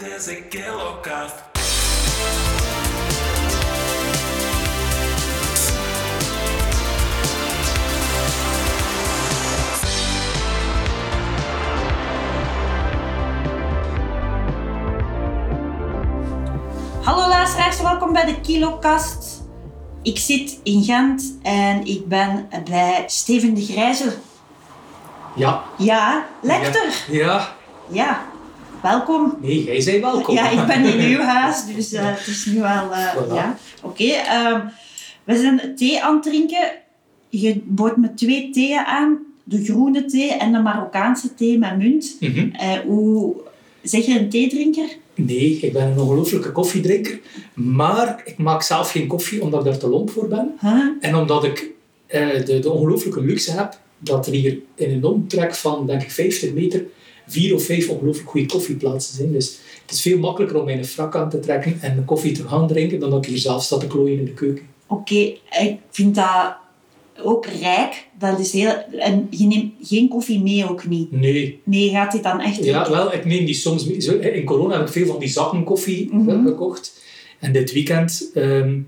ese Kellogcast. Hallo luisteraars, welkom bij de Kilokast. Ik zit in Gent en ik ben bij Steven de Grijze. Ja. Ja, lector. Ja. Ja, welkom. Nee, jij zei welkom. Ja, ik ben in uw huis, dus eh, het is nu al... eh, Voilà. ja. Oké, ehm, we zijn thee aan het drinken. Je bood me twee theeën aan. De groene thee en de Marokkaanse thee met munt. Mhm. Eh, hoe... Zeg je een theedrinker? Nee, ik ben een ongelooflijke koffiedrinker. Maar ik maak zelf geen koffie omdat ik daar te lomp voor ben. Huh? En omdat ik eh, de, de ongelooflijke luxe heb dat er hier in een omtrek van, denk ik, 50 meter vier of vijf ongelooflijk goede koffieplaatsen zijn. Dus het is veel makkelijker om mijn frak aan te trekken en een koffie te gaan drinken dan dat ik hier zelf sta te klooien in de keuken. Oké, ik vind dat ook rijk. Dat is heel... En je neemt geen koffie mee ook niet. Nee, Nee, je gaat dit dan echt Ja, drinken? wel, ik neem die soms mee. Zo, In corona heb ik veel van die zakken koffie eh, Mhm. gekocht. En dit weekend, ehm,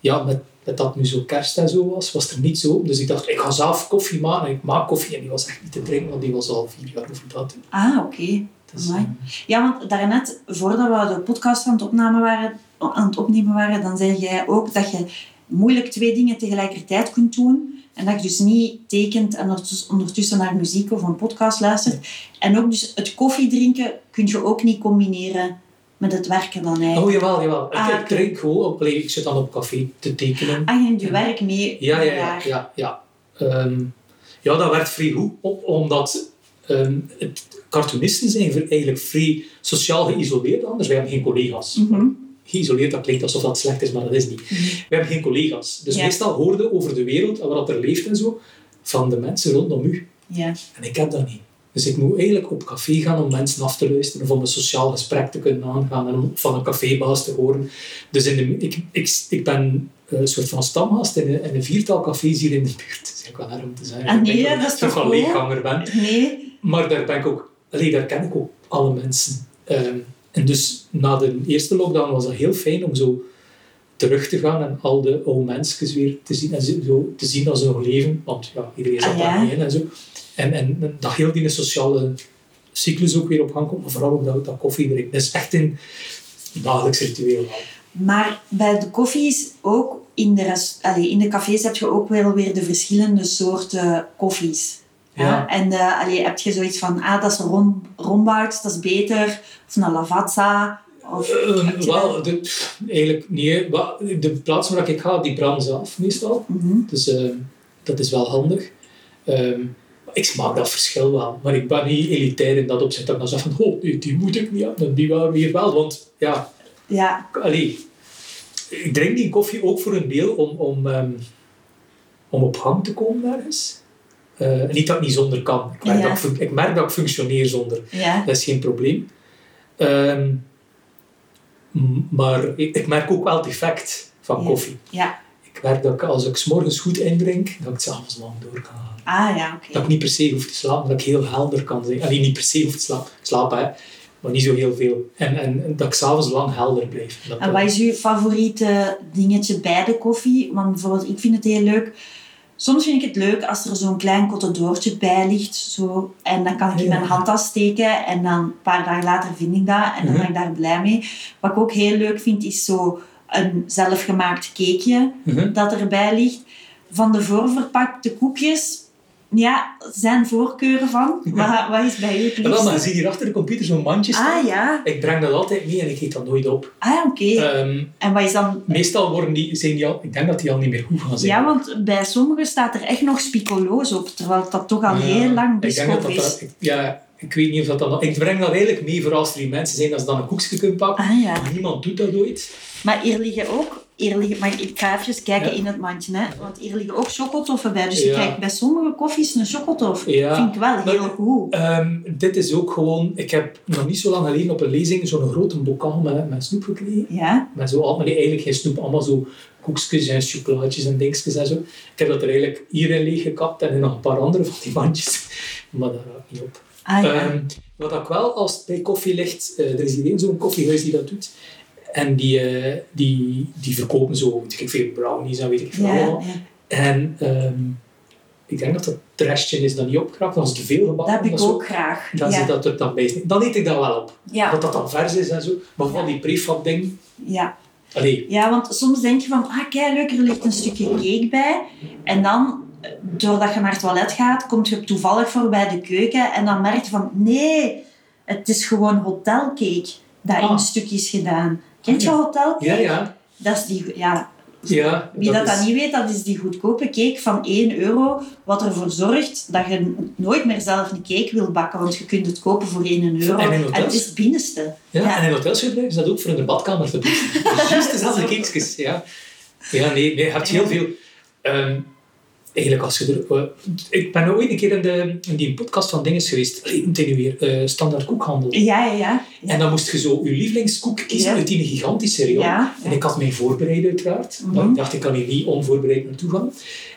ja, met, met dat nu zo kerst en zo was, was er niet zo. Dus ik dacht, ik ga zelf koffie maken. En ik maak koffie en die was echt niet te drinken, want die was al vier jaar overdatum. Ah, oké. Dus, Amai. eh, Ja, want daarnet, voordat we de podcast aan het, opname waren, aan het opnemen waren, dan zei jij ook dat je moeilijk twee dingen tegelijkertijd kunt doen. En dat je dus niet tekent en ondertus- ondertussen naar muziek of een podcast luistert. En ook dus het koffiedrinken kun je ook niet combineren met het werken dan eigenlijk. oh, jawel, jawel. Ik- Ah, ik, oké. drink gewoon, op, allee, ik zit dan op café te tekenen. Ah, je neemt je werk mee. Oh. Ja, ja, ja. daar. Ja, ja. Ehm, ja dat werd vrij goed, om- omdat ehm, het, cartoonisten zijn eigenlijk vrij sociaal geïsoleerd anders. Wij hebben geen collega's. Mhm. Geïsoleerd, dat klinkt alsof dat slecht is, maar dat is niet. We hebben geen collega's. Dus Ja. meestal hoorden over de wereld en wat er leeft en zo van de mensen rondom u. Ja. En ik heb dat niet. Dus ik moet eigenlijk op café gaan om mensen af te luisteren, of om een sociaal gesprek te kunnen aangaan en om van een cafébaas te horen. Dus in de, ik, ik, ik ben eh, een soort van stamgast in een, in een viertal cafés hier in de buurt. Dat is eigenlijk wel raar om te zeggen. Ah, Ik nee, denk dat ik is toch een soort van cool? leegganger ben. Nee. Maar daar, ben ik ook, allee, daar ken ik ook alle mensen. Ehm, en dus na de eerste lockdown was dat heel fijn om zo terug te gaan en al de oude mensen weer te zien en zo te zien als ze nog leven, want ja, iedereen zat Ah, daar ja. niet in en zo. En, en dat heel die sociale cyclus ook weer op gang komt, maar vooral ook dat, dat koffie drinken. Dat is echt een dagelijks ritueel. Maar bij de koffie is ook in de, res- allee, in de cafés heb je ook wel weer de verschillende soorten koffies. Ja. Ja, En eh, allee, heb je zoiets van, ah, dat is rom, rombout, dat is beter. Of een lavazza. Of, Eh, heb je dat? wel, de- pff, eigenlijk niet. Wel, De plaats waar ik ga, die branden zelf meestal. Mhm. Dus eh, dat is wel handig. Ehm, ik smaak dat verschil wel. Maar ik ben niet elitair in dat opzicht. Dat ik dan zeg van, oh, nee, die moet ik niet hebben. en Die wel weer wel. Want ja, Ja, k- allee. Ik drink die koffie ook voor een deel om, om, ehm, om op gang te komen ergens. Eh, niet dat ik niet zonder kan. Ik merk, Ja. dat ik, fun- ik merk dat ik functioneer zonder. ja. Dat is geen probleem. Ehm, m- maar ik, ik merk ook wel het effect van Ja. koffie. ja. Ik werk dat ik, als ik 's morgens goed indrink, dat ik het s'avonds lang door kan gaan. Ah, ja, oké. Dat ik niet per se hoef te slapen, dat ik heel helder kan zijn. Alleen niet per se hoef te slapen, slapen hè. maar niet zo heel veel. En, en, en dat ik s'avonds lang helder blijf. Dat, En wat is uw favoriete dingetje bij de koffie? Want bijvoorbeeld, ik vind het heel leuk. Soms vind ik het leuk als er zo'n klein cottedoortje bij ligt. Zo, en dan kan ik in mijn Ja. handtas steken. En dan een paar dagen later vind ik dat. Mhm. En dan ben ik daar blij mee. Wat ik ook heel leuk vind, is zo een zelfgemaakt cakeje Mhm. dat erbij ligt. Van de voorverpakte koekjes... Ja, er zijn voorkeuren van. Maar wat is bij u het En wel, maar je liefste? ziet hier achter de computer zo'n mandje staan. Ah ja, Ik breng dat altijd mee en ik eet dat nooit op. ah, oké. Ehm, en wat is dan meestal worden die, zijn die al, ik denk dat die al niet meer goed gaan zijn. Ja, want bij sommigen staat er echt nog spicoloos op, terwijl dat toch al Ja, heel lang Eh, ik denk dat bischop dat, is. ik- ja, ik weet niet of dat dan... Ik breng dat eigenlijk mee voor als er hier mensen zijn dat ze dan een koekje kunnen pakken. Ah ja, Niemand doet dat ooit. maar hier liggen ook, hier liggen, maar ik ga even kijken Ja. in het mandje, hè, want hier liggen ook chocotoffen bij. Dus je Ja. krijgt bij sommige koffies een chocotof. Ja. Vind ik wel heel goed. Ehm, dit is ook gewoon, ik heb nog niet zo lang geleden op een lezing zo'n grote bokaal met, met snoep gekregen. Ja, Met zo, al- maar nee, eigenlijk geen snoep, allemaal zo koekjes en chocolaatjes en dingetjes en zo. Ik heb dat er eigenlijk hierin leeg gekapt en in nog een paar andere van die mandjes. Maar daar raak ik niet op. Ah, ja. Ehm, wat ik wel als het bij koffie ligt, eh, er is hier één zo'n koffiehuis die dat doet. En die, eh, die, die verkopen zo, weet ik veel, brownies en weet ik veel ja, allemaal. ja. En ehm, ik denk dat dat restje is dat niet opgekrapt. Als het te veel Dat gebakken heb ik is, ook graag. dan ja. zit dat er dan bij. is. Dan eet ik dat wel op. Ja, Dat dat dan vers is en zo. Maar van die prefab ding, ja. allee, ja, want soms denk je van, ah kijk, leuk, er ligt een stukje cake bij. En dan, eh, doordat je naar het toilet gaat, kom je toevallig voorbij de keuken. En dan merk je van, nee, het is gewoon hotelcake dat Ah. in stukjes gedaan. Kent je hotelcake? ja, ja. Dat is die, ja, ja Wie dat, is- dan niet weet, dat is die goedkope cake van 1 euro, wat ervoor zorgt dat je nooit meer zelf een cake wil bakken, want je kunt het kopen voor 1 euro. En in hotels? het is het binnenste. Ja, Ja. en in hotels gebruiken ze dat ook voor in de badkamer te doen. Dus Juist dezelfde kiekjes, ja. Ja, nee, nee, je hebt heel veel... ehm, eigenlijk als je er... eh, ik ben ooit een keer in, de, in die podcast van dinges geweest. Allee, hoe heet die nu weer? Eh, standaard koekhandel. Ja, ja, ja. En dan moest je zo je lievelingskoek kiezen Ja. uit die gigantische riool. Ja, En ik had mij voorbereid uiteraard. Mhm. Dan dacht ik kan hier niet onvoorbereid naartoe gaan.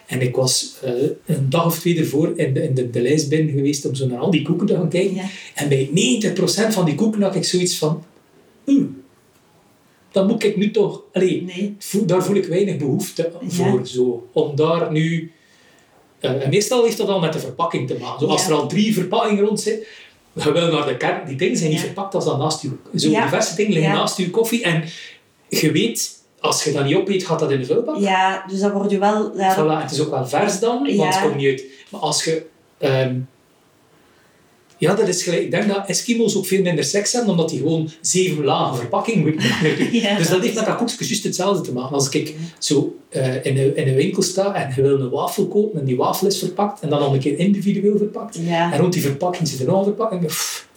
En ik was eh, een dag of twee ervoor in de, in de, de lijst binnen geweest om zo naar al die koeken te gaan kijken. ja. En bij 90% van die koeken had ik zoiets van... Oeh, dat moet ik nu toch... Allee, Nee. voel- daar voel ik weinig behoefte Ja. voor. Zo, om daar nu... eh, en meestal heeft dat al met de verpakking te maken. Zo, Als Ja. er al drie verpakkingen rond zitten... Je wil naar de kern. Die dingen zijn niet Ja. verpakt als dat naast je... Zo, Ja. diverse dingen liggen Ja. naast je koffie. En je weet, als je dat niet opeet, gaat dat in de vuilbak. ja, dus dat wordt je wel... Ja, Voilà, het is ook wel vers dan, want Ja. het komt niet uit. Maar als je... ehm, ja, dat is gelijk. Ik denk dat Eskimo's ook veel minder seks hebben, omdat die gewoon zeven lagen verpakking moeten doen. Ja. Dus dat heeft met dat koekje juist hetzelfde te maken. Als ik zo eh, in, een, in een winkel sta en je wil een wafel kopen en die wafel is verpakt en dan nog een keer individueel verpakt. Ja, En rond die verpakking zit een oude verpakking. Pff,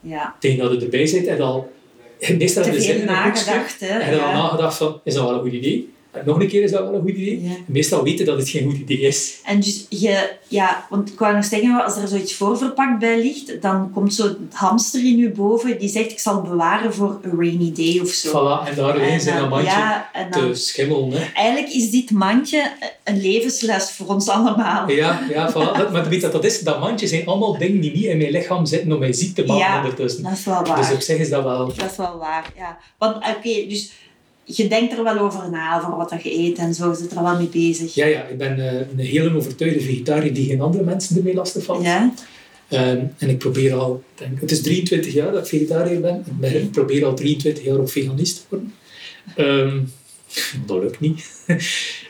ja. tegen dat je erbij zit en al... Meestal Te hebben ze zin veel in een koekje. nagedacht, hè. En dan Ja. nagedacht van, is dat wel een goed idee? En nog een keer is dat wel een goed idee? Ja. Meestal weten dat het geen goed idee is. En dus je, ja, want ik wou nog zeggen, als er zoiets voorverpakt bij ligt, dan komt zo'n hamster in je boven die zegt, ik zal het bewaren voor a rainy day of zo. Voilà, en daar ineens in dan- dat mandje Dus- ja, en dan te schimmelen. Hè. Eigenlijk is dit mandje een levensles voor ons allemaal. Ja, ja, voilà. Dat, maar weet dat dat is? Dat mandje zijn allemaal dingen die niet in mijn lichaam zitten om mij ziek te maken Ja, ondertussen. Dat is wel waar. Dus op zich is dat wel... Dat is wel waar, ja. Want oké, dus je denkt er wel over na, over wat dat je eet en zo. Je zit er wel mee bezig. Ja, ja, ik ben eh, een hele overtuigde vegetariër die geen andere mensen ermee lastig valt. Ja? Ehm, en ik probeer al, ik denk, het is 23 jaar dat ik vegetariër ben. Ik ben- Ik probeer al 23 jaar ook veganist te worden. Ehm, dat lukt niet.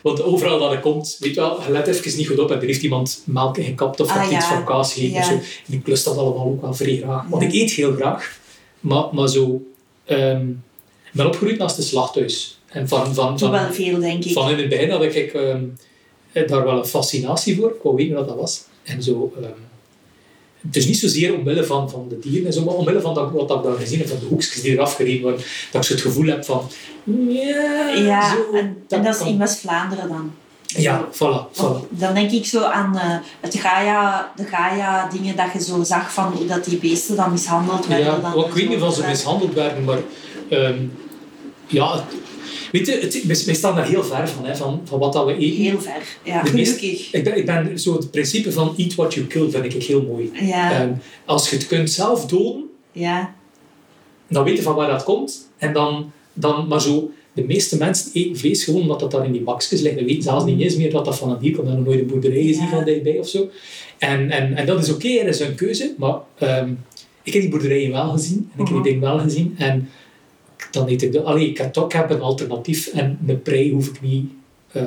Want overal dat ik kom, weet je wel, je let even niet goed op en er heeft iemand melk in gekapt of Ah, heeft iets ja. van kaas gegeten of Ja. zo. En ik lust dat allemaal ook wel vrij graag. Want Ja. ik eet heel graag, maar, maar zo... ehm, ik ben opgegroeid naast een slachthuis. En van, van, Toch van, wel veel, denk ik. van in het begin had ik ehm, eh, daar wel een fascinatie voor. Ik wou weten wat dat was. En zo, ehm, het is niet zozeer omwille van, van de dieren en zo, maar omwille van dat, wat ik daar gezien heb, van de hoekjes die eraf gereden worden, dat ik zo het gevoel heb van, ja, ja, zo, en, en dat is kan. in West-Vlaanderen dan. Ja, voilà, voilà. Want Dan denk ik zo aan eh, het Gaia, de Gaia-dingen dat je zo zag van hoe dat die beesten dan mishandeld werden. Ja, dan wat ik weet niet zo. of ze mishandeld werden, maar ehm, ja, het- weet je, het, wij, wij staan daar heel ver van, hè, van, van wat dat we eten. Heel ver. Ja, De meest- gelukkig. Ik ben, ik ben zo het principe van eat what you kill vind ik heel mooi. Ja, Ehm, als je het kunt zelf doden, ja, dan weet je van waar dat komt. En dan, dan maar zo, de meeste mensen eten vlees gewoon omdat dat daar in die bakjes ligt. Ze weten zelfs niet eens meer dat dat van een dier komt. Dan nog nooit een boerderij gezien Ja. van dichtbij of zo. En, en, en dat is oké, dat is een keuze. Maar ehm, ik heb die boerderijen wel gezien. En ik heb die Mhm. dingen wel gezien. En dan eet ik de... Allee, ik heb toch ik heb een alternatief. En de prei hoef ik niet... eh,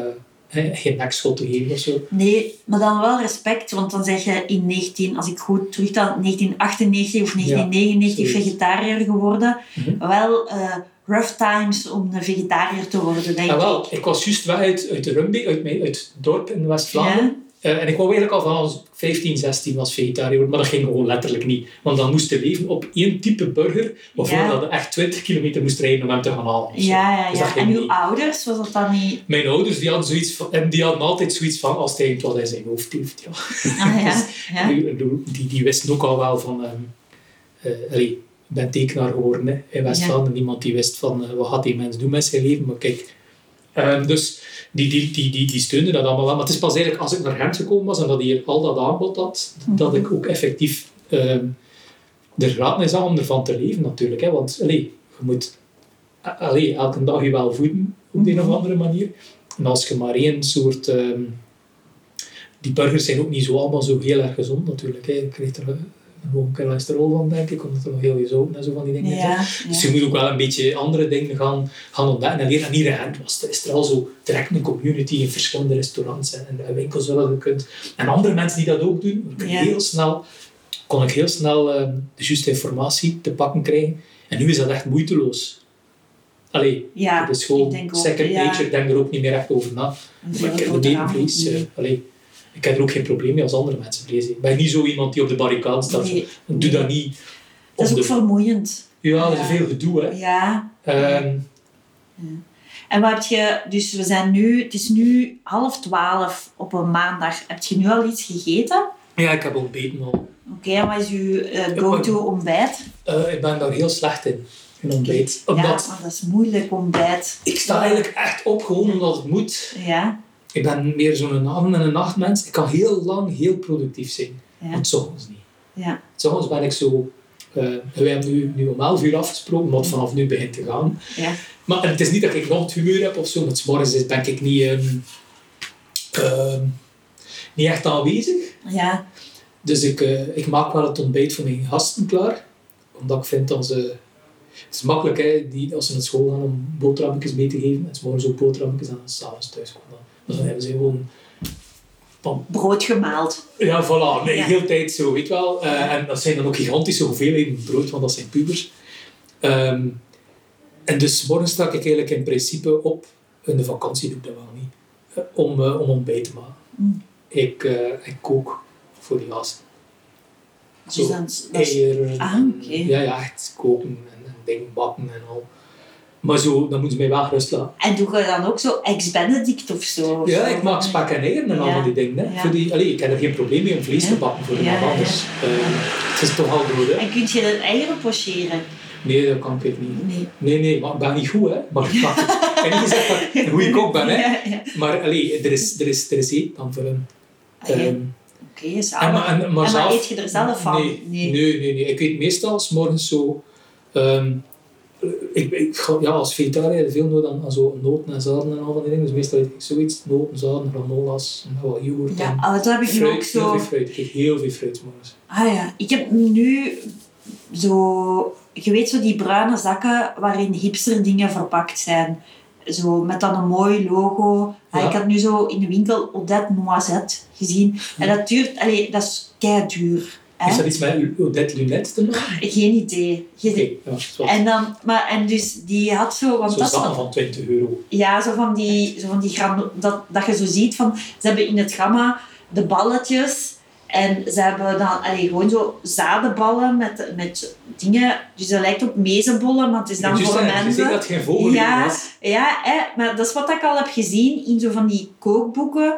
hè, geen nekschot te geven of zo. Nee, maar dan wel respect, want dan zeg je in 19, als ik goed terugtel, 1998 of 1999 zoiets. vegetariër geworden. Mhm. Wel eh, rough times om een vegetariër te worden, denk En Ah, wel, ik. ik was juist weg uit, uit de Rumby, uit, mijn, uit het dorp in West-Vlaanderen. Ja? Eh, en ik wou eigenlijk al van als ik 15, 16 was vegetariër, worden, maar dat ging gewoon letterlijk niet. Want dan moest je leven op één type burger, waarvoor Ja. dat je echt 20 kilometer moest rijden om hem te gaan halen. of zo. Ja, ja, Dus dat ja. ging En uw niet. ouders, was dat dan niet? Mijn ouders die hadden, zoiets van, en die hadden altijd zoiets van, als hij het wat in zijn hoofd heeft. Ja. Ah, ja. ja. Die, die, die wisten ook al wel van... ehm eh, allee, ik ben tekenaar geworden hè, in West-Vlaanderen. Niemand die wist van eh, wat gaat die mens doen met zijn leven. Maar kijk, ehm, dus die, die, die, die, die steunden dat allemaal wel. Maar het is pas eigenlijk als ik naar Gent gekomen was en dat hij hier al dat aanbod had, dat ik ook effectief ehm, de raad is al om ervan te leven natuurlijk. Hè, want allee, je moet a- allee, elke dag je wel voeden op de een of andere manier. En als je maar één soort... ehm, die burgers zijn ook niet zo allemaal zo heel erg gezond natuurlijk. Hè. Je krijgt er eh, een hoge cholesterol van, denk ik, omdat er nog heel zout en zo van die dingen in zitten. Ja, Dus ja. je moet ook wel een beetje andere dingen gaan, gaan ontdekken en leren. En hier in Gent was, is er al zo direct een community in verschillende restaurants en, en winkels waar je kunt. En andere mensen die dat ook doen. Maar ik kon Ja. heel snel, kon ik heel snel eh, de juiste informatie te pakken krijgen. En nu is dat echt moeiteloos. Allee, ja. dat is gewoon ik denk ook, second ja. nature. Ik denk er ook niet meer echt over na. Een Maar veel ik heb er grotere geen vlees. aanpak. eh, allee, ik heb er ook geen probleem mee als andere mensen vlees eten. Ik ben niet zo iemand die op de barricade staat. Nee, Ik doe nee. dat niet. op Dat is ook de- vermoeiend. Ja, dat is Ja. veel gedoe, hè. Ja. Ehm, En wat heb je, dus we zijn nu, het is nu half twaalf op een maandag. Heb je nu al iets gegeten? Oké, ja, ik heb ontbeten al. en wat is uw eh go-to ontbijt? Eh, ik ben daar heel slecht in, in ontbijt. Omdat Ja, want dat is moeilijk ontbijt. ik sta eigenlijk echt op gewoon omdat het moet. Ja, Ik ben meer zo'n avond- en een nachtmens. Ik kan heel lang heel productief zijn. ja, Want s'ochtends niet. ja. S'ochtends ben ik zo... eh we hebben nu, nu om 11 uur afgesproken, Mm. wat vanaf nu begint te gaan. Ja. Maar en het is niet dat ik nog het humeur heb of zo, want 's morgens is- ben ik niet, ehm, ehm, niet echt aanwezig. ja. Dus ik, eh, ik maak wel het ontbijt voor mijn gasten klaar. Omdat ik vind dat ze... Het is makkelijk hè, die, als ze naar school gaan om boterhammetjes mee te geven. En 's morgens ook boterhammetjes en dan s'avonds thuis komen. Dan, dus dan hebben ze gewoon... Brood gemaald. Ja, voilà. Nee, Ja. heel de tijd zo, weet wel. Eh, en dat zijn dan ook gigantische hoeveelheden brood, want dat zijn pubers. Ehm, en dus 's morgens sta ik eigenlijk in principe op. In de vakantie doe ik dat wel niet. eh, om, eh, om ontbijt te maken. Mm. Ik, eh, ik kook voor die gasten. Dus Zo. eh, dan, dat is- eieren. Ah, oké. Ja, ja, echt koken en, en dingen bakken en al. Maar zo, dan moeten ze mij wel rust laten. En doe je dan ook zo ex-Benedict of zo? Of Ja, zo? ik maak spek en eieren en al Ja. van die dingen. Hè. Ja. Voor die, allee, ik heb er geen probleem mee om vlees Ja. te bakken voor Ja, iemand ja, anders. Eh, het is toch al brood, hè? En kun je dan eieren pocheren? Nee, dat kan ik niet. Nee. Nee, nee, maar ik ben niet goed, hè. Maar ik maak het. En niet gezegd dat ik een goede kok ben, hè. Ja, ja. Maar allee, er is, er is, er is eten aan vullen. Ah, ja. Ehm, Oké, en, samen. maar, en, maar en zelf- maar eet je er zelf van? Nee, nee. nee, nee. Ik eet meestal 's morgens zo... ehm, ik, ik, ga- ja, als vegetariër heb je veel nood aan, aan zo noten en zaden en al van die dingen. Dus meestal eet ik zoiets. Noten, zaden, granola's, en wel wat yoghurt. Ja, en oh, dat heb ik nu ook fruit, heel zo. veel fruit. Ik eet heel veel fruit 's morgens. Ah ja, ik heb nu zo... Je weet zo die bruine zakken waarin hipster dingen verpakt zijn. Zo met dan een mooi logo. Ah, Ja. Ik had nu zo in de winkel Odette Noisette gezien. En dat duurt... Allee, dat is keiduur. Hè? Is dat iets met Odette Lunette te maken? Geen idee. Geen idee. Oké, ja, dat is wel- En dan... Maar, en dus die had zo... Want Zo'n dat is zakken nog- van 20 euro. ja, zo van die, zo van die grano- dat, dat je zo ziet van ze hebben in het gamma de balletjes en ze hebben dan allee, gewoon zo zadenballen met, met dingen. Dus dat lijkt op mezenbollen, maar het is dan Juist, voor hè, je mensen. zegt dat het geen vogel Ja. was. Ja, hè, maar dat is wat ik al heb gezien in zo van die kookboeken.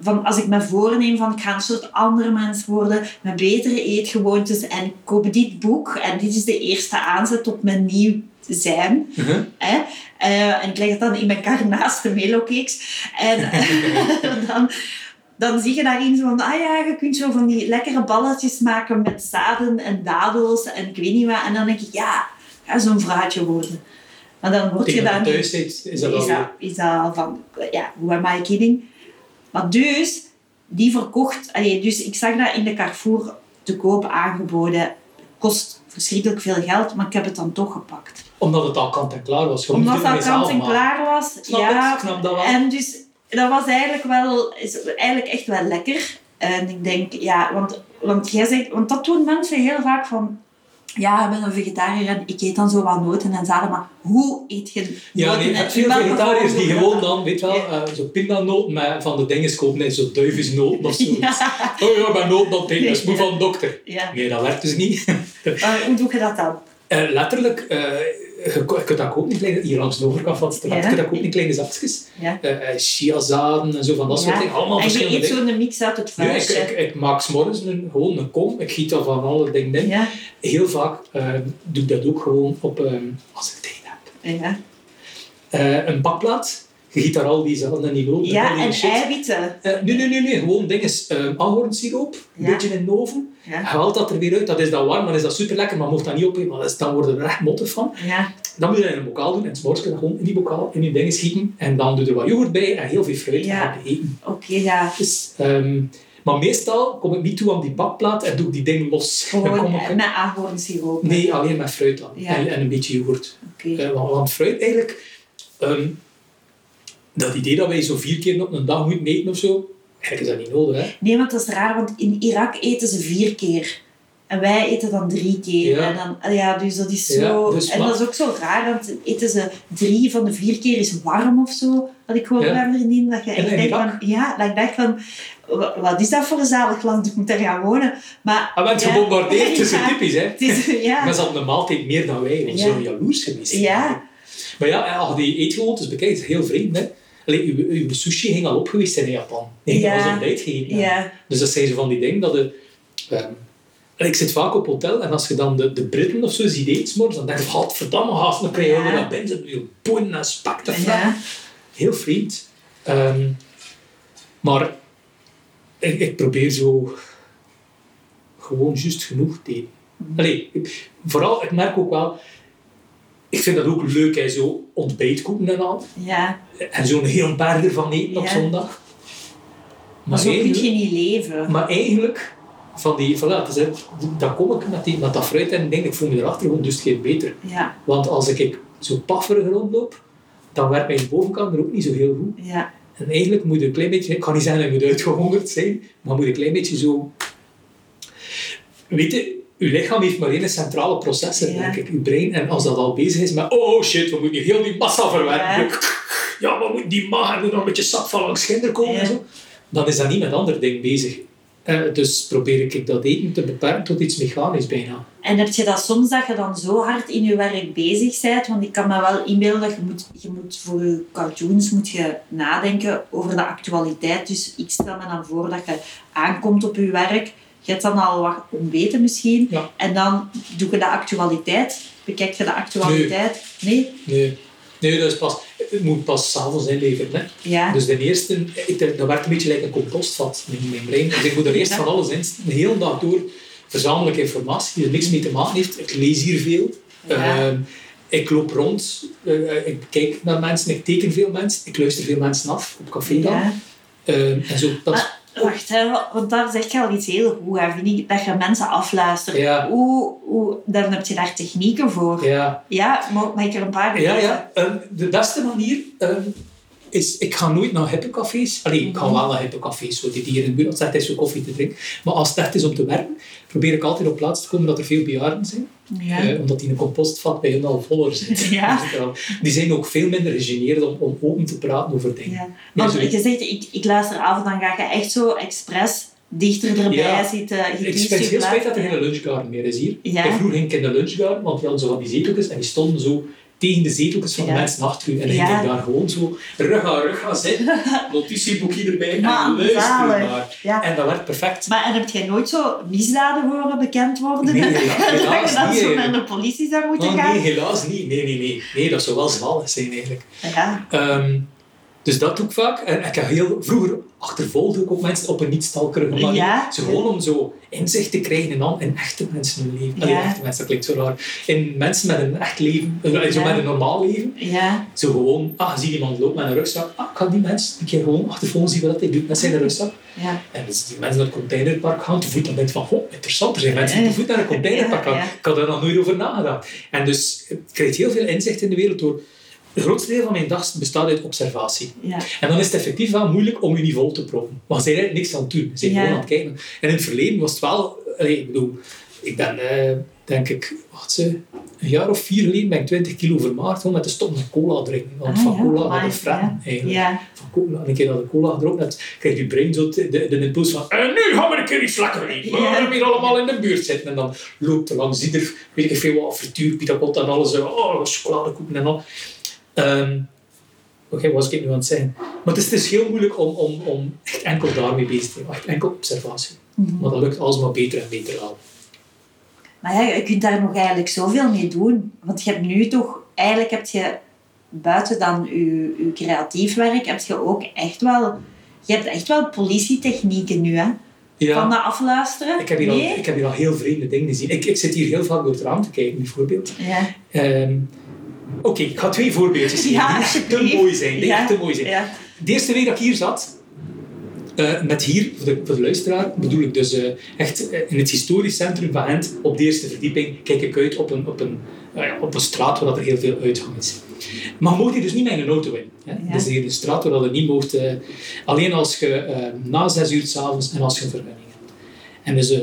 Van als ik me voorneem van ik ga een soort andere mens worden, met betere eetgewoontes en ik koop dit boek en dit is de eerste aanzet tot mijn nieuw zijn. Mhm. Hè? Eh, en ik leg het dan in elkaar naast de melocakes. En dan, dan zie je daarin zo van, ah ja, je kunt zo van die lekkere balletjes maken met zaden en dadels en ik weet niet wat. En dan denk ik, ja, ga zo'n vraatje worden. Maar dan word je Tegen daar niet dat thuis zit, is dat is wel... dat, is dat van, ja, who am I kidding? Maar dus, die verkocht, allee, dus ik zag dat in de Carrefour te koop aangeboden. Kost verschrikkelijk veel geld, maar ik heb het dan toch gepakt. Omdat het al kant-en-klaar was. Je moet Omdat het niet dat kant en zelf maken. klaar was. Snap ja, het, snap dat wel. en dus dat was eigenlijk wel, is eigenlijk echt wel lekker. En ik denk, ja, want, want jij zegt, want dat doen mensen heel vaak van, ja, ik ben een vegetariër en ik eet dan zo wat noten en zaden, maar hoe eet je Ja, noten nee, je en hebt veel in welke vegetariërs die volgorde? gewoon dan, weet je wel, Ja. eh, zo pindanoten met van de dingen kopen, hè, zo duivensnoten of zo. Ja, Oh ja, maar noten dat tegen, dat is moe van de dokter. ja. Nee, dat werkt dus niet. Maar hoe doe je dat dan? Eh, letterlijk, eh, je ko- je kunt dat kopen in kleine, hier langs de overkant van het straat, Ja. je kunt dat kopen in kleine zakjes. Ja. Eh, eh, chiazaden en zo van dat soort Ja. dingen, allemaal En je verschillende eet dingen. zo'n mix uit het Nu, ik, vuistje. ik, ik maak s'morgens een, gewoon een kom, ik giet al van alle dingen in. Ja, Heel vaak eh, doe ehm, ik dat ook gewoon op, eh, als ik tijd heb. ja. Eh, een bakplaat. Je giet daar al die zanden en die lopen. Ja, en eiwitten. Eh, nee, nee, nee, nee, gewoon dinges. eh Ahornsiroop, een Ja. beetje in de oven. Je Ja. haalt dat er weer uit, dat is dan warm, dan is dat super lekker, maar mocht dat niet opeten, want dat is- dan worden er echt motten van. Ja. Dan moet je dat in een bokaal doen en s'morgens kun je dat gewoon in die bokaal in je dinges gieten. En dan doe je er wat yoghurt bij en heel veel fruit Ja. en ga je eten. Oké, ja. Dus, ehm, maar meestal kom ik niet toe aan die bakplaat en doe ik die dingen los. Dan Gewoon kom ik- eh, met ahornsiroop. Nee, alleen met fruit dan. Ja. En, en een beetje yoghurt. Oké. Eh, want, want fruit eigenlijk... ehm, dat idee dat wij zo vier keer op een dag moeten eten of zo... Eigenlijk is dat niet nodig, hè. Nee, want dat is raar, want in Irak eten ze vier keer. En wij eten dan drie keer. Ja. En dan, ah ja, dus dat is Ja, zo... dus en wat- dat is ook zo raar, want eten ze drie van de vier keer is warm of zo. Dat ik hoorde Ja. bij mijn vriendin, dat je echt in denkt Irak? van... Ja, dat ik dacht van... wa- Wat is dat voor een zalig land? Ik moet daar gaan wonen. Maar... En werd ja. Ah, gebombardeerd, dat is zo Ja. typisch, hè. Het is, ja. Maar ze hadden een maaltijd meer dan wij. We Ja. zijn jaloers geweest. Ja. Maar ja, als je die eetgewoontes bekijkt, heel vreemd, hè. Allee, uw, uw sushi ging al op geweest zijn in Japan. Nee, dat Ja. was ontbijt gegeten. hè. Ja. Dus dat zijn zo van die dingen dat je... ehm, en ik zit vaak op hotel en als je dan de, de Britten of zo ziet eten 's morgens, dan denk je, godverdamme haast, dan krijg je Ja. weer dat binnen, dan je poen en spak te Ja. ja. Heel vreemd. Ehm, maar ik, ik probeer zo gewoon juist genoeg te eten. Mhm. Allee, ik- vooral, ik merk ook wel, ik vind dat ook leuk, hè, zo ontbijtkoeken en al. Ja. En zo'n heel berg ervan eten op Ja. zondag. Maar zo kun eigenlijk- je niet leven. maar eigenlijk, van die, van, ja, het is het, dan kom ik met, die, met dat fruit en ik denk, ik voel me erachter gewoon dus geen beter. Ja. Want als ik zo pafferig rondloop, dan werkt mijn bovenkant er ook niet zo heel goed. Ja. En eigenlijk moet je een klein beetje, ik kan niet zeggen dat je moet uitgehongerd zijn, maar moet je een klein beetje zo... Weet je, je lichaam heeft maar één centrale processor, Ja. denk ik, je brein. En als dat al bezig is met, oh shit, we moeten hier heel die massa verwerken. Ja, we moeten die maag en er nog een beetje sap van langs ginder komen Ja. en zo. Dan is dat niet met ander ding bezig. Eh, dus probeer ik dat eten te beperken tot iets mechanisch bijna. En heb je dat soms dat je dan zo hard in je werk bezig bent? Want ik kan me wel inbeelden dat je moet, je moet voor je cartoons moet je nadenken over de actualiteit. Dus ik stel me dan voor dat je aankomt op je werk. Je hebt dan al wat ontbeten misschien. Ja. En dan doe je de actualiteit. Bekijk je de actualiteit? Nee. Nee, nee dat is pas, het moet pas s'avonds inleveren. Hè. Ja. Dus de eerste, ik, dat werkt een beetje like een compostvat in mijn brein. Dus ik moet er eerst Ja. van alles in, de hele dag door, verzamel ik informatie die er niks mee te maken heeft. Ik lees hier veel, Ja. Ehm, ik loop rond, Eh, ik kijk naar mensen, ik teken veel mensen, ik luister veel mensen af, op café dan. Ja. Ehm, en zo, dat, Maar- Wacht, hè, want daar zeg je al iets heel goed. Hè, vind ik, dat je mensen afluistert. Ja. Hoe, hoe, dan heb je daar technieken voor. Ja, ja. mag, mag ik er een paar Ja, noemen? ja. Ehm, de beste manier ehm, is, ik ga nooit naar hippecafés. Allee, ik ga Mhm. wel naar hippecafés, zo die die hier in de buurt, als het echt is om koffie te drinken. Maar als het echt is om te werken, probeer ik altijd op plaats te komen dat er veel bejaarden zijn. Ja. Eh, omdat die in een compostvat bij hen al voller zit. Ja. Dus daarom- Die zijn ook veel minder gegeneerd om, om open te praten over dingen. Ja. Want zoiets. je zegt, ik, ik luister af, dan ga je echt zo expres dichter erbij Ja. zitten. Je Ik kiest vind het je heel plaats. spijt dat er geen lunchgarden meer is hier. Ja. Ik vroeger ging ik in de lunchgarden, want die hadden zo van die zeteltjes en die stonden zo tegen de zeteltjes van de Ja. mensen achter u. En dan Ja. ging ik daar gewoon zo rug aan rug gaan zitten, notitieboekje erbij Man, en luister zalig. maar. Ja. En dat werd perfect. Maar en heb jij nooit zo misdaden horen bekend worden? Nee, dat helaas je dan niet, zo hè. naar de politie zou moeten Oh, gaan? nee, helaas niet. Nee, nee, nee. Nee, dat zou wel zalig zijn eigenlijk. Ja. Ehm, dus dat doe ik vaak. En ik heb heel vroeger achtervolgde ik ook mensen op een niet-stalkerige manier. Ja. Zo gewoon om zo inzicht te krijgen in, an- in echte mensen hun leven. Allee, Ja. echte mensen, dat klinkt zo raar. In mensen met een echt leven, eh, zo Ja. met een normaal leven. Ja. Zo gewoon, ah, zie iemand loopt met een rugzak. Ah, ik ga die mens een keer gewoon achtervolgen, zien wat hij doet met zijn rugzak. Ja. En dus die mensen naar het containerpark gaan te voet, dan denk je van, oh, interessant, er zijn mensen die te voet naar een containerpark gaan. Ja, ja. Ik had daar nog nooit over nagedacht. En dus, ik krijg heel veel inzicht in de wereld door... Het grootste deel van mijn dag bestaat uit observatie. Ja. En dan is het effectief wel moeilijk om je niet vol te proppen. Want ze zijn eigenlijk niks aan het doen. Ze zijn Ja. gewoon aan het kijken. En in het verleden was het wel... allee, ik bedoel, ik ben, eh, denk ik, wat ze... Een jaar of vier geleden ben ik 20 kilo vermaagd gewoon met de stop met cola drinken. Want Ah, van ja, cola naar amai, de frat eigenlijk Ja. van cola. En een keer dat de cola erop hebt, krijgt je brein zo de, de, de impuls van en nu gaan we een keer iets lekker eten. We Ja. gaan hier allemaal in de buurt zitten. En dan loopt er langs ieder, weet ik veel wat, frituur, pitacotta en alles. eh, Oh, chocoladekoeken en al. Ehm, Oké, wat was ik nu aan het zeggen? Maar het is, het is heel moeilijk om, om, om echt enkel daarmee bezig te zijn. Echt enkel observatie. Maar dat lukt alsmaar beter en beter aan. Maar ja, je kunt daar nog eigenlijk zoveel mee doen. Want je hebt nu toch... Eigenlijk heb je buiten dan je, je creatief werk, heb je ook echt wel... Je hebt echt wel politietechnieken nu, hè? Van dat afluisteren. Ik heb, hier al, Nee? ik heb hier al heel vreemde dingen gezien. Ik, ik zit hier heel vaak door het raam te kijken, bijvoorbeeld. Ja. Ehm, Oké, ik ga twee voorbeeldjes zien. Ja, die echt te alsjeblieft. mooi zijn. Die Ja, echt te mooi zijn. ja. De eerste week dat ik hier zat, eh, met hier, voor de, voor de luisteraar, bedoel ik dus eh, echt eh, in het historisch centrum van Gent, op de eerste verdieping, kijk ik uit op een, op een, eh, ja, op een straat waar dat er heel veel uitgang is. Maar je mocht hier dus niet met een auto in. Hè? Ja. Dus hier een straat waar dat je niet mocht, eh, alleen als je eh, na zes uur s'avonds en als je een vergunning hebt. En dus, eh,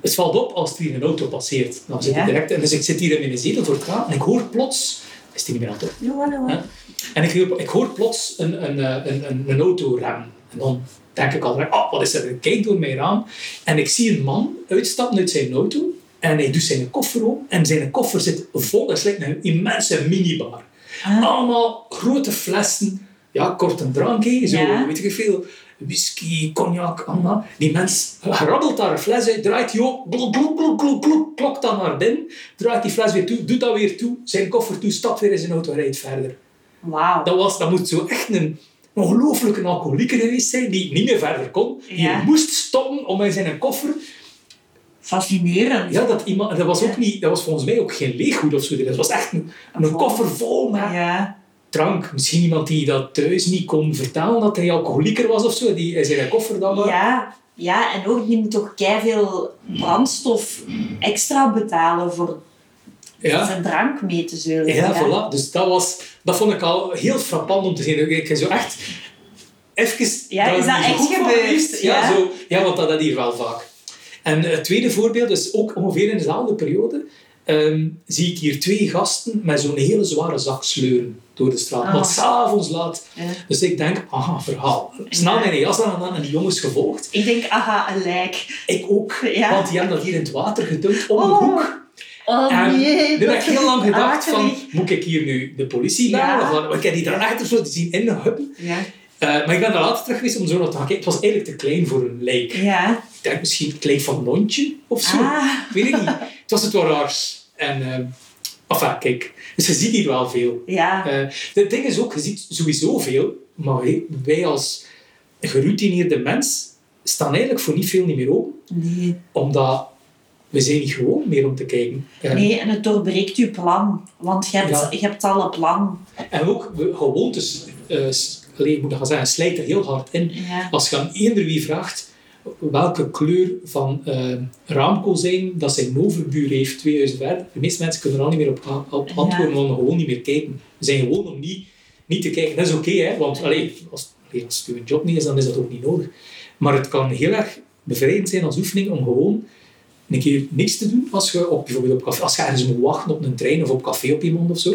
het valt op als er hier een auto passeert. Dan zit ik Ja. direct, en dus ik zit hier in mijn zetel voor het raam en ik hoor plots, is die niet meer aan het op? Jawel, jawel. Ja. En ik hoor, ik hoor plots een, een, eh, een, een, een auto remmen. En dan denk ik al, oh, wat is dat? Ik kijk door mijn raam en ik zie een man uitstappen uit zijn auto. En hij doet zijn koffer op en zijn koffer zit vol. Het lijkt een immense minibar. Ah. Allemaal grote flessen, ja, kort een drankje, zo, Ja. weet ik veel. Whisky, cognac, allemaal. Die mens rabbelt daar een fles uit, draait die op, glok, glok, glok, glok, glok, klokt dan naar binnen, draait die fles weer toe, doet dat weer toe, zijn koffer toe, stapt weer in zijn auto en rijdt verder. Wauw. Dat, was, dat moet zo echt een ongelooflijke alcoholieker geweest zijn die niet meer verder kon. Die Ja. moest stoppen om in zijn koffer. Fascinerend. Ja, dat, iemand, dat, was ook Ja. niet, dat was volgens mij ook geen leeggoed of zo. Dat was echt een, een Vol. koffer vol met Ja. drank. Misschien iemand die dat thuis niet kon vertalen dat hij alcoholieker was of zo. Die in zijn koffer dan maar. Ja. Ja, en ook, die moet toch veel brandstof extra betalen voor Ja. zijn drank mee te zullen. Ja, voilà. Dus dat, was, dat vond ik al heel frappant om te zien. Ik heb zo echt... Even Ja, daar is dat niet zo echt goed van gebeurd? geweest. Ja, Ja. Zo, ja, want dat, dat hier wel vaak. En het tweede voorbeeld, dus ook ongeveer in dezelfde periode, ehm, zie ik hier twee gasten met zo'n hele zware zak sleuren door de straat. Ah. Want s'avonds laat. Ja. Dus ik denk, aha, verhaal. Snel Ja. mijn jas aan en dan aan die jongens gevolgd. Ik denk, aha, een lijk. Ik ook, Ja. want die hebben dat hier in het water gedumpt om de Oh. hoek. Oh En nee, nu heb ik is heel lang gedacht van, akelig. moet ik hier nu de politie Ah, Ja. bellen? Of wat? Want ik heb die daarachter zo te zien in de huppen. Ja. Eh, maar ik ben daar later terug geweest om zo naar te gaan kijken. Het was eigenlijk te klein voor een lijk. Ja. Ik denk misschien het lijk van een hondje of zo. Ah. Ik weet het niet. Het was het wel raars. En, eh enfin, kijk. Dus je ziet hier wel veel. Ja. Eh, het ding is ook, je ziet sowieso veel. Maar wij- wij als geroutineerde mens staan eigenlijk voor niet veel niet meer open. Nee. Omdat we zijn niet gewoon meer om te kijken. Eh, nee, en het doorbreekt je plan. Want je hebt, Ja. je hebt al een plan. En ook we- gewoontes, eh, s- allee, ik moet dat gaan zeggen, slijt er heel hard in. Ja. Als je aan eender wie vraagt welke kleur van eh, raamkozijn dat zijn overbuur heeft twee huizen verder, de meeste mensen kunnen er al niet meer op, a- op antwoorden, want we gewoon niet meer kijken. We zijn gewoon om niet, niet te kijken. Dat is oké, hè, want allee, als, allee, als het uw job niet is, dan is dat ook niet nodig. Maar het kan heel erg bevrijdend zijn als oefening om gewoon een keer niks te doen als je op, bijvoorbeeld op café, als je ergens moet wachten op een trein of op café op iemand of zo,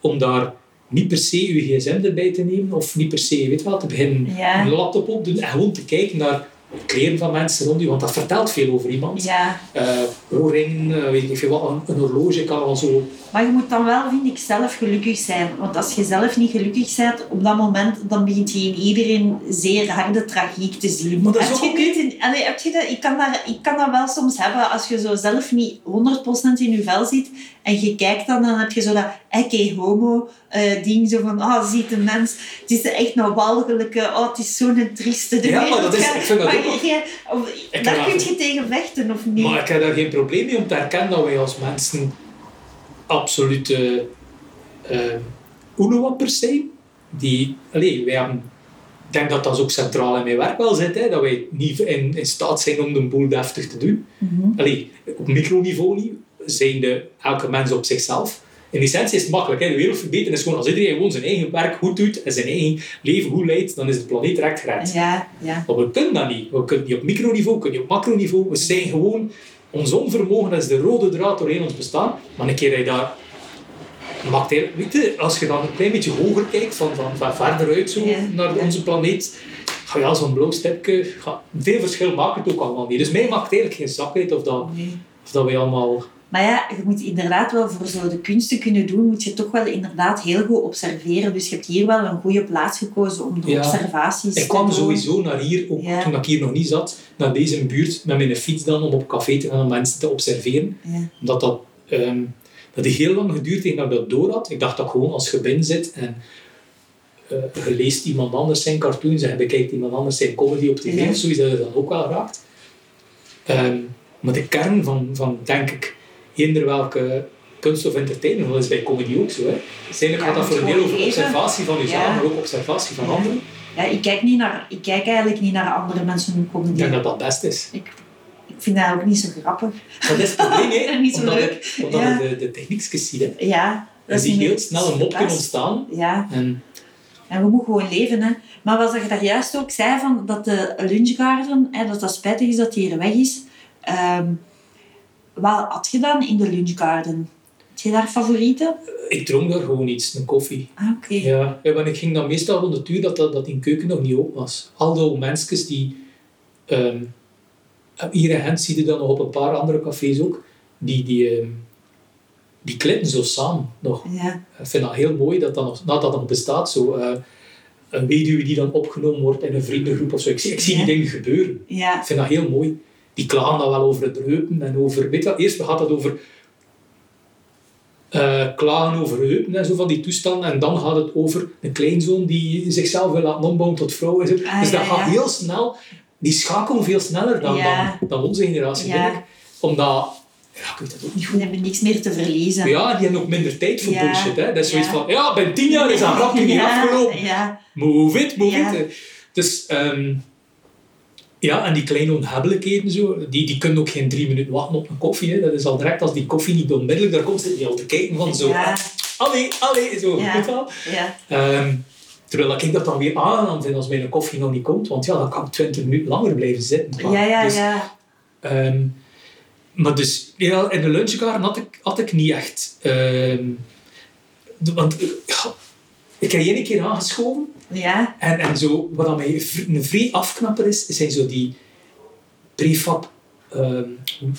om daar niet per se je gsm erbij te nemen of niet per se, je weet wel, te beginnen Ja. een laptop op te doen en gewoon te kijken naar de kleren van mensen rond je, want dat vertelt veel over iemand. ja. Eh, oorringen, eh, weet ik niet veel wat, een, een horloge kan al zo. Maar je moet dan wel, vind ik, zelf gelukkig zijn. Want als je zelf niet gelukkig bent, op dat moment, dan begint je in iedereen zeer harde tragiek te zien. Maar dat is Heb ook je oké. niet in- allee, heb je dat, ik, kan daar, ik kan dat wel soms hebben als je zo zelf niet 100% in je vel zit. En je kijkt dan, dan heb je zo dat oké homo eh, ding. Zo van, ah, ziet de mens. Het is echt een walgelijke, oh, het is zo'n trieste. de Ja, maar dat wereld is- gaat- ik vind dat maar ook- je- of- kan daar dat kun ook. je tegen vechten, of niet? Maar ik heb daar geen probleem mee om te herkennen dat wij als mensen absolute eh oenoappers zijn. Die, allee, wij hebben, ik denk dat dat ook centraal in mijn werk wel zit, hè, dat wij niet in, in staat zijn om de boel deftig te doen. Mhm. Allee, op microniveau niet, zijn de, elke mens op zichzelf. In essentie is het makkelijk. Hè. De wereld verbeteren is gewoon als iedereen gewoon zijn eigen werk goed doet en zijn eigen leven goed leidt, dan is de planeet recht gered. Ja, ja. Maar we kunnen dat niet. We kunnen niet op microniveau, we kunnen niet op macroniveau. We zijn gewoon... Ons onvermogen dat is de rode draad doorheen ons bestaan. Maar een keer dat je daar... Maakt heel, weet je, als je dan een klein beetje hoger kijkt, van, van, van verder uit zo, Ja. naar onze planeet, ga je al zo'n blauw stipje... Ga, veel verschil maakt het ook allemaal niet. Dus mij maakt eigenlijk geen zak uit of dat, Nee. of dat wij allemaal... Maar ja, je moet inderdaad wel voor zo de kunst te kunnen doen, moet je toch wel inderdaad heel goed observeren. Dus je hebt hier wel een goede plaats gekozen om de Ja. observaties Ik kwam te doen. sowieso naar hier, ook Ja. toen ik hier nog niet zat, naar deze buurt met mijn fiets dan, om op café te gaan en mensen te observeren. Ja. Omdat dat, ehm, Dat heeft heel lang geduurd tegen dat ik dat door had. Ik dacht dat gewoon als je binnen zit en eh, je leest iemand anders zijn cartoons en je bekijkt iemand anders zijn comedy op tv Ja. of zoiets, dat je dan ook wel raakt. Ehm, maar de kern van, van denk ik, eender welke kunst of entertainment, dat is bij comedy ook zo. Hè. Dus eigenlijk Ja, gaat dat het voor een deel over gewoon leven. observatie van jezelf, Ja. maar ook observatie van Ja. anderen. Ja, ik, kijk niet naar, ik kijk eigenlijk niet naar andere mensen hun Ik comedy. denk dat dat best is. Ik vind dat ook niet zo grappig. Dat is het probleem, hè? Niet zo omdat leuk. het- omdat Ja. het de, de techniekjes ziet. Hè. Ja, Je ziet niet heel meer snel een mopje gepast. ontstaan. Ja, En en we moeten gewoon leven. Hè. Maar wat je daar juist ook zei, van dat de lunchgarden, hè, dat dat spijtig is dat die er weg is. Ehm, wat had je dan in de lunchgarden? Had je daar favorieten? ik dronk daar gewoon iets, een koffie. Ah, oké. Ja. ja, want ik ging dan meestal rond het uur dat, dat, dat in keuken nog niet open was. Al die oude mensjes die... ehm, hier in Gent zie je dan nog op een paar andere cafés ook. Die, die, ehm, die klitten zo samen nog. Ja. Ik vind dat heel mooi dat dat nog, dat dat nog bestaat. Zo, eh, een weduwe die dan opgenomen wordt in een vriendengroep of zo. Ik zie, ik zie die Ja. dingen gebeuren. ja. Ik vind dat heel mooi. Die klagen dan wel over het heupen en over... Weet je wat, eerst gaat het over eh, klagen over heupen en zo van die toestanden. En dan gaat het over een kleinzoon die zichzelf wil laten ombouwen tot vrouw. En zo. Ah, dus dat ja, gaat ja. heel snel... Die schakelen veel sneller dan, Ja. dan, dan onze generatie, Ja. denk ik. Omdat... Ja, ik weet dat ook niet Die goed. hebben niks meer te verliezen. Ja, die hebben ook minder tijd voor Ja. bullshit. Hè. Dat is zoiets Ja. van... Ja, ben tien jaar is dat grapje niet afgelopen. Ja, Move it, move Ja. it. Dus ehm, ja, en die kleine onhebbelijkheden zo, die, die kunnen ook geen drie minuten wachten op een koffie. Hè. Dat is al direct als die koffie niet onmiddellijk daar komt, zit je al te kijken van zo. "Ah, Ja. Allee, allee, zo. Ja. weet je wel? ja. Ehm, terwijl ik dat dan weer aangenaam vind als mijn koffie nog niet komt, want ja, dan kan ik twintig minuten langer blijven zitten. Ja, ja, Dus, ja. ehm, maar dus, ja, in de lunchgarden had ik, had ik niet echt. ehm, de- want eh, ja, ik heb één keer aangeschoven Ja, en, en zo, wat aan mij v- een vrij afknapper is, zijn zo die prefab, ehm,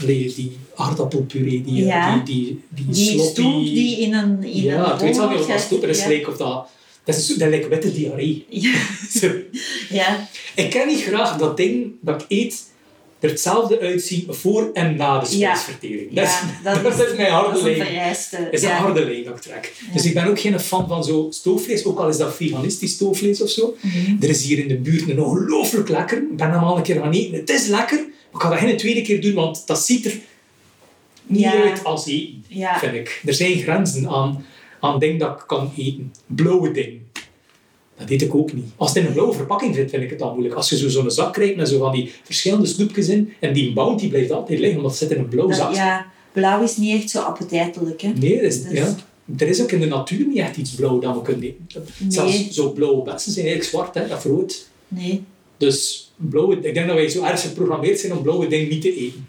nee, die aardappelpuree, die, eh, Ja. die, die, die, die sloppy- stoep die in een in een ja, ik weet wel boom niet wat dat gaat- stoep is, ja. lijkt of dat... Dat is zo- dat lijkt witte diarree. Ja, Zo. ja, ik ken niet graag dat ding dat ik eet er hetzelfde uitzien voor en na de Ja. spijsvertering. Dat, is- ja, dat, is, dat is mijn harde dat is een lijn. vereiste. is ja. een harde lijn dat ik trek. Ja. Dus ik ben ook geen fan van zo stoofvlees, ook al is dat veganistisch stoofvlees of zo. Mhm. Er is hier in de buurt een ongelooflijk lekker. Ik ben hem al een keer gaan eten. Het is lekker, maar ik ga dat geen tweede keer doen, want dat ziet er niet Ja. uit als eten, Ja. vind ik. Er zijn grenzen aan, aan dingen dat ik kan eten. Blauwe dingen. Dat eet ik ook niet. Als het in een blauwe verpakking zit, vind ik het dan moeilijk. Als je zo zo'n zak krijgt met zo van die verschillende snoepjes in, en die bounty blijft altijd liggen, omdat het zit in een blauw Dat- zak. ja, blauw is niet echt zo appetijtelijk. Hè? Nee, er is, Dus- ja. er is ook in de natuur niet echt iets blauw dat we kunnen eten. Nee. Zelfs zo blauwe bessen zijn eigenlijk zwart, hè, dat verrood. Nee. Dus blauwe, ik denk dat wij zo erg geprogrammeerd zijn om blauwe dingen niet te eten.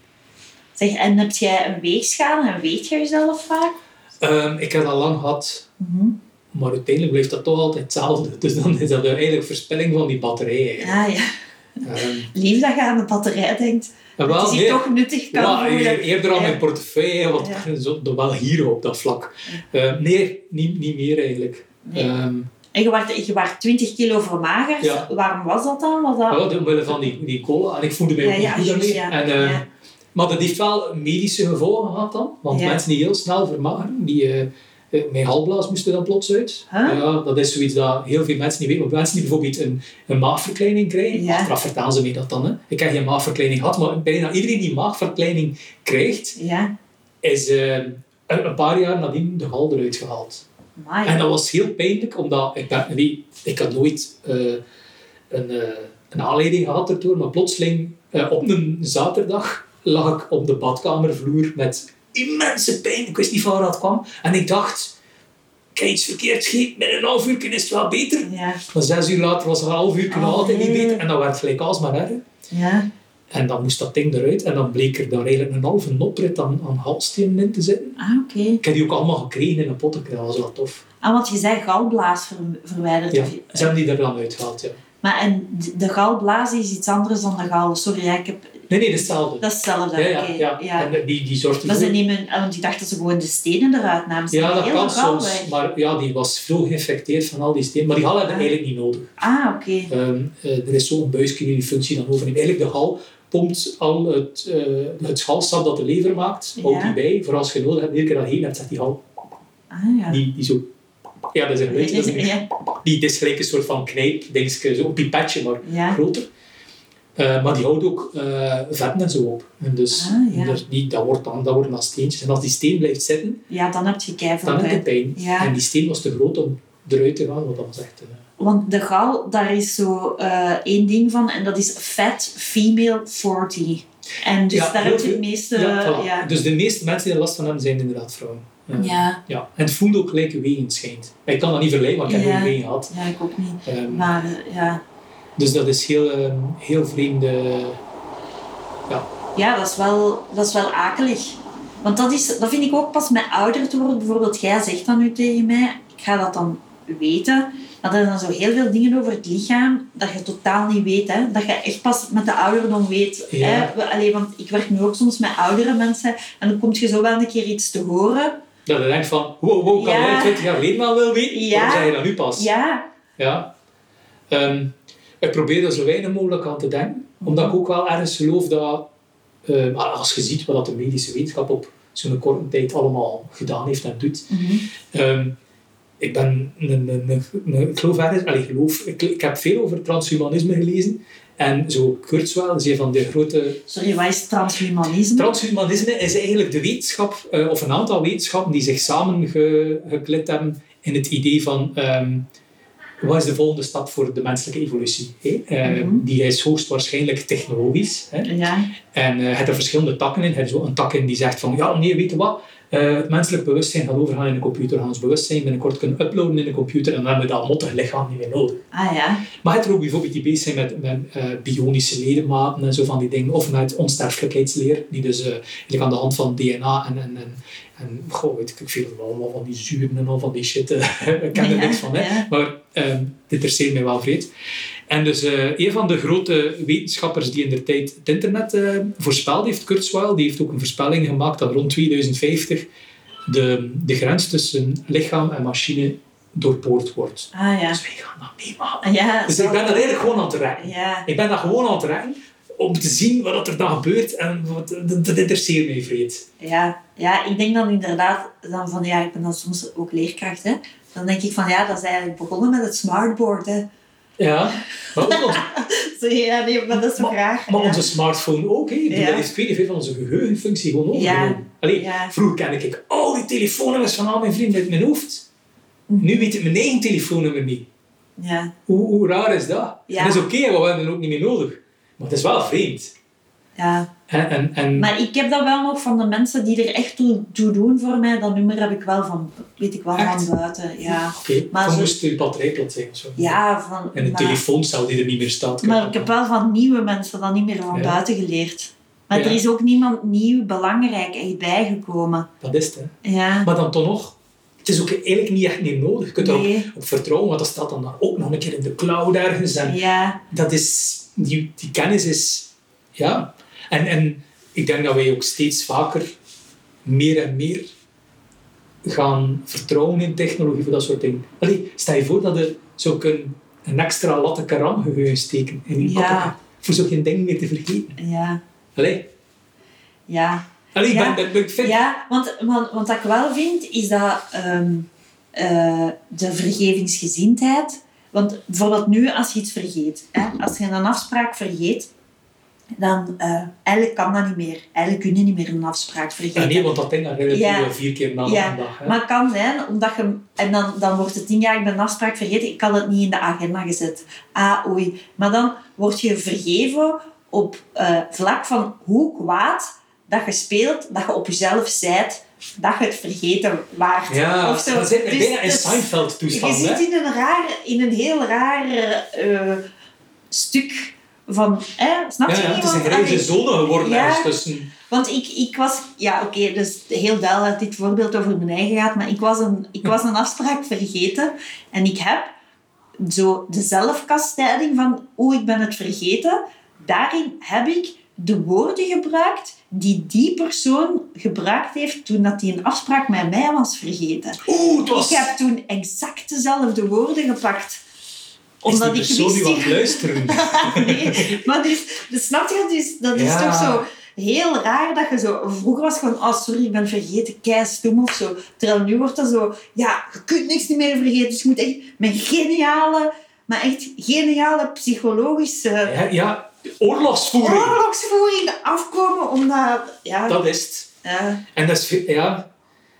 Zeg, en heb jij een weegschaal en weegt jij jezelf vaak? Ehm, ik heb dat lang gehad, Mhm. maar uiteindelijk blijft dat toch altijd hetzelfde. Dus dan is dat eigenlijk verspilling van die batterij. eigenlijk. Ah ja, Ehm, lief dat je aan de batterij denkt. en Dat wel, is hier nee, eh, toch nuttig kan ja, voelen. eer- eerder aan Ja. mijn portefeuille, want Ja. ik ben zo, wel hier op dat vlak. Ehm, nee, niet, niet meer eigenlijk. Nee. Ehm, En je werd, je werd 20 kilo vermagerd. Ja. Waarom was dat dan? Was dat... Ja, door omwille van die, die cola. En ik voelde mij Ja, ook niet ja, goed juist, daarmee. ja. En, eh, Ja. Maar dat heeft wel medische gevolgen gehad dan. Want Ja. mensen die heel snel vermageren, die, eh, eh, mijn halblaas moest er dan plots uit. Huh? Ja, dat is zoiets dat heel veel mensen niet weten. Maar mensen die bijvoorbeeld een, een maagverkleining krijgen, Ja. achteraf vertalen ze mij dat dan. Hè. Ik heb geen maagverkleining gehad, maar bijna iedereen die maagverkleining krijgt, ja. is eh, een, een paar jaar nadien de hal eruit gehaald. Amai. En dat was heel pijnlijk, omdat ik, ben, nee, ik had nooit eh, een, eh, een aanleiding gehad ertoe, maar plotseling eh, op een zaterdag lag ik op de badkamervloer met immense pijn. Ik wist niet van waar dat kwam. En ik dacht, ik heb iets verkeerd gegeten, binnen een half uur is het wel beter. Ja, Maar zes uur later was het een half uur nog Oh, altijd niet nee. beter. En dat werd gelijk alsmaar erger. ja. En dan moest dat ding eruit en dan bleek er daar eigenlijk een halve noprit aan, aan halstenen in te zitten. Ah, oké. Ik heb die ook allemaal gekregen in een pottenkruid, dat was wel tof. Ah, want je zei galblaas ver- verwijderd. Ja, Of- ze hebben die er dan uitgehaald, ja. Maar en de- de galblaas is iets anders dan de gal. Sorry, ja, ik heb... Nee, nee, dat is hetzelfde. dat is hetzelfde. ja, ja, oké. ja. En eh, die, die zorgt Maar ervoor- ze nemen, ah, want ik dacht dat ze gewoon de stenen eruit namen. Ze Ja, nemen dat heel kan de gal soms. weg. Maar ja, die was veel geïnfecteerd van al die stenen. Maar die hal hebben Ah. eigenlijk niet nodig. Ah, oké. Ehm, eh, er is zo'n buisje die die functie dan overneemt. Eigenlijk de hal pompt al het, eh het schalsap dat de lever maakt, Ja. houdt die bij, voor als je nodig hebt, iedere keer dat je heen hebt, zegt die hal, Ah ja. die, die zo... Ja, dat is een beetje, dat is een- ja. die dit is gelijk een soort van knijp, denk ik, zo'n pipetje, maar ja. groter. Eh, maar die houdt ook eh vetten en zo op. En dus Ah, ja. dat, die, dat, wordt dan, dat worden dan steentjes. En als die steen blijft zitten, Ja, dan heb je dan keiveel heb je pijn. pijn. Ja. En die steen was te groot om eruit te gaan, wat dat was echt... eh, Want de gal, daar is zo eh, één ding van en dat is fat female 40. En dus Ja, daar heel heb je veel- het meeste... ja, voilà. ja. Dus de meeste mensen die er last van hebben, zijn inderdaad vrouwen. Eh, Ja. ja. En het voelde ook gelijke wegen, schijnt. Ik kan dat niet vergelijken, maar ik heb Ja. ook wegen gehad. ja, ik ook niet. Ehm, Maar eh, ja. dus dat is heel, ehm, heel vreemde... ja, dat is wel, dat is wel akelig. Want dat, is, dat vind ik ook pas met ouder te worden. Bijvoorbeeld, jij zegt dan nu tegen mij, ik ga dat dan weten. Maar er zijn zo heel veel dingen over het lichaam dat je totaal niet weet. Hè? Dat je echt pas met de ouderdom weet. Ja. Hè? We- Allee, want ik werk nu ook soms met oudere mensen. En dan kom je zo wel een keer iets te horen. Dat je denkt van, wow, wow, kan Ja. jij 20 jaar geleden al wel weten? Ja. Waarom zeg je dat nu pas? Ja, Ja. Ehm, ik probeer er zo weinig mogelijk aan te denken, omdat ik ook wel ergens geloof dat, eh, maar als je ziet wat dat de medische wetenschap op zo'n korte tijd allemaal gedaan heeft en doet. Mhm. Ehm, ik ben een, een, een, een- ik geloof ergens, allee, geloof, ik, ik heb veel over transhumanisme gelezen en zo Kurzweil, is een van de grote sorry, wat is transhumanisme? Transhumanisme is eigenlijk de wetenschap, eh, of een aantal wetenschappen die zich samen ge- geklit hebben in het idee van ehm, wat is de volgende stap voor de menselijke evolutie? hè? Eh, Mhm. Die is hoogstwaarschijnlijk technologisch. Hè? ja, En eh, je hebt er verschillende takken in. Je hebt zo een tak in die zegt van, ja, nee, weet je wat? Eh, het menselijk bewustzijn gaat overgaan in een computer. We gaan ons bewustzijn binnenkort kunnen uploaden in een computer en dan hebben we dat mottig lichaam niet meer nodig. ah ja. Maar het er ook bijvoorbeeld die bezig zijn met, met eh, bionische ledematen en zo van die dingen. Of met onsterfelijkheidsleer, die dus eh, eigenlijk aan de hand van DNA en, en, en, en goh, weet ik veel, allemaal van die zuren en al van die shit. eh, ik ken er Ja, niks van, hè. ja. Maar ehm, dit interesseert mij wel vreed. En dus eh, een van de grote wetenschappers die in de tijd het internet eh, voorspeld heeft, Kurzweil, die heeft ook een voorspelling gemaakt dat rond 2050 de, de grens tussen lichaam en machine doorboord wordt. Ah ja. Ah, Dus wij gaan dat meemaken. ja Dus ik ben dat eigenlijk gewoon aan het rekken. Ja, Ik ben dat gewoon aan het rekken om te zien wat er dan gebeurt en wat, dat, dat interesseert mij vreed. ja, ja, ik denk dan inderdaad dan van ja, ik ben dan soms ook leerkracht hè. Dan denk ik van ja, dat is eigenlijk begonnen met het smartboard hè. Ja, maar, ook ons- Zo, ja, nee, maar dat is maar graag. maar ja. onze smartphone ook. hè. Ik bedoel, Ja. Dat heeft veel, veel van onze geheugenfunctie gewoon overgenomen. Allee, Ja. Vroeger kende ik al die telefoonnummers van al mijn vrienden uit mijn hoofd. Mhm. Nu weet ik mijn eigen telefoonnummer niet. Ja, Hoe, hoe raar is dat? Ja. En dat is oké, want we hebben het ook niet meer nodig. Maar het is wel vreemd. ja. En, en, en, Maar ik heb dat wel nog van de mensen die er echt toe, toe doen voor mij. Dat nummer heb ik wel van, weet ik wel, Echt? van buiten. Ja, Oké, maar dan zo- moest je batterij plat zijn of zo. ja van... En de maar- telefooncel die er niet meer staat. Maar ik heb wel van nieuwe mensen dat niet meer van Ja. buiten geleerd. Maar Ja. er is ook niemand nieuw belangrijk echt bijgekomen. Dat is het, hè. Ja. Maar dan toch nog, het is ook eigenlijk niet echt meer nodig. Je kunt erop Nee. op vertrouwen, want dat staat dan daar ook nog een keer in de cloud ergens. En Ja. dat is, die, die kennis is, ja. En, en ik denk dat wij ook steeds vaker meer en meer gaan vertrouwen in technologie voor dat soort dingen. Allee, stel je voor dat er zou kunnen een extra latte karam geheugen steken in je Ja. apparaat. Voor zo geen ding meer te vergeten. Ja. Allee, Ja. Allee ik Ja. ben, ben- ik vind... Ja, want, want wat ik wel vind, is dat ehm, eh, de vergevingsgezindheid... Want bijvoorbeeld nu, als je iets vergeet, hè, als je een afspraak vergeet, dan eh, eigenlijk kan dat niet meer. Eigenlijk kun je niet meer een afspraak vergeten. Ja, nee, want dat ding dat herinnert Ja. je vier keer na op Ja, een dag. Hè. Maar het kan zijn, omdat je... En dan, dan wordt het tien jaar, ik ben een afspraak vergeten, ik kan het niet in de agenda gezet. Ah, oei. Maar dan word je vergeven op eh, vlak van hoe kwaad dat je speelt, dat je op jezelf zijt, dat je het vergeten waard. Ja, Of zo. dat zit er Dus bijna in het- Je Seinfeld-toestand. hè. zit in een, raar, in een heel raar eh, stuk van... Hè, snap Ja, je ja, niet? het is een Want- grijze allee, zone geworden Ja. ergens tussen. want ik, ik was, ja oké, dus heel duidelijk dat dit voorbeeld over mijn eigen gaat, maar ik was, een, ik was een afspraak vergeten en ik heb zo de zelfkastijding van, oh ik ben het vergeten, daarin heb ik de woorden gebruikt die die persoon gebruikt heeft toen dat die een afspraak met mij was vergeten. Oeh, het was... Ik heb toen exact dezelfde woorden gepakt. Omdat is ik die persoon wist hier- nu aan het luisteren? nee, maar dus, dus snap je, dus, dat is Ja. toch zo heel raar dat je zo... Vroeger was het gewoon, oh sorry, ik ben vergeten, kei stom of zo. Terwijl nu wordt dat zo, ja, je kunt niks niet meer vergeten. Dus je moet echt met geniale, maar echt geniale psychologische ja, ja, oorlogsvoering. oorlogsvoering afkomen. Omdat, ja, Dat is het. eh, En dat is, ve- ja.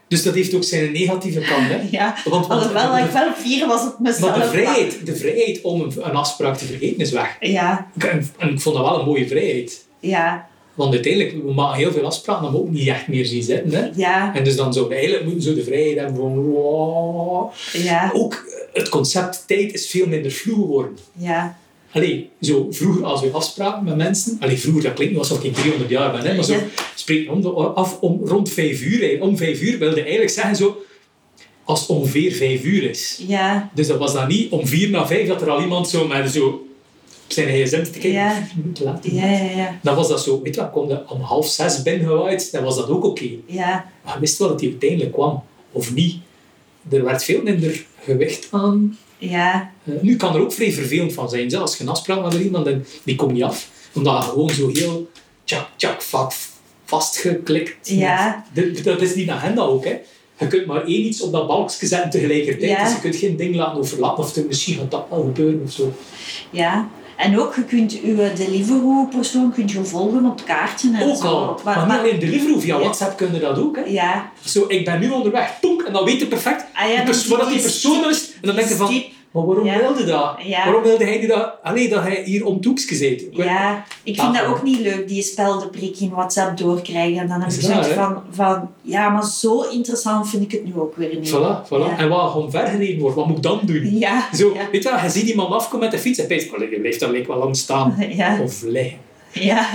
Dus dat heeft ook zijn negatieve kant, hè. ja. Want, want- Alhoewel ik wel fier was op mezelf. maar de vrijheid, de vrijheid om een, een afspraak te vergeten is weg. maar- Ja, Ik- En, en ik vond dat wel een mooie vrijheid. ja, Want uiteindelijk, we maken heel veel afspraken dat we ook niet echt meer zien zitten, hè. ja, En dus dan zouden we eigenlijk moeten zo de vrijheid hebben van... wow. ja, Ook eh, het concept tijd is veel minder vloe geworden. ja. Allee, zo vroeger als we afspraken met mensen... Allee, vroeger, dat klinkt nu alsof ik 300 jaar ben, hè, maar zo Ja. spreek je om de, af om rond 5 uur. En om 5 uur wilde eigenlijk zeggen zo... Als het ongeveer 5 uur is. ja. Dus dat was dan niet om 4 na 5 dat er al iemand zo met zo... Op zijn gsm te kijken. Ja. Minuten later. Ja, ja, ja. Dan was dat zo, weet je wat, kwam er om half zes binnengewaaid, dan was dat ook oké. Ja, Maar je wist wel dat hij uiteindelijk kwam, of niet. Er werd veel minder gewicht aan. ja, Eh, nu kan er ook vrij vervelend van zijn. Zelfs als je een afspraak met iemand en die komt niet af, omdat je gewoon zo heel tjak, tjak, vak, vastgeklikt Ja. bent. Dat- Dat is die agenda ook, hè. Je kunt maar één iets op dat balkje zetten tegelijkertijd. Ja. Dus je kunt geen ding laten overlappen. Of er- misschien gaat dat wel gebeuren of zo. ja. En ook, je kunt je Deliveroo-persoon kunt je volgen op het kaartje. En Ook zo. al. Ah, Maar, niet alleen Deliveroo, via Ja. WhatsApp kunnen dat ook, hè. Ja. Zo, ik ben nu onderweg, poek, en dan weet je perfect Ah, ja die pers- wat dat die is- persoon is. En dan denk je van, die- Maar waarom Ja. wilde dat? Ja. Waarom wilde hij nu dat? Allee, dat hij hier om toeks gezeten. Ik weet- Ja, ik vind dat Tafel. ook niet leuk, die speldenprik in WhatsApp doorkrijgen. En dan heb Is ik raar, zoiets hè? van, van, ja, maar zo interessant vind ik het nu ook weer niet. Voilà, voilà. Ja. En wat gewoon vergereden wordt, wat moet ik dan doen? Ja, Zo, ja, weet je wel, je ziet iemand afkomen met de fiets en pijst, allee, je blijft daar lekker wel lang staan. ja, Of liggen. ja,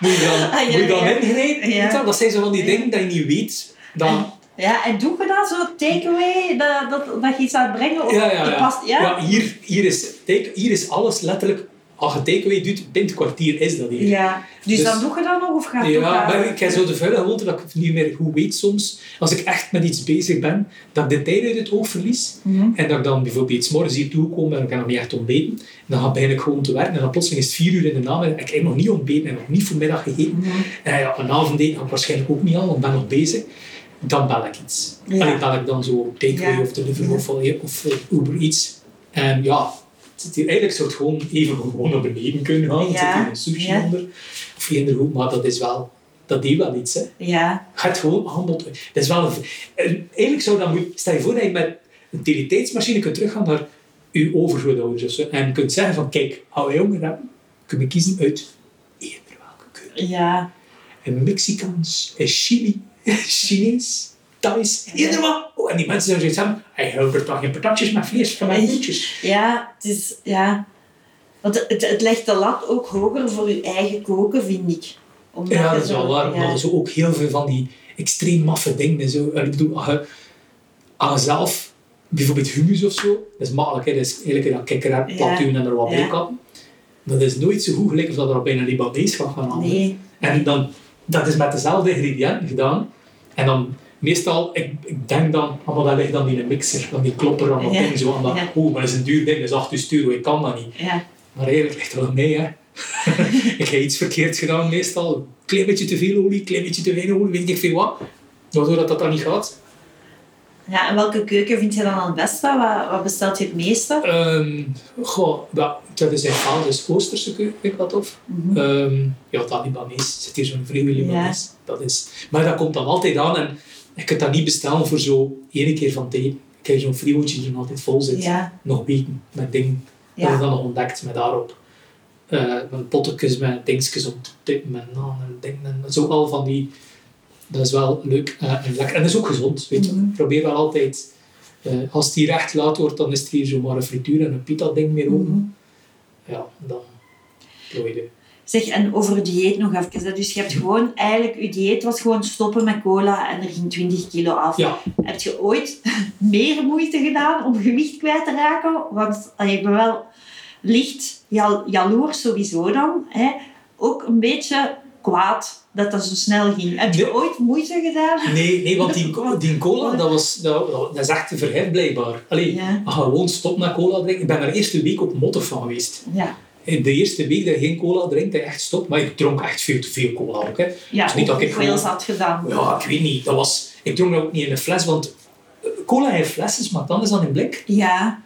Moet je dan, Ah, ja, moet je dan ja. ingrijpen? Ja. Weet je wel, dat zijn zo van die Ja. dingen dat je niet weet. Dat, En- ja. En doe je dat zo, takeaway, dat, dat, dat je iets laat brengen? Of ja, ja, je ja. past- ja? Ja, hier, hier, is, take- hier is alles letterlijk, als je takeaway doet, binnen het kwartier is dat hier. Ja. Dus, Dus- dan doe je dat nog of gaat Ja, toch aan? maar ik heb zo de vuile gewoonte dat ik het niet meer goed weet soms. Als ik echt met iets bezig ben, dat ik de tijd uit het oog verlies. Mhm. En dat ik dan bijvoorbeeld iets morgens hier toekom en ik heb nog niet echt ontbeten. En dan ga begin ik gewoon te werken en dan plotseling is het vier uur in de namiddag. Ik heb nog niet ontbeten en nog niet voormiddag gegeten. Mhm. En ja, een avondeten ga ik waarschijnlijk ook niet aan, want ik ben nog bezig. Dan bel ik iets. Ja. Allee, bel ik dan zo op takeaway Ja. of delivery Ja. of, eh, of eh, Uber iets. En ja, het zit hier, eigenlijk zou het gewoon even gewoon naar beneden kunnen gaan. Het Ja. zit hier een sushi Ja. onder. Of geen goed, maar dat is wel... Dat deed wel iets, hè. Ja, Gaat gewoon aanbod. Dat is wel een, en eigenlijk zou dat moeten. Stel je voor dat je met een utiliteitsmachine kunt teruggaan naar uw overgrootouders of zo. En kunt zeggen van kijk, oude jongeren hebben, kunnen kiezen uit eender welke keuze. ja, En Mexicaans, en Chili, Chinees, Thais, eender wat. Oh, en die mensen zouden zoiets hebben, hij houdt er toch geen patatjes met vlees van mijn Echt? voetjes. ja, het is, ja. Want het, het legt de lat ook hoger voor je eigen koken, vind ik. Omdat Ja, je dat is zo- wel waar. ja. Maar zo ook heel veel van die extreem maffe dingen. Zo. En ik bedoel, als je, als je zelf, bijvoorbeeld humus of zo, dat is makkelijk. Hè? Dat is eerlijk dat kikker, Ja. platuun en er wat bij Ja. kappen. Maar dat is nooit zo goed gelijk als dat er op bijna Libanees gaat gaan halen. Nee, En dan, dat is met dezelfde ingrediënten gedaan. En dan, meestal, ik, ik denk dan, allemaal dat ligt dan in een mixer, dan die klopper aan dat Ja. ding. Zo, aan dat, Ja. Oh, maar dat is een duur ding, dat is 8 euro, ik kan dat niet. ja, Maar eigenlijk ligt dat wel mee, hè. ik heb iets verkeerd gedaan meestal. Een klein beetje te veel olie, een klein beetje te weinig olie, weet ik veel wat. Waardoor dat, dat dan niet gaat. ja. En welke keuken vind je dan het beste? Wat, wat bestelt je het meeste? Ehm goh, ja, dat is in Vaal, dus Oosterse keuken, vind ik dat of. Ehm, Mhm. ja, dat Libanees. Zit hier zo'n Ja. vreemde Libanees. Dat is. Maar dat komt dan altijd aan en je kunt dat niet bestellen voor zo één keer van tijd. Ik heb zo'n friootje die er altijd vol zit. Ja, Nog weken met dingen. Dat is ja, dan nog ontdekt met daarop. eh met pottekjes, met dingetjes om te tippen en dan en dingen. En zo al van die... Dat is wel leuk eh, en lekker. En dat is ook gezond, weet je. Mhm. Ik probeer wel altijd... eh, als het hier echt laat wordt, dan is het hier zomaar een frituur en een pita-ding meer open. Mhm. Ja, dan... probeer je. Zeg, en over dieet nog even. hè. Dus je hebt gewoon, eigenlijk, je dieet was gewoon stoppen met cola en er ging 20 kilo af. Ja. Heb je ooit meer moeite gedaan om gewicht kwijt te raken? Want allee, ik ben wel licht jal- jaloers sowieso dan. Hè? Ook een beetje kwaad dat dat zo snel ging. Heb je Nee. ooit moeite gedaan? Nee, nee want die, co- die cola, dat, was, dat, dat is echt te verhef blijkbaar. Allee, Ja. gewoon stop naar cola drinken. Ik ben er eerste week op motten van geweest. Ja. In de eerste week dat je geen cola drinkt, dat je echt stopt. Maar ik dronk echt veel te veel cola ook. Hè. Ja, Dus niet dat ik veel gewoon- had gedaan. Ja, ik weet niet. Dat was, ik dronk dat ook niet in een fles, want eh, cola in flessen smaakt anders dan in blik. Ja,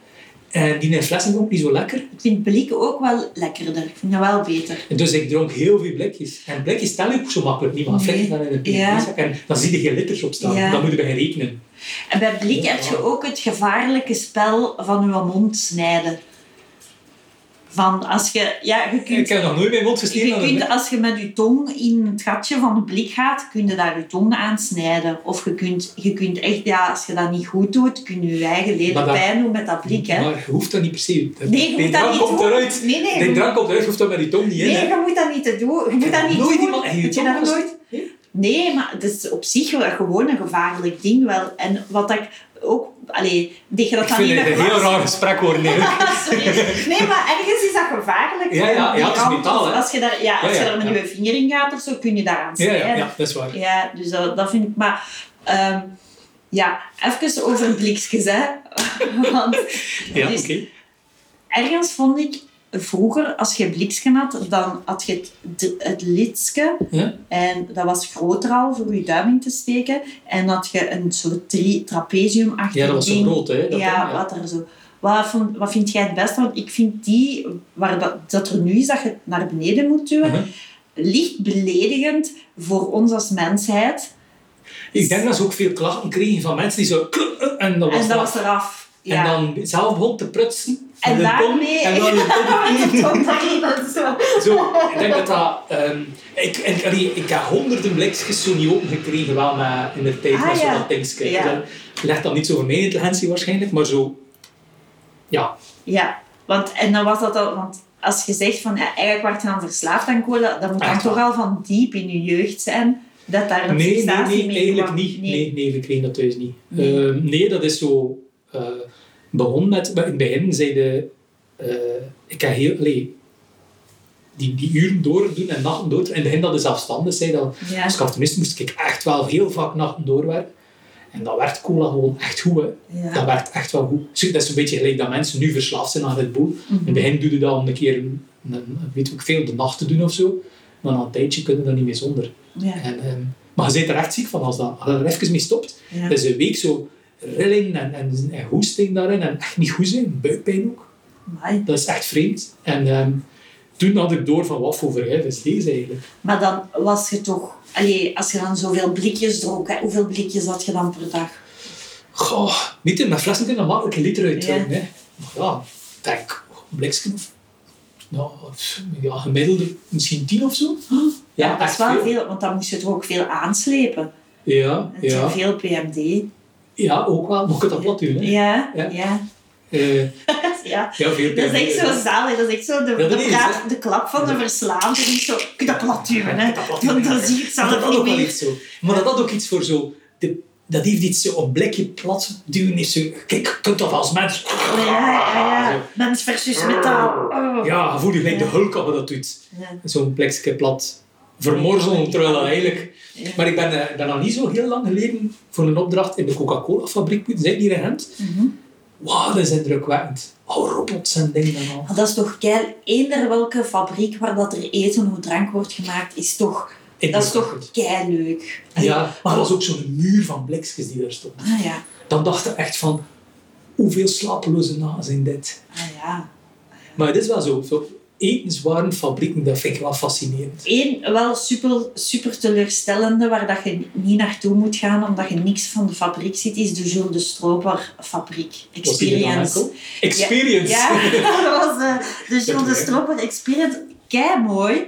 En die in flessen is ook niet zo lekker. ik vind blikken ook wel lekkerder. Ik vind dat wel beter. En dus ik dronk heel veel blikjes. En blikjes tellen ook zo makkelijk niet, maar Nee. flessen dan in een Ja. papierzak. En dan zie je geen liters op staan. Ja. Dan moeten we gaan rekenen. En bij blik heb je ook het gevaarlijke spel van je mond snijden. Van als je, ja, je Ik kunt heb nog nooit mijn mond gesneden. Je aan een blik. kunt, als je met je tong in het gatje van de blik gaat, kun je daar je tong aan snijden. Of je kunt, je kunt echt, ja, als je dat niet goed doet, kun je je eigen leden Maar dat- pijn doen met dat blik. Hè. Maar je hoeft dat niet per se. Nee, je die moet dat drank niet komt doen. eruit. Nee, nee, Die je drank komt eruit, hoeft dat met die tong niet moet- in. nee, hè. je moet dat niet te doen. Je moet dat niet nooit doen. iemand en je Moet je tong dat was- nooit... Nee? Nee, maar het is op zich wel gewoon een gevaarlijk ding wel. En wat ik ook... Allee, dat je dat Ik dan vind niet het meer een heel was. raar gesprek worden eigenlijk. Sorry. Nee, maar ergens is dat gevaarlijk. Ja, ja, ja, het is Die metaal, kant, hè. Als je daar, ja, als Ja, je ja, daar met ja. je vinger in gaat of zo, kun je daaraan Ja, snijden. ja, ja, dat is waar. Ja, dus dat, dat vind ik. Maar ehm, ja, even over blikjes, hè. Want Ja, oké. dus ergens vond ik vroeger, als je bliksken had, dan had je het, d- het lidske. Ja. En dat was groter al voor je duim in te steken. En had je een soort tri- trapeziumachtig Ja, dat was zo ding. groot, hè? Dat ja, ding, wat er zo. Wat, vond- wat vind jij het beste? Want ik vind die, waar dat, dat er nu is, dat je het naar beneden moet duwen, Mhm. licht beledigend voor ons als mensheid. Ik denk dat ze ook veel klachten kregen van mensen die zo... "Kru- eh," En dat was En dat was dat. eraf. Ja. En dan zelf begon te prutsen. En met hun tong, daarmee- En dan hun tong. Tot daar iemand zo. Zo, ik denk dat dat... ehm, ik, ik, allee, ik heb honderden blikjes zo niet opengekregen, wel maar in de tijd Ah, met zo'n ja. dat dingetje. Ja. Dat legt dan niet zo over mijn intelligentie waarschijnlijk, maar zo... Ja, Ja, want en dan was dat al, want als je zegt van ja, eigenlijk werd je dan verslaafd aan cola, dan moet dat Echt toch waar. al van diep in je jeugd zijn dat daar een Nee, nee, fixatie nee, mee eigenlijk kwam. niet. Nee. Nee, nee, we kregen dat thuis niet. Ehm, Nee. Nee, dat is zo... eh begon met... maar In het begin zei de... eh, ik heb heel... allee, die, die uren doordoen en nachten door. In het begin dat de zelfstandig zei dat... Ja, Als cartoonist moest ik echt wel heel vaak nachten doorwerken. En dat werd cola gewoon echt goed. hè. Dat ja. werd echt wel goed. Zo, Dat is een beetje gelijk dat mensen nu verslaafd zijn aan Red Bull. In het Mhm. begin doe je dat om een keer... een- een- weet ik veel, de nacht te doen of zo. Maar na een tijdje kun je daar niet meer zonder. ja, En, ehm, maar je bent er echt ziek van als, dat, als je er even mee stopt. ja. Het is een week zo rilling en, en, en hoesting daarin en echt niet goed zijn, buikpijn ook. Amai. Dat is echt vreemd. En ehm, toen had ik door van wat voor vergif is deze eigenlijk. Maar dan was je toch, allee, als je dan zoveel blikjes dronk, hè, hoeveel blikjes had je dan per dag? Goh, weet je, met flessen kunnen makkelijk een liter uit Ja. doen, hè. Maar ja, ik denk, een blikje of... Nou, pff, ja, gemiddelde misschien tien of zo. Ja, dat is echt wel veel. veel, want dan moest je toch ook veel aanslepen. Ja, Het zijn ja. veel PMD. ja, ook wel. Maar je kunt dat plat doen, hè. Ja, Ja. ja. Eh, ja. ja, veel Dat is echt pijn. zo zalig. Dat is echt zo de, dat de, is, praat- hè. de klap van de verslaafde. Die zo, kun je dat plat duwen, hè? Dat plat Dan, duwen, dan ja. zie je het Maar dat zelf had niet ook wel meer. iets zo. Maar dat had ook iets voor zo... de- dat heeft iets zo, een blikje plat duwen is zo... Kijk, je kunt dat als mens... Ja, ja, ja. Mens versus metaal. Oh. Ja, je voelt je gelijk Ja. de hulk als je dat doet. Ja. Zo'n blikje plat vermorzelen, terwijl dat eigenlijk... Maar ik ben, eh, ik ben al niet zo heel lang geleden voor een opdracht in de Coca-Cola-fabriek moeten zijn hier in Gent. Mhm. Wauw, dat is indrukwekkend. Oh, robots en dingen en al. Maar Dat is toch keil. Eender welke fabriek waar dat er eten of drank wordt gemaakt, is toch... Dat is toch Indrukwekkend. kei leuk. Ja, maar er was ook zo'n muur van blikjes die daar stond. Ah ja. Dan dacht ik echt van... Hoeveel slapeloze nachten zijn dit? Ah ja. Maar het is wel zo. zo etenswarenfabrieken, dat vind ik wel fascinerend. Eén wel super, super teleurstellende waar dat je niet naartoe moet gaan omdat je niks van de fabriek ziet, is de Jules de Stroper fabriek. Was die er dan Experience. ook? Experience! Ja, dat was eh, de Jules de Oké. Stroper Experience. Kei mooi.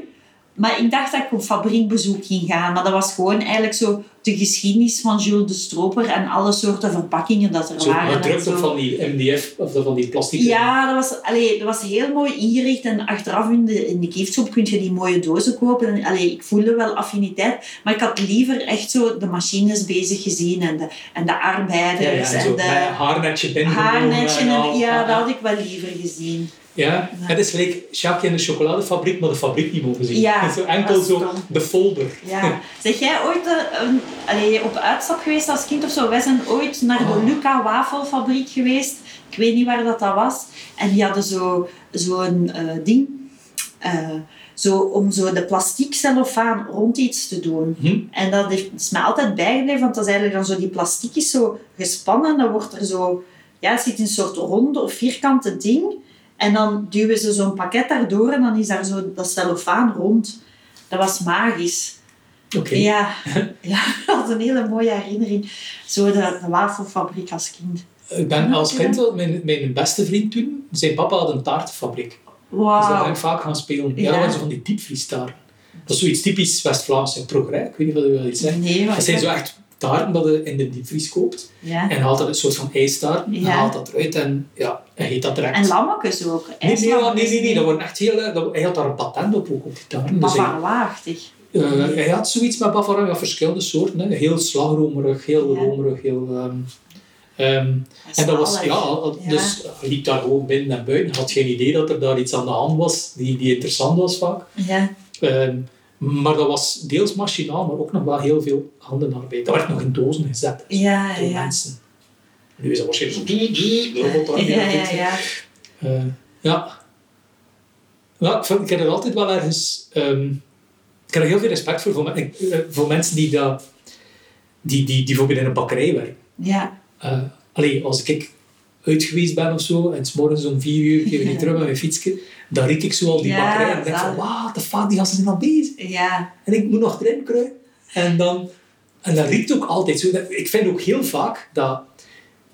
Maar ik dacht dat ik op fabriekbezoek ging gaan. Maar dat was gewoon eigenlijk zo de geschiedenis van Jules de Stroper en alle soorten verpakkingen dat er Zo waren. en gedrukt op zo. van die MDF, of van die plastic. Ja, dat was, allee, dat was heel mooi ingericht. En achteraf in de, in de giftshop kun je die mooie dozen kopen. En, allee, ik voelde wel affiniteit. Maar ik had liever echt zo de machines bezig gezien. En de, en de ja, ja, en arbeiders. zo dus en met de een haarnetje binnen. haarnetje. en- en al. Ja, dat had ik wel liever gezien. Ja, Ja. het is gelijk Sjaakje in de chocoladefabriek, maar de fabriek niet mogen zien. Ja, Het is zo enkel dat is zo stom. de folder. Ja. Zeg jij ooit eh, een, allee, op uitstap geweest als kind of zo? Wij zijn ooit naar de Oh. Luca wafelfabriek geweest. Ik weet niet waar dat, dat was. En die hadden zo'n zo zo'n, eh ding. eh, zo, om zo de plastic cellofaan rond iets te doen. Hm? En dat heeft, is mij altijd bijgebleven, want dat is eigenlijk dan zo, die plastic is zo gespannen en dan wordt er zo, ja, het zit in een soort ronde of vierkante ding. En dan duwen ze zo'n pakket daardoor en dan is daar zo dat cellofaan rond. Dat was magisch. Oké. Ja, ja, dat is een hele mooie herinnering. Zo de, de wafelfabriek als kind. Ik ben als Oké. kind, wel- mijn, mijn beste vriend toen, zijn papa had een taartenfabriek. Dus daar ben Wauw. ik vaak gaan spelen. Ja, Ja. dat waren zo van die diepvriestaarten. Dat is zoiets typisch West-Vlaams, hè, progrès. Ik weet niet of je wel iets zegt. Nee, maar... Dat zijn zo echt taarten dat je in de diepvries koopt. Ja. En haalt dat een soort van ijstaarten. En Ah. Ja. haalt dat eruit en ja, en heet dat direct. En lammetjes ook. Nee, nee, nee, nee, ijslammetjes. nee, nee, dat wordt echt heel... eh, Dat, hij had daar een patent op ook, op die taarten. Dus hij, Bavaroaachtig. eh, hij had zoiets met Bavarois, ja, verschillende soorten. Hè. Heel slagromerig, heel Ja. romerig, heel... ehm, ehm, en dat was, Zalig. ja, al- Ja. dus hij liep daar gewoon binnen en buiten. Had geen idee dat er daar iets aan de hand was, die, die interessant was vaak. Ja. Ehm, maar dat was deels machinaal, maar ook nog wel heel veel handenarbeid. Dat werd nog in dozen gezet Ja, door ja. mensen. Nu is dat waarschijnlijk zo... die, die, robotarbeid. Ja, ja, ja. Eh, ja. Ja, ik, vind, ik heb er altijd wel ergens... ehm, ik heb er heel veel respect voor, voor, men- eh, voor mensen die, dat, die, die, die bijvoorbeeld in een bakkerij werken. Ja. Eh, allee, als ik uit geweest ben of zo, en 's morgens om vier uur keer ik terug met mijn fietsje, dan riek ik zo al die Ja, bakkerij en denk van, zalig. wat de fuck, die gasten zijn al bezig. Ja. En ik moet nog erin kruipen. En dan... En dat riekt ook altijd zo. Dat- Ik vind ook heel vaak dat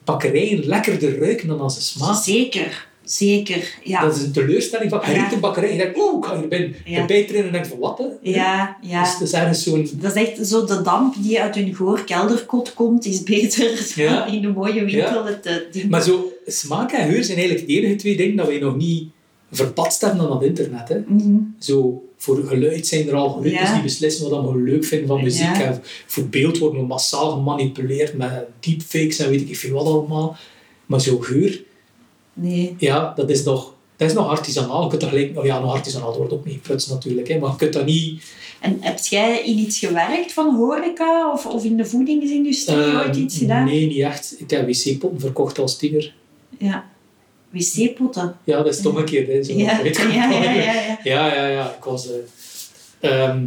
bakkerijen lekkerder ruiken dan als ze smaken. Zeker. Zeker. Ja. Dat is een teleurstelling. Van, je Ja. riekt een bakkerij en je denkt, oeh, ik ga hier binnen. Ja. Je bijt erin en denkt van, wat? hè? Ja, Dus ja. het is ergens zo'n... Dat is echt zo, de damp die uit hun goorkelderkot komt, is beter Ja. dan in de mooie winkel. Het, eh, ding. Maar zo, smaak en geur zijn eigenlijk de enige twee dingen dat wij nog niet verpatst hebben aan het internet. Hè. Mhm. Zo, voor geluid zijn er al algoritmes Ja. die dus beslissen wat allemaal leuk vinden van muziek. Ja. En voor beeld worden we massaal gemanipuleerd met deepfakes en weet ik veel wat allemaal. Maar zo'n geur, Nee. ja, dat is nog, dat is nog artisanaal. Je kunt dat gelijk, oh ja, nog artisanaal, dat wordt ook niet prutsen natuurlijk. Hè, maar je kunt dat niet... En heb jij in iets gewerkt van horeca of, of in de voedingsindustrie eh, ooit iets gedaan? Nee, niet echt. Ik heb wc-potten verkocht als tiener. Ja. Wc-potten. Ja, dat is toch een keer. Hè, zo, Ja. Weet je Ja, wat ja, dat ja, is? ja, ja. Ja, ja, ja. Ik was eh, ehm,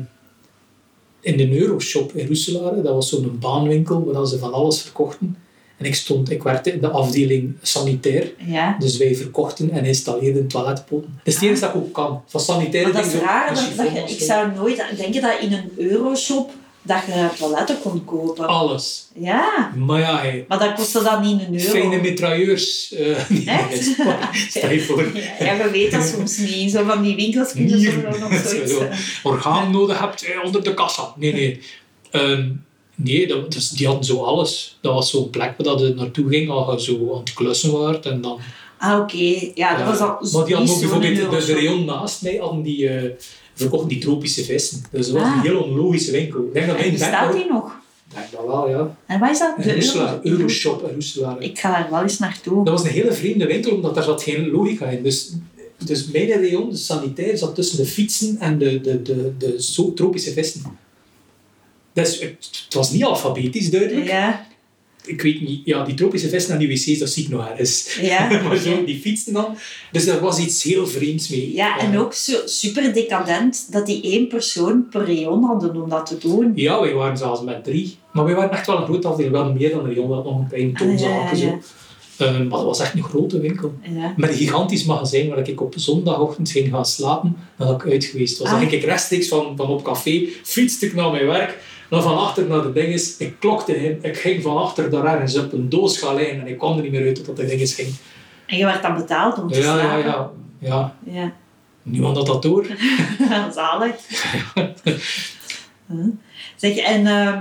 in de Euroshop in Roeselare. Dat was zo'n baanwinkel waar ze van alles verkochten. En ik stond, ik werkte in de afdeling sanitair. Ja. Dus wij verkochten en installeerden toiletpotten. Dat is het Ah. enige dat ik ook kan. Van sanitaire Maar Ah, dat is dingen zo- raar. een Dat, dat je, chiffon of ik zo. zou nooit denken dat in een euroshop dat je toiletten kon kopen. Oh. Alles. Ja. Maar ja, hey, Maar dat kostte dan niet een euro. fijne mitrailleurs. eh, nee, Echt? dat is waar. Stel je voor. ja, ja, we weten dat soms niet. Zo van die winkels kunnen ze Nieren. wel nog zoiets... Zo, eh, orgaan nodig hebt eh, onder de kassa. Nee, nee. Ehm, nee, dat, dus die hadden zo alles. Dat was zo'n plek waar dat je naartoe ging als je zo aan het klussen waart. En dan, Ah, oké. Ja, dat was eh, al maar die hadden ook niet zo'n bijvoorbeeld, dus de euroshop. rayon naast mij hadden die, eh, verkochten die tropische vissen. Dus dat was Ah. een heel onlogische winkel. Ik denk dat En mijn bestaat denk, die nog? denk dat wel, ja. En wat is dat? De Roeselaar, euro- Euroshop in Roeselaar. Ik ga daar wel eens naartoe. Dat was een hele vreemde winkel, omdat daar zat geen logica in. Dus, dus mijn rayon, de sanitair, zat tussen de fietsen en de, de, de, de zo tropische vissen. Dus het, het was niet alfabetisch duidelijk. Ja, Ik weet niet, ja, die tropische vissen en die wc's, dat zie ik nog ergens. ja. maar zo, die fietsen dan. Dus daar was iets heel vreemds mee. Ja, en Eh, ook zo, super decadent dat die één persoon per rayon hadden om dat te doen. Ja, wij waren zelfs met drie. Maar wij waren echt wel een groot afdeling, wel meer dan een rayon, wel nog een kleine toon zaken. Ah, ja, ja, zo. Eh, maar dat was echt een grote winkel. Ja. met een gigantisch magazijn waar ik op zondagochtend ging gaan slapen nadat ik uit geweest was. Dan Ah. ging ik rechtstreeks van, van op café, fietste ik naar mijn werk, dan van achter naar de dinges, ik klokte in, ik ging van achter daar ergens op een doos gaan liggen en ik kwam er niet meer uit totdat de dinges ging. En je werd dan betaald om te Ja, ja, slapen. ja. ja. ja. Niemand had dat door. Zalig. Hm. Zeg, en eh,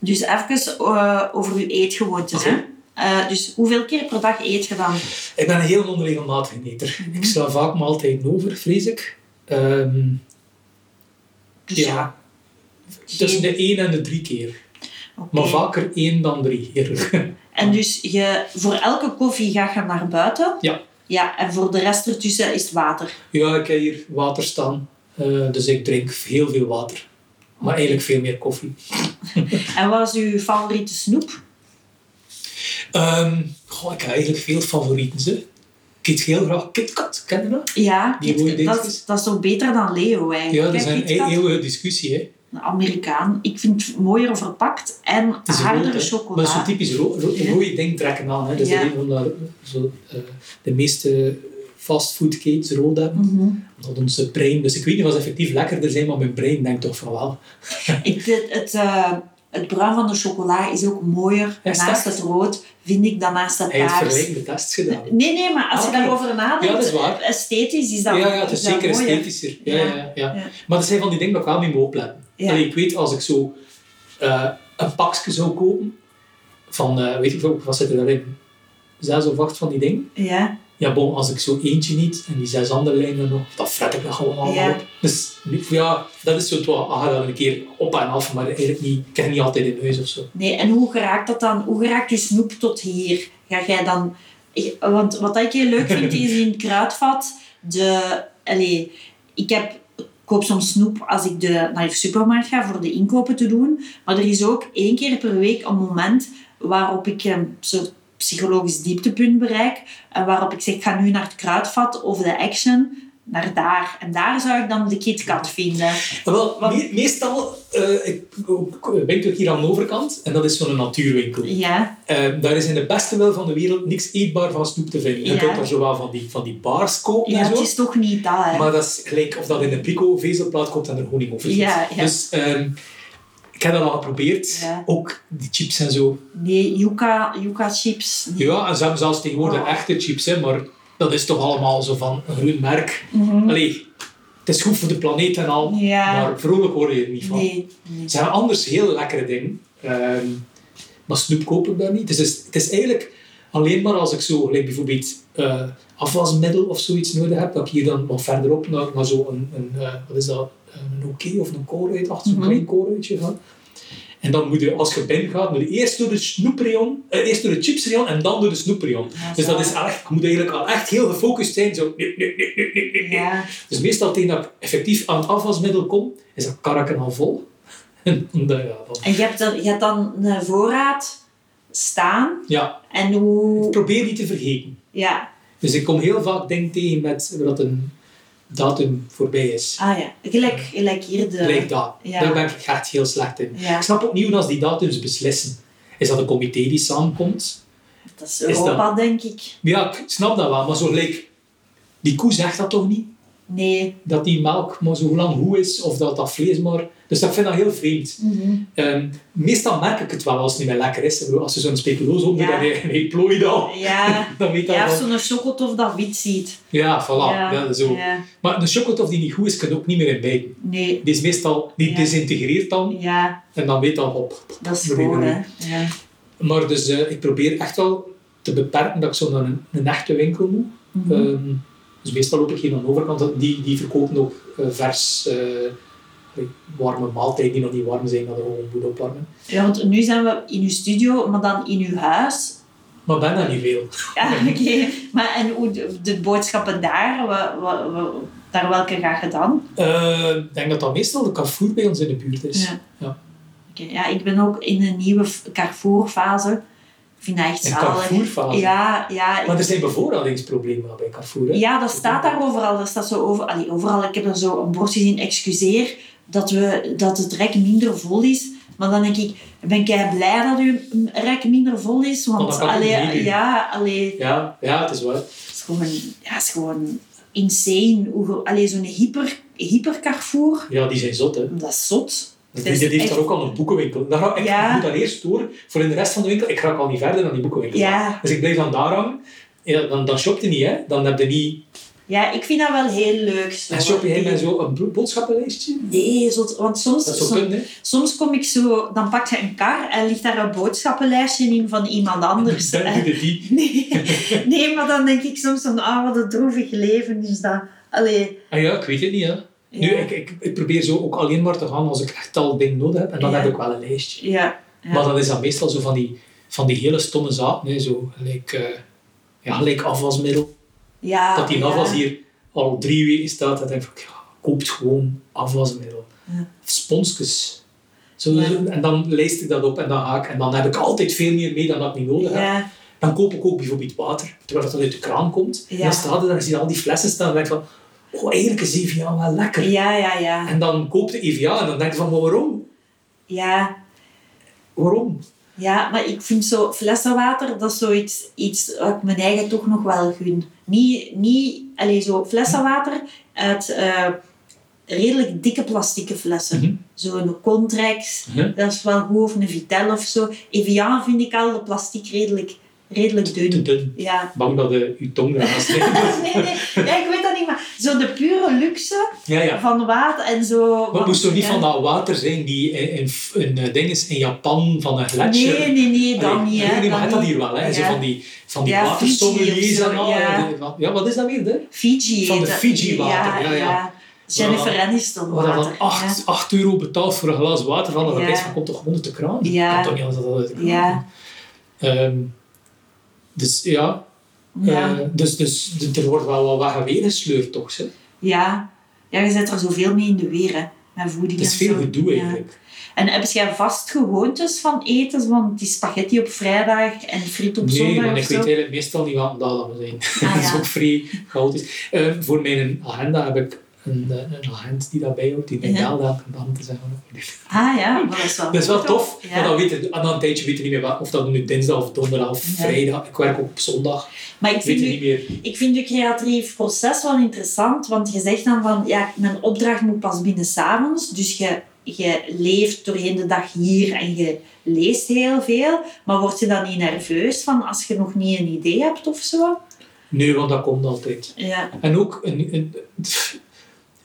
dus even eh, over uw eetgewoontes. Hè? Oké. Eh, dus hoeveel keer per dag eet je dan? Ik ben een heel onregelmatige eter. Mhm. Ik sla vaak maaltijden over, vrees ik. Ehm, Dus Ja. tussen geen- de één en de drie keer. oké. Maar vaker één dan drie, eerlijk. En dus je, voor elke koffie ga je naar buiten? Ja. Ja, en voor de rest ertussen is water. Ja, ik heb hier water staan, eh, dus ik drink heel veel water. Maar eigenlijk veel meer koffie. En wat is uw favoriete snoep? Ehm, goh, ik heb eigenlijk veel favorieten. Ze. Ik eet heel graag KitKat, ken je dat? Ja, Die Kit- rode dat, dingetjes. is- dat is toch beter dan Leo eigenlijk. Ja, dat hè, is een Kit Kat? e- eeuwige discussie. Hè. Een Amerikaan. Ik vind het mooier verpakt en Het is rood, hardere hè. chocola. Maar zo'n typisch ro ro Ja. rode ding trekken aan. Hè. Dat is Ja. een van de, zo, eh, de meeste fastfoodketens rood hebben. Mhm. Dat onze brein, dus ik weet niet of ze effectief lekkerder zijn, maar mijn brein denkt toch van wel. Ik, het, het, eh, het bruin van de chocola is ook mooier Ja, is naast dat- het rood, vind ik, dan naast het Hij heeft paars. vergelijkende tests gedaan. Nee, nee, maar als Ah, je oké. daarover nadenkt, Ja, dat is waar. esthetisch is dat Ja, ja, het is dat zeker mooier. esthetischer. Ja, ja. Ja. Ja, Ja. Maar dat zijn van die dingen dat ik wel mee moet opletten. Ja. Allee, ik weet, als ik zo eh, een pakje zou kopen, van, eh, weet ik veel, wat zit er daarin? Zes of acht van die dingen. Ja, Ja, bon, als ik zo eentje niet en die zes andere lijnen nog, dat fret ik dan gewoon allemaal Ja. op. Dus nu- ja, dat is zo toch, ah, dan een keer op en af, maar eigenlijk niet, ik heb het niet altijd in huis of zo. nee. En hoe geraakt dat dan? Hoe geraakt je snoep tot hier? Ga jij dan... ik- Want wat ik heel leuk vind, is in het kruidvat de... Allee, ik heb... ik koop soms snoep als ik de, naar de supermarkt ga voor de inkopen te doen. Maar er is ook één keer per week een moment waarop ik een soort psychologisch dieptepunt bereik. En waarop ik zeg, ik ga nu naar het kruidvat of de action, naar daar. En daar zou ik dan de KitKat vinden. Ah, Wel, Want- me- meestal eh ik, ik winkel ik hier aan de overkant en dat is zo'n natuurwinkel. Ja, Eh, daar is in de beste wil van de wereld niks eetbaar van snoep te vinden. Je Ja. kunt daar zowel van die, van die bars kopen ja en het zo. is toch niet dat, hè. Maar dat is gelijk of dat in een brico vezelplaat komt en er honing over zit. Ja, ja. Dus ehm, ik heb dat al geprobeerd. Ja. Ook die chips en zo. Nee, yucca, yucca chips. Nee. Ja, en ze hebben zelfs tegenwoordig Oh. echte chips, hè, maar dat is toch allemaal zo van een groen merk. Mhm. Allee, het is goed voor de planeet en al, Ja. maar vrolijk word je er niet van. Nee, nee. Het zijn anders heel lekkere dingen. Ehm, maar snoep koop ik daar niet. Dus het is, het is eigenlijk alleen maar als ik zo like bijvoorbeeld eh, afwasmiddel of zoiets nodig heb, dat ik hier dan wat verderop naar, naar zo'n, een, eh, wat is dat, een oké of een koolruit, achter zo'n Mhm. klein koolruitje gaan. En dan moet je, als je binnen gaat, moet je eerst door de snoepreon, eh, eerst door de chipsreon en dan door de snoepreon. Ja, dus dat zo. is echt, je moet eigenlijk al echt heel gefocust zijn, zo, nee, nee, nee, nee, nee, nee, nee. Ja. Dus meestal tegen dat ik effectief aan het afwasmiddel kom, is dat karken al vol. En dan, ja, dan- En je hebt, dan, je hebt dan een voorraad staan. ja, En ik hoe... probeer niet te vergeten. Ja. Dus ik kom heel vaak dingen tegen met dat een datum voorbij is. Ah ja. Gelijk, gelijk hier de... Gelijk dat. Ja. Daar ben ik echt heel slecht in. Ja. Ik snap opnieuw als die datums beslissen. Is dat een comité die samenkomt? Dat is dat- Europa, denk ik. Ja, ik snap dat wel, maar zo gelijk... Die koe zegt dat toch niet? Nee. Dat die melk maar zo lang hoe is, of dat dat vlees maar... Dus dat vind ik heel vreemd. Ehm, meestal merk ik het wel als het niet meer lekker is. Ik bedoel, Als je zo'n speculoos onder Ja. en je- en je plooit al, Ja. dan weet dat Ja, wel. of zo'n chocotof dat wit ziet. Ja, voilà. Ja. zo. ja. Maar de chocolade die niet goed is, kun je ook niet meer in bijten. Nee. Die is meestal, die Ja. desintegreert dan Ja. en dan weet dat op. Dat is Nee, gewoon, nee. hè. Ja. Maar dus eh, ik probeer echt wel te beperken dat ik zo naar een, een echte winkel moet. Mhm. Ehm, dus meestal loop ik hier aan de overkant. want Die, die verkopen ook eh, vers eh, warme maaltijden die nog niet warm zijn, dat er gewoon goed opwarmen. Ja, want nu zijn we in uw studio, maar dan in uw huis. Maar ben dat niet veel. Ja, oké. Maar en hoe de, de boodschappen daar, wa- wa- wa- naar welke ga je dan? Eh, Ik denk dat dat meestal de Carrefour bij ons in de buurt is. Ja. Ja. Oké, ja, ik ben ook in een nieuwe f- Carrefour-fase. Ik vind dat echt Een zalig. Carrefour-fase? Ja, ja. ik- Maar er zijn bevoorradingsproblemen bij Carrefour. Hè? ja, dat staat daar overal. Dat staat zo over, allee, overal. Ik heb er zo een bord gezien, excuseer, dat, we, dat het rek minder vol is. Maar dan denk ik, ben jij blij dat uw rek minder vol is? Want Want, dat kan ik niet allee, doen. ja, allee, Ja, ja, het is waar. Het is gewoon, ja, het is gewoon insane. Hoe ge- Allee, zo'n hyper, hyper Carrefour, Ja, die zijn zot, hè. dat is zot. Die Het is heeft echt- daar ook al een boekenwinkel. Daar ga, ik Ja. moet daar eerst door voor in de rest van de winkel. Ik raak al niet verder dan die boekenwinkel. Ja, Dus ik blijf dan daar hangen. Ja, dan, dan shop je niet, hè. Dan heb je niet... ja, ik vind dat wel heel leuk. Zo. En shop je Nee. helemaal zo een bo- boodschappenlijstje. Nee, zot, want soms, Dat som- zou kunnen, hè. soms kom ik zo, dan pak je een kar en ligt daar een boodschappenlijstje in van iemand anders. Dan doe Eh, je die. Nee, nee, maar dan denk ik soms van, ah, wat een droevig leven is dat. Allee, Ah ja, ik weet het niet, hè. Nu, Ja. ik, ik, ik probeer zo ook alleen maar te gaan als ik echt al dingen nodig heb. En dan Ja. heb ik wel een lijstje. ja. ja. Maar dat is dan meestal zo van die, van die hele stomme zaken. Hè, zo, gelijk, eh, ja, gelijk afwasmiddel. Ja, dat die Ah, ja. afwas hier al drie weken staat. En denk ik, ja, koopt gewoon afwasmiddel. Ja. Of sponsjes. Zo, Ja. zo- En dan leest ik dat op en dan ga ik. En dan heb ik altijd veel meer mee dan ik niet nodig heb. Ja, Dan koop ik ook bijvoorbeeld water, terwijl het dan uit de kraan komt. En Ja. dan staat er, dan zie je al die flessen staan. En denk ik van, oh, eigenlijk is Evian wel lekker. ja, ja, ja. En dan koopt de Evian en dan denk je van, maar waarom? ja. Waarom? Ja, maar ik vind zo flessenwater, dat is zoiets iets wat ik mijn eigen toch nog wel gun. Niet, niet alleen zo flessenwater uit eh, redelijk dikke plastieke flessen. Mhm. Zo'n Contrex, Ja. dat is wel goed, of een Vitel of zo. Evian vind ik al de plastic redelijk, redelijk Te dun. dun. Ja. Bang dat je je tong eraan steekt. nee, nee, ja, ik weet dat niet, maar zo de pure luxe ja, ja. van water en zo. Maar het want- moest toch niet ja. van dat water zijn die in, in, in, eh, ding is in Japan van een gletsjer? Nee, nee, nee, dan Allee, niet. hè, nee, nee, dan maar het had niet. hier wel, hè? Zo Ja. van die, van die Ja, Fiji of watersommeliers zo, en al. ja. en, eh, wat- Ja, wat is dat weer, hè? Fiji. Van de dat- Fiji-water, ja, ja. Jennifer Ja. Aniston Wat dan water. van 8, euro betaald voor een glas water van, en dan Ja. ja. komt toch gewoon uit de kraan? Ja. Kan toch niet anders dat dat uit de kraan Ja, komt? Ehm, dus ja, ja, ja. eh, dus, dus d- er wordt wel wat weg en weer gesleurd, toch? Hè? ja. je zit er zoveel mee in de weer, hè. Met voeding Het is en veel zo. Ja. gedoe eigenlijk. En heb je vast gewoontes van eten? Want die spaghetti op vrijdag en friet op Nee, zondag want of ik weet zo? eigenlijk meestal niet wat dat we zijn. Ah, dat is ja. ook vrij chaotisch. Eh, voor mijn agenda heb ik een, eh, een agent die daarbij houdt, die mij Ja. belt elke dag om te zeggen wat ik moet doen. Ah ja, maar dat is wel Dat is wel goed, tof, hoor. maar Ja. dan weet je, na een tijdje weet je niet meer wat, of dat nu dinsdag of donderdag of Ja. vrijdag. Ik werk ook op zondag, Maar ik weet vind, je nu- niet meer. ik vind je creatief proces wel interessant, want je zegt dan van, ja, mijn opdracht moet pas binnen s'avonds, dus je, je leeft doorheen de dag hier en je leest heel veel, maar word je dan niet nerveus van als je nog niet een idee hebt of zo? Nee, want dat komt altijd. Ja, En ook, een, een- pff,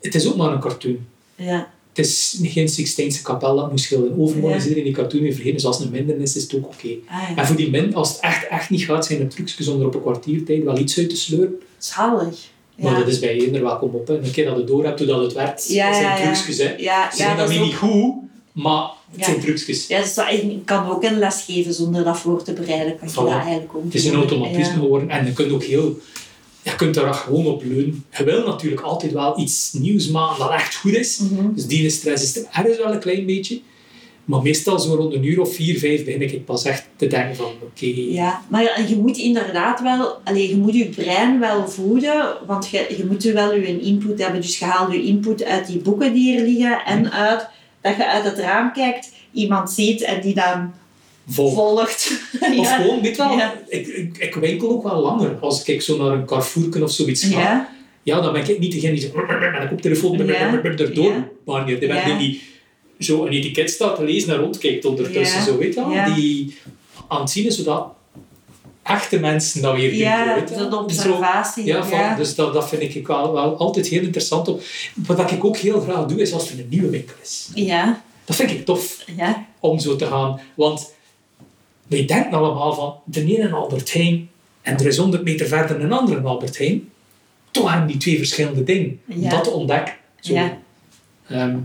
het is ook maar een cartoon. ja, Het is geen Sixtijnse kapel dat moet schilderen. Overmorgen Ja. is iedereen die cartoon weer vergeten, dus als het een mindernis is, is het ook oké. ah, ja. En voor die min, als het echt, echt niet gaat, zijn er trucjes om er op een kwartiertijd wel iets uit te sleuren. zalig. Ja. Maar dat is bij ieder welkom op. Hè. Een keer dat het door hebt, hoe dat het werkt, ja, dat zijn ja, ja. trucjes. Hè. Ja, Ze ja, zijn dat is daarmee ook- niet goed, maar het Ja. zijn trucjes. ja, dat is wel- ik kan ook een les geven zonder dat voor te bereiden. Kan je Voilà. dat eigenlijk ook Het is een doen. automatisme Ja. geworden en je kunt ook heel... Je kunt daar gewoon op leunen. Je wil natuurlijk altijd wel iets nieuws maken dat echt goed is. Mhm. Dus die stress is er ergens wel een klein beetje. Maar meestal zo rond een uur of vier, vijf begin ik pas echt te denken van oké, Ja, maar ja, je moet inderdaad wel, allee, je moet je brein wel voeden, want je, je moet je wel je input hebben. Dus je haalt je input uit die boeken die er liggen en uit dat je uit het raam kijkt, iemand ziet en die dan vol. volgt. Of ja. gewoon, weet je wel, Ja. ik, ik, ik winkel ook wel langer. Als ik zo naar een Carrefour of zoiets ga, ja. Ja, dan ben ik niet degene die zo en ik op telefoon brr, brr, Ja. brr, brr, erdoor Ja. banjeert. Ik ben Ja. die die zo een etiket staat te lezen en rondkijkt ondertussen, Ja. zo, weet je wel. Ja. Die aan het zien is, zodat echte mensen dat weer ja, doen. weet je wel. de Zo- observatie. ja, van, ja. dus dat, dat vind ik wel, wel altijd heel interessant. Op. Wat ik ook heel graag doe, is als er een nieuwe winkel is. ja, Dat vind ik tof ja, om zo te gaan. Want wij denken allemaal van de ene Albert Heijn en er is 100 meter verder een andere Albert Heijn. Toch hebben die twee verschillende dingen. Om Ja. dat te ontdekken. Zo. Ja. Ehm,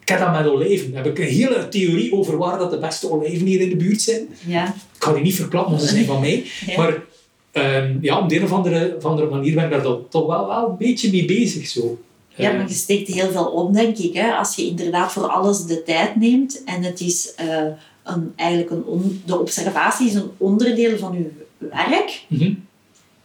ik heb dat met olijven. Daar heb ik een hele theorie over waar dat de beste olijven hier in de buurt zijn. ja. Ik ga die niet verklappen, want ze zijn van mij. Ja. Maar ehm, ja, op de een of andere, of andere manier ben ik daar dan toch wel, wel een beetje mee bezig. Zo. Ja, Ehm, maar je steekt heel veel op, denk ik. Hè? Als je inderdaad voor alles de tijd neemt. En het is eh, een, eigenlijk een on- de observatie is een onderdeel van je werk. mhm.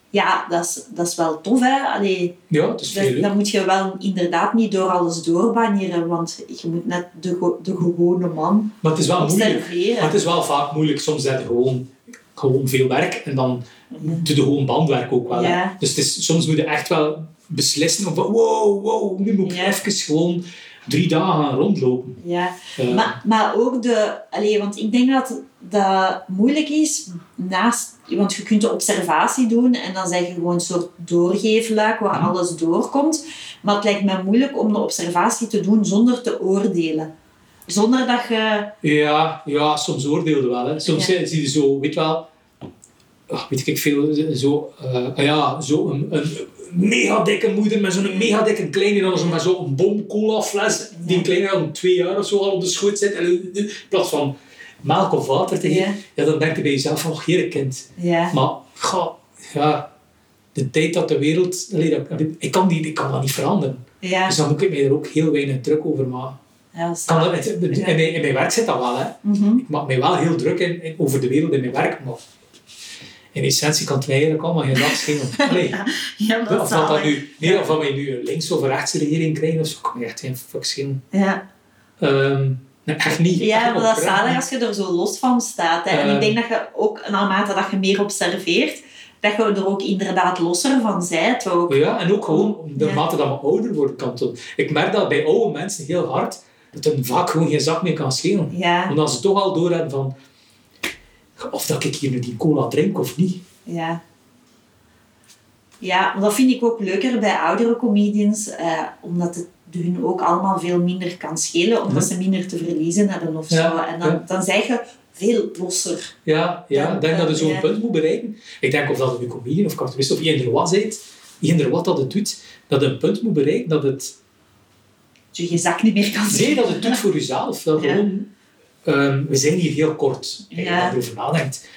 Ja, dat is, dat is wel tof. Hè? Allee, ja, het is dat- veel leuk. dan moet je wel inderdaad niet door alles doorbanieren. Want je moet net de, go- de gewone man Maar het is wel Ah, moeilijk. observeren. Maar het is wel vaak moeilijk. Soms heb je gewoon, gewoon veel werk en dan doe je gewoon bandwerk ook wel. hè. Ja. Dus het is, soms moet je echt wel beslissen van wow, wow, nu moet ik Ja. even gewoon drie dagen gaan rondlopen. Ja. Eh, Maar, maar ook de... Allee, want ik denk dat dat moeilijk is naast... Want je kunt de observatie doen en dan zeg je gewoon een soort doorgeefluik waar Mhm. alles doorkomt. Maar het lijkt me moeilijk om de observatie te doen zonder te oordelen. Zonder dat je... ja, ja, soms oordeelde wel. Hè. Soms Ja. eh, zie je zo, weet wel, ah, weet ik veel, zo, eh, ah ja, zo een, een mega dikke moeder met zo'n mega dikke kleine, dan zo met zo'n bom cola fles, die een kleine al twee jaar of zo al op de schoot zit, en eh, in plaats van melk of water te geven, Ja. ja, dan denk je bij jezelf van, oh, hier kind. Ja. Maar, ga, ja, de tijd dat de wereld... Allee, dat, ik, kan die, ik kan dat niet veranderen. Ja, Dus dan moet ik mij er ook heel weinig druk over maken. ja, Kan snap dat, ik. het- in, mijn, in mijn werk zit dat wel, hè. Mhm. Ik maak mij wel heel druk in, in- over de wereld in mijn werk, maar... In essentie kan het mij eigenlijk allemaal geen last geven. Allee. Ja, Ja, dat of is dat, dat wel. nu, nee, of dat wij nu een links- of een rechtsregering krijgen, of zo, kan echt geen fuck zien. Ja, Ehm, nee, echt niet. ja Echt maar dat is oprecht. zalig als je er zo los van staat. Hè. En Eh. ik denk dat je ook, naarmate dat je meer observeert, dat je er ook inderdaad losser van zijt ook. Ja, en ook gewoon Ja. naarmate dat we ouder worden, kan het ook. Ik merk dat bij oude mensen heel hard, dat hun vaak gewoon geen zak meer kan schelen. Ja, Omdat ze toch al door hebben van, of dat ik hier nu die cola drink of niet. ja. Ja, maar dat vind ik ook leuker bij oudere comedians, eh, omdat het hun ook allemaal veel minder kan schelen, omdat Ja. ze minder te verliezen hebben of zo. Mhm. Ja, En dan, ja. dan zeg je veel losser. Ja, ja Ja, ik denk dat je zo'n ja. punt moet bereiken. Ik denk of dat het een comedian of cartoonist of eender wat bent, eender wat dat het doet, dat je een punt moet bereiken dat het Dat dus je je zak niet meer kan Nee, schelen. dat het doet voor jezelf. Dat Ja. gewoon, ehm, we zijn hier heel kort. Als je Ja. erover nadenkt.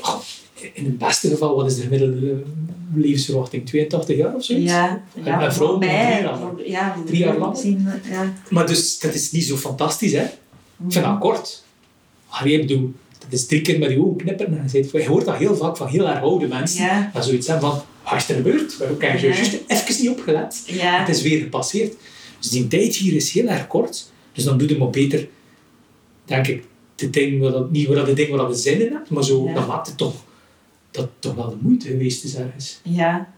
Goh, in het beste geval, wat is de gemiddelde eh, levensverwachting? 82 jaar of zoiets? Ja, En ja, bij vrouwen voor drie mij, jaar voor- ja, voor Drie jaar mij lang. zien we- Ja. Maar dus, dat is niet zo fantastisch, hè? Ik vind Mhm. dat kort. Maar ik bedoel, dat is drie keer met je ogen knipperen. En je, zegt, je hoort dat heel vaak van heel erg oude mensen. Ja. Dat zoiets hebben van, wat is er gebeurd? We hebben Ja. juist even niet opgelet. Ja, Het is weer gepasseerd. Dus die tijd hier is heel erg kort. Dus dan doe je maar beter, denk ik, de ding waar dat, niet waar dat, de ding waar dat we zin in hebben, maar zo, Ja. dan maakt het toch, dat het toch wel de moeite geweest is ergens. ja.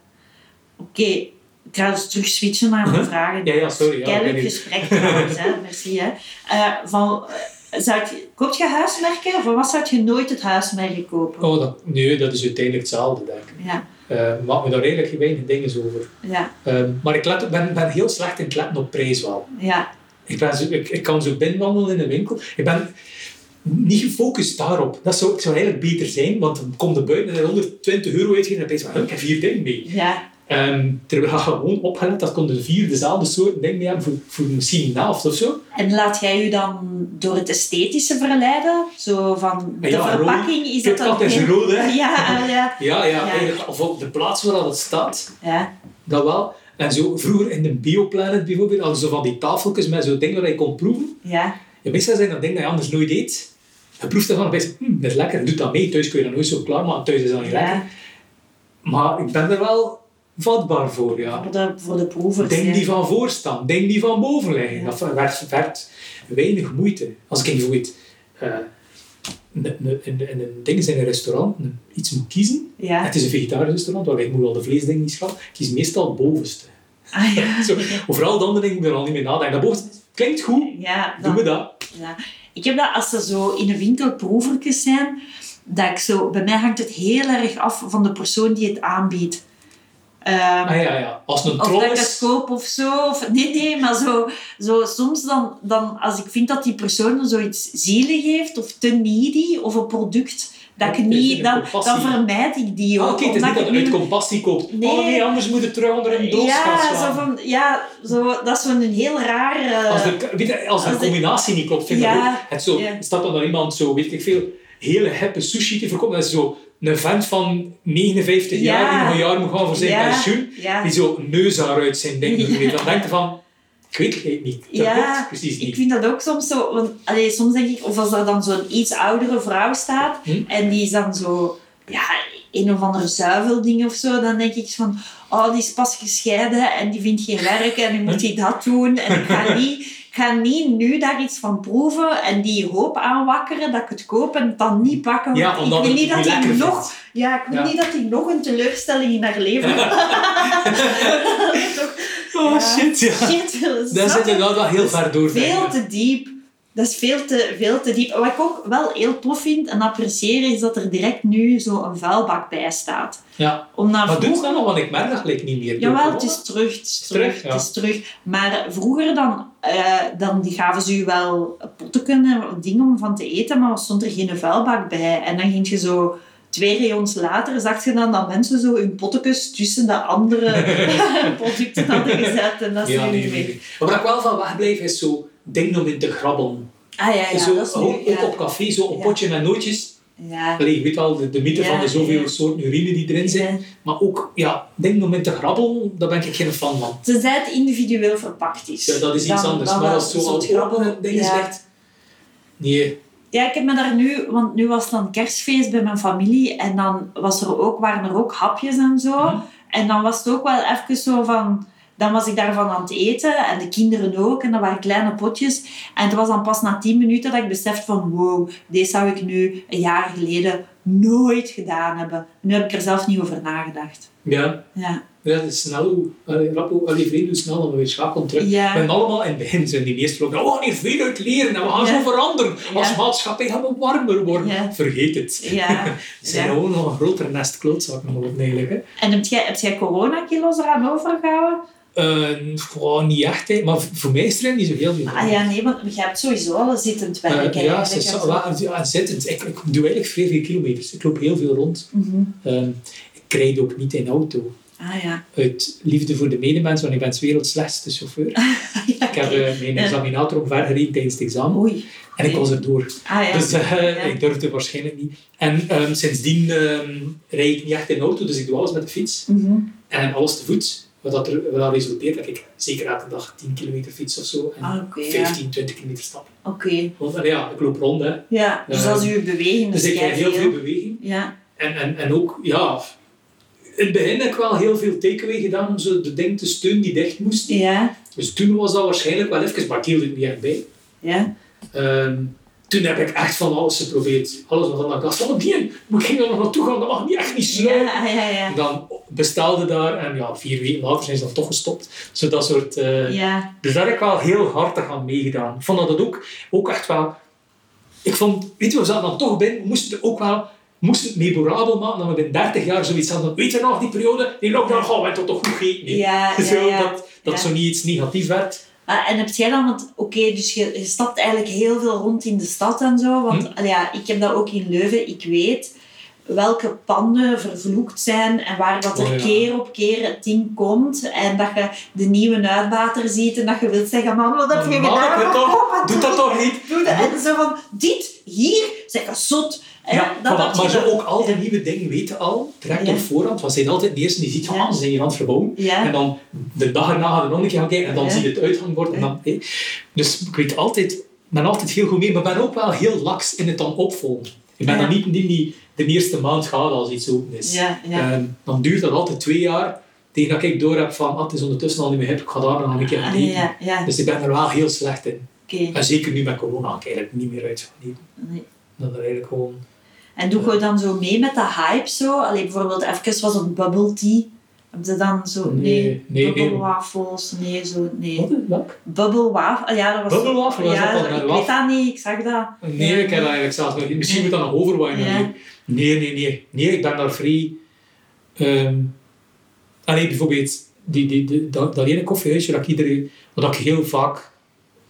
Oké, ik ga dus terug switchen naar mijn Huh? vragen. Ja, ja, sorry. Ja, ik ben Keileuk hier- gesprek trouwens, hè. Merci, hè. Eh, van, eh, zou je, koop je huismerken? Van wat zou je nooit het huismerk kopen? oh, dat, nee, dat is uiteindelijk hetzelfde, denk ik. Ja, Eh maakt me daar eigenlijk geen weinig dingen over. ja, Eh, maar ik let, ben, ben heel slecht in het letten op prijs wel. ja. Ik, ben zo, ik, ik kan zo binnenwandelen in een winkel. Ik ben niet gefocust daarop. Dat zou, het zou eigenlijk beter zijn, want dan komt de buiten en er 120 euro uitgeven en dan ben je van, "Huh, ik heb vier dingen mee. ja. Ehm, terwijl je gewoon opgelet, dat kon de vier dezelfde soort dingen mee hebben voor, voor misschien een helft of zo. En laat jij je dan door het esthetische verleiden? Zo van, de Ja, rood. verpakking is dat dan... Kipkat is geen- rood, hè? Ja, eh, ja. Ja, ja, Ja. eigenlijk, of op de plaats waar dat staat, Ja, dat wel. En zo vroeger in de Bioplanet bijvoorbeeld, hadden ze van die tafeltjes met zo'n dingen waar je kon proeven. ja, Ja, meestal zijn dat dingen die je anders nooit eet. Je proeft ervan en je zegt, "Hm, dat is lekker, doet dat mee. Thuis kun je dat nooit zo klaarmaken, thuis is dat niet lekker. ja. Maar ik ben er wel vatbaar voor, ja. Voor de, voor de proevers. Dingen ja. die van voor staan, dingen die van boven liggen. Ja. Dat werd, werd weinig moeite. Als ik bijvoorbeeld eh, in, in, in, in een ding in een restaurant een- iets moet kiezen, Ja. het is een vegetarisch restaurant, waar ik moet al de vleesdingen niet slaan, ik kies meestal het bovenste. Ah, ja. Zo, overal de andere dingen moet ik er al niet meer nadenken. Dat bovenste klinkt goed, Ja, doen dan, we dat. ja. Ik heb dat als er zo in de winkel proevertjes zijn, dat ik zo... Bij mij hangt het heel erg af van de persoon die het aanbiedt. Ehm, Ah ja, ja. Als het een Of troll dat ik het is... koop of zo. Of, nee, nee, maar zo, zo, soms dan, dan, als ik vind dat die persoon zoiets zielig heeft of te needy of een product dat Ja, ik dus in niet, een dan, compassie. dan vermijd ik die ook. Ah, Oké, het is omdat niet dat ik je uit nu- compassie koopt. Nee. Oh nee, anders moet je terug onder een doos gaan ja, slaan. zo van, ja zo, dat is zo'n heel raar... eh, Als de, weet je, als de als de- combinatie niet klopt, vind ik Ja, dat ook. Het zo, ja. Staat dan daar iemand zo, weet ik veel, hele hippe sushi te verkopen. Dat is zo een vent van 59 Ja. jaar die nog een jaar moet gaan voor zijn Ja, pensioen. ja. Die zo een neushaar uit zijn ding doet. Ja. weet je. Dan denk je van, ik weet het niet. Dat Ja, klopt precies Ik niet. vind dat ook soms zo, want allee, soms denk ik, of als er dan zo'n iets oudere vrouw staat Hm. en die is dan zo, ja, een of ander zuivelding of zo, dan denk ik van, oh, die is pas gescheiden en die vindt geen werk en nu Hm? moet hij dat doen en ik ga niet, ik ga niet nu daar iets van proeven en die hoop aanwakkeren dat ik het koop en het dan niet pakken. want Ja, omdat ik wil ik niet het dat niet die lekker nog, ja, ik wil Ja. niet dat die nog een teleurstelling in haar leven. Oh Ja. shit, ja. Shit, Daar snap zit je? inderdaad wel heel ver door. denk Veel ik. te diep. Dat is veel te, veel te diep. Wat ik ook wel heel tof vind en apprecieer, is dat er direct nu zo'n vuilbak bij staat. Ja. Omdat Maar doet het vroeger... dan nog? Want ik merk dat gelijk niet meer. Jawel, het is terug, het is terug, terug, ja. het is terug. Maar vroeger dan, eh, dan die gaven ze je wel potten en dingen om van te eten, maar er stond er geen vuilbak bij. En dan ging je zo... Twee rayons later zag je dan dat mensen zo hun pottekes tussen de andere producten hadden gezet. En dat is Ja, nu nee, niet nee, meer. nee. Maar waar ik wel van wegblijf is zo ding om in te grabbelen. Ah ja, ja, zo, dat is nu... ook, ook ja. op café, zo een Ja. potje met nootjes. Ja. Allee, je weet wel, de, de mythe Ja, van de zoveel ja. soorten urine die erin zit. Ja. Maar ook, ja, dingen om in te grabbelen, daar ben ik geen fan van. Tenzij het individueel verpakt is. Ja, dat is iets Dan- anders. dan maar wel als zo zo'n al grabbel. grabbelen dingen Ja. zegt... Nee, Ja, ik heb me daar nu, want nu was het dan kerstfeest bij mijn familie en dan was er ook, waren er ook hapjes en zo. Mhm. En dan was het ook wel even zo van, dan was ik daarvan aan het eten en de kinderen ook en dat waren kleine potjes. En het was dan pas na tien minuten dat ik besefte van, wow, deze zou ik nu een jaar geleden nooit gedaan hebben. Nu heb ik er zelf niet over nagedacht. ja. Ja, Ja, dat is snel, hoe- allee, rap, hoe- allee, vrede, hoe snel dan we weer schakelen terug. Ja. We hebben allemaal in het begin zijn die meesten ook, oh, hier veel uit leren en we gaan Ja. zo veranderen. Als Ja. maatschappij gaan we warmer worden. Ja. Vergeet het. ja. Het zijn Ja. gewoon nog een groter nest klootzakken geworden eigenlijk. Hè. En heb jij, heb jij coronakilo's eraan overgehouden? Eh, gewoon niet echt, hè. maar voor mij is er niet zo heel veel. Ah ja, nee, want je hebt sowieso al een zittend Eh, werk. ja, eigenlijk ze en is- zo. wa- ja, zittend. Ik, ik doe eigenlijk vrij veel kilometers. Ik loop heel veel rond. Mhm. Ehm, ik rijd ook niet in auto. Ah ja. Uit liefde voor de medemens, want ik ben 's werelds slechtste chauffeur. Ik heb eh, mijn Ah, Ja. examinator omvergereden tijdens het examen. Oei. En ik was erdoor. Ah ja. Dus eh, Ja. ik durfde waarschijnlijk niet. En ehm, sindsdien ehm rijd ik niet echt in auto, dus ik doe alles met de fiets. Mhm. En alles te voet. Wat dat, er, wat dat resulteert dat ik zeker elke dag 10 kilometer fiets of zo. En Ah, oké, ja. 15, 20 kilometer stap. Oké. Want allee, ja, ik loop rond. Hè. Ja, dus Eh, dat is uw beweging. Dus dat ik is heb heel keiveel. veel beweging. Ja. En, en, en ook, ja... In het begin heb ik wel heel veel takeaway gedaan om zo de ding te steunen die dicht moest. Ja. Dus toen was dat waarschijnlijk wel even, maar ik hield het niet echt bij. Ja. Ehm, toen heb ik echt van alles geprobeerd. Alles wat ik dacht, oh die, moet ik hier nog naartoe gaan? Dat mag niet, echt niet sluiten. Ja, ja, ja. Dan bestelde daar en ja, vier weken later zijn ze dan toch gestopt. Zo dat soort, eh, Ja. Dus daar heb ik wel heel hartig aan meegedaan. Ik vond dat ook, ook echt wel... Ik vond, weet je, we zaten dan toch binnen, we moesten er ook wel... we moesten het memorabel maken dat we binnen 30 jaar zoiets hadden. Weet je nog, die periode? Die lockdown, gaan we hebben dat toch goed gegeten. hè? Ja, ja, Zo, ja. Dat, dat Ja. zo niet iets negatiefs werd. Ah, en heb jij dan, want oké, dus je, je stapt eigenlijk heel veel rond in de stad en zo. Want Hm. al ja, ik heb dat ook in Leuven. Ik weet welke panden vervloekt zijn en waar dat er Oh, ja. keer op keer het ding komt. En dat je de nieuwe uitbater ziet en dat je wilt zeggen, man, wat heb je Maak gedaan? het toch? Doe dat toch niet? Doe dat. En zo van, dit, hier, zeg een zot. En Ja, dat voilà, had je maar zo dan- ook al die Ja. nieuwe dingen weten al, direct Ja. op voorhand, want ze zijn altijd de eerste die ziet, van, Ja. ah, ze zijn hier aan het verbouwen. Ja. En dan de dag erna gaan we nog een keer gaan kijken en dan Ja. zie je het uithangbord. En dan, hé. Dus ik weet altijd, ik ben altijd heel goed mee, maar ik ben ook wel heel laks in het dan opvolgen. Ik ben Ja. dan niet die die de eerste maand gaat als iets open is. Ja, ja. Ehm, dan duurt dat altijd twee jaar, tegen dat ik door heb van, ah, het is ondertussen al niet meer hip, ik ga daar nog een keer gaan Ah, eten. ja, ja. Dus ik ben er wel heel slecht in. Oké. En zeker nu met corona kan ik eigenlijk niet meer uit gaan eten. Nee. Dat er eigenlijk gewoon... En doe je dan zo mee met de hype zo? Allee, bijvoorbeeld even was het bubble tea. Heb je dan zo... Nee, Nee, nee, bubble nee. waffles. Nee, zo, nee. Wat is dat? Bubble waffle. Ah, Ja, dat was... Bubble waffle, was ja, dat dan zo- een Ik weet waffle? dat niet, ik zag dat. Nee, ik heb dat eigenlijk zelfs nog niet. Misschien moet dat nog overwaaien. Ja. Ja. Nee, nee, nee. Nee, ik ben daar vrij... ehm alleen bijvoorbeeld, die, die, die, dat, dat ene koffiehuisje dat ik iedereen... Dat ik heel vaak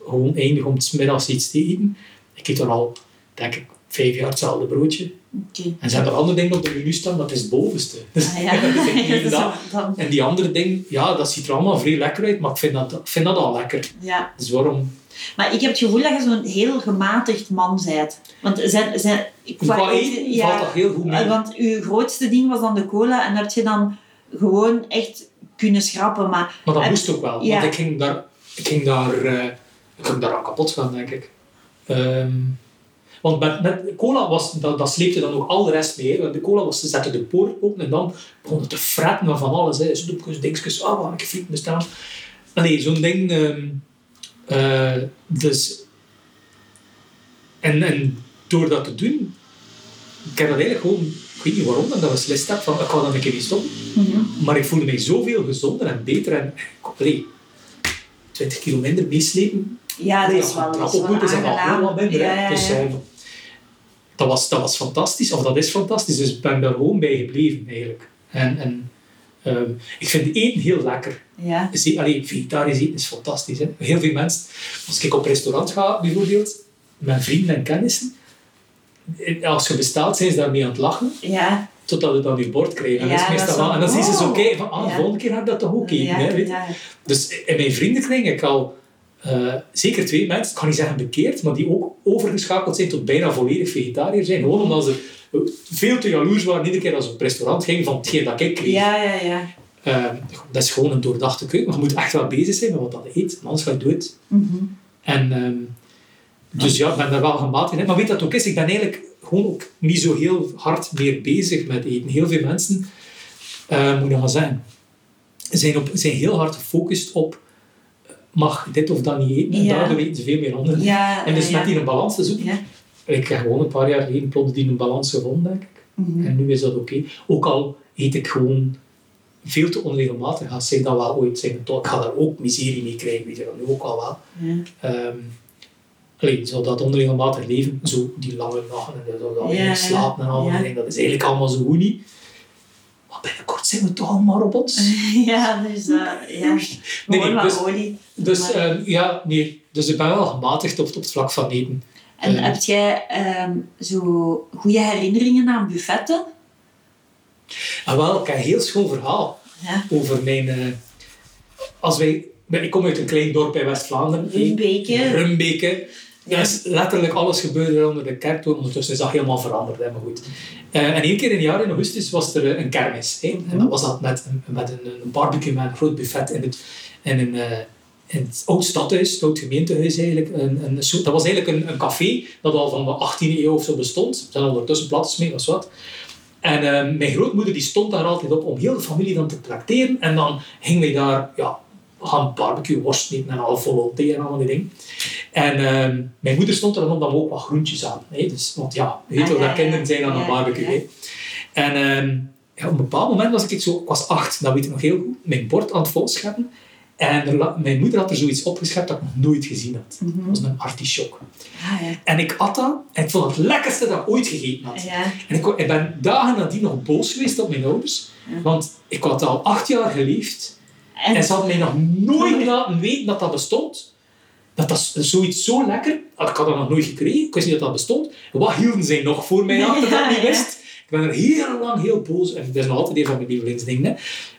gewoon eindig om 's middags iets te eten. Ik eet daar al, denk ik, vijf jaar hetzelfde broodje. Oké. En ze hebben er andere dingen op de menu staan, dat is het bovenste. Dus Ah, ja. dat is echt Ja, niet dat dat. is wel- dan- En die andere ding, ja, dat ziet er allemaal vrij lekker uit, maar ik vind dat, ik vind dat al lekker. ja. Dus waarom Maar ik heb het gevoel dat je zo'n heel gematigd man bent. Want zijn... zijn Qua eten valt dat heel goed mee. Eh, Want uw grootste ding was dan de cola en heb je dan gewoon echt kunnen schrappen. Maar, Maar dat heb- moest ook wel, ja. want ik ging daar, ik ging daar, eh, ik ging daar aan kapot gaan, denk ik. Ehm, want met, met cola was, dat, dat sleepte dan ook al de rest mee. hè. Want De cola was, ze zetten de poort open en dan begon het te fretten met van alles. hè. Snoepjes, dingetjes, ah, wat heb ik friet bestaan. Allee, zo'n ding. ehm, eh, dus... En, en door dat te doen, ik heb dat eigenlijk gewoon, ik weet niet waarom, dat ik dat beslist heb van, ik ga dat een keer niet stoppen. Mhm. Maar ik voelde mij zoveel gezonder en beter. En allee, 20 kilo minder meeslepen. Ja, Ah, dat Allee, is ja, wel, dat trap is op wel moeten zijn al aangenaam. heel wat minder. hè. Ja, ja, Dus, ja. eh, dat, was, dat was fantastisch, of dat is fantastisch. Dus ik ben daar gewoon bij gebleven eigenlijk. En, en ehm, ik vind eten heel lekker. Ja. Zie- Allee, vegetarisch eten is fantastisch. Hè? Heel veel mensen, als ik op restaurant ga bijvoorbeeld, met vrienden en kennissen, eh, als je bestelt zijn ze daarmee aan het lachen, Ja, totdat ze dan je bord krijgen. En, Ja, dat is dat meestal is wel- wel- en dan zien ze zo wow. kijken van, ah, Ja. de volgende keer ga ik dat toch ook eten. ja, hè, weet je? ja. Dus in mijn vriendenkring heb ik al eh, zeker twee mensen, ik kan niet zeggen bekeerd, maar die ook overgeschakeld zijn tot bijna volledig vegetariër zijn. Gewoon omdat ze eh, veel te jaloers waren iedere keer als we op restaurant gingen van hetgeen dat ik kreeg. Ja, ja, ja. Eh, dat is gewoon een doordachte keuken, maar je moet echt wel bezig zijn met wat dat eet, anders ga je dood. Mhm. En, ehm, dus ja, ik ben daar wel gematigd in. Maar weet dat ook is, ik ben eigenlijk gewoon ook niet zo heel hard meer bezig met eten. Heel veel mensen, eh, moet ik nog wel zeggen, zijn, op, zijn heel hard gefocust op mag dit of dat niet eten. En Ja. daardoor eten ze veel meer anderen. Ja, eh, en dus ja, met die een balans te zoeken. Ja. Ik heb gewoon een paar jaar geleden plots die een balans gevonden, denk ik. Mhm. En nu is dat oké. Ook al eet ik gewoon veel te onregelmatig. Als zij dan wel ooit zeggen, "Toch, ik ga daar ook miserie mee krijgen, weet je wel. Nu ook al wel. Ja. Ehm alleen, zo dat onregelmatig leven, zo die lange nachten en zo dat Ja, ja, slapen en al, ja. ik denk, dat is eigenlijk allemaal zo goed niet. Maar binnenkort zijn we toch allemaal robots. Ja, dus dat, ja. Nee, Gewoon nee, wat dus- olie. Dus Maar- ehm, ja, nee. Dus ik ben wel gematigd op, op het vlak van eten. en eh. heb jij ehm, zo goede herinneringen aan buffetten? En wel, ik heb een heel schoon verhaal Ja. over mijn... eh, als wij, ik kom uit een klein dorp in West-Vlaanderen. eh, Rumbeke. Rumbeke. Ja, is letterlijk alles gebeurde er onder de kerktoren. Ondertussen is dat helemaal veranderd, hè, maar goed. Eh, en één keer in een jaar, in augustus, was er eh, een kermis. Hè. En dat was dat met, een- met een, een barbecue, met een groot buffet in het, in een, eh, in het oud stadhuis, het oud gemeentehuis eigenlijk. Een, een, soort- dat was eigenlijk een, een café dat al van de 18e eeuw of zo bestond. Er zijn ondertussen plaats mee, dat is wat. En eh, mijn grootmoeder die stond daar altijd op om heel de familie dan te tracteren. En dan gingen wij daar ja, gaan barbecue, worst eten en al volonté en allemaal die dingen. En ehm, mijn moeder stond er dan op dat we ook wat groentjes aan. Hè? Dus, want ja, weet je Ah, wel, ja, dat kinderen ja. zijn aan Ja, een barbecue. ja. hè. En ehm, ja, op een bepaald moment was ik iets zo, ik was acht, dat weet ik nog heel goed, mijn bord aan het volscheppen. En er la- mijn moeder had er zoiets opgeschept dat ik nog nooit gezien had. Mhm. Dat was een artichok. Ah, ja. En ik at dat en ik vond het lekkerste dat ik ooit gegeten had. Ja. En ik, wa- ik ben dagen nadien nog boos geweest op mijn ouders. Ja. Want ik had al acht jaar geleefd. En ze hadden mij nog nooit laten weten dat dat bestond. Dat dat z- zoiets zo lekker. had- Ik had dat nog nooit gekregen. Ik wist niet dat dat bestond. Wat hielden zij nog voor mij Ja, achter dat ik niet ja. wist? Ik ben er heel lang heel boos. En dat is nog altijd een van mijn lievelingsdingen. Hè.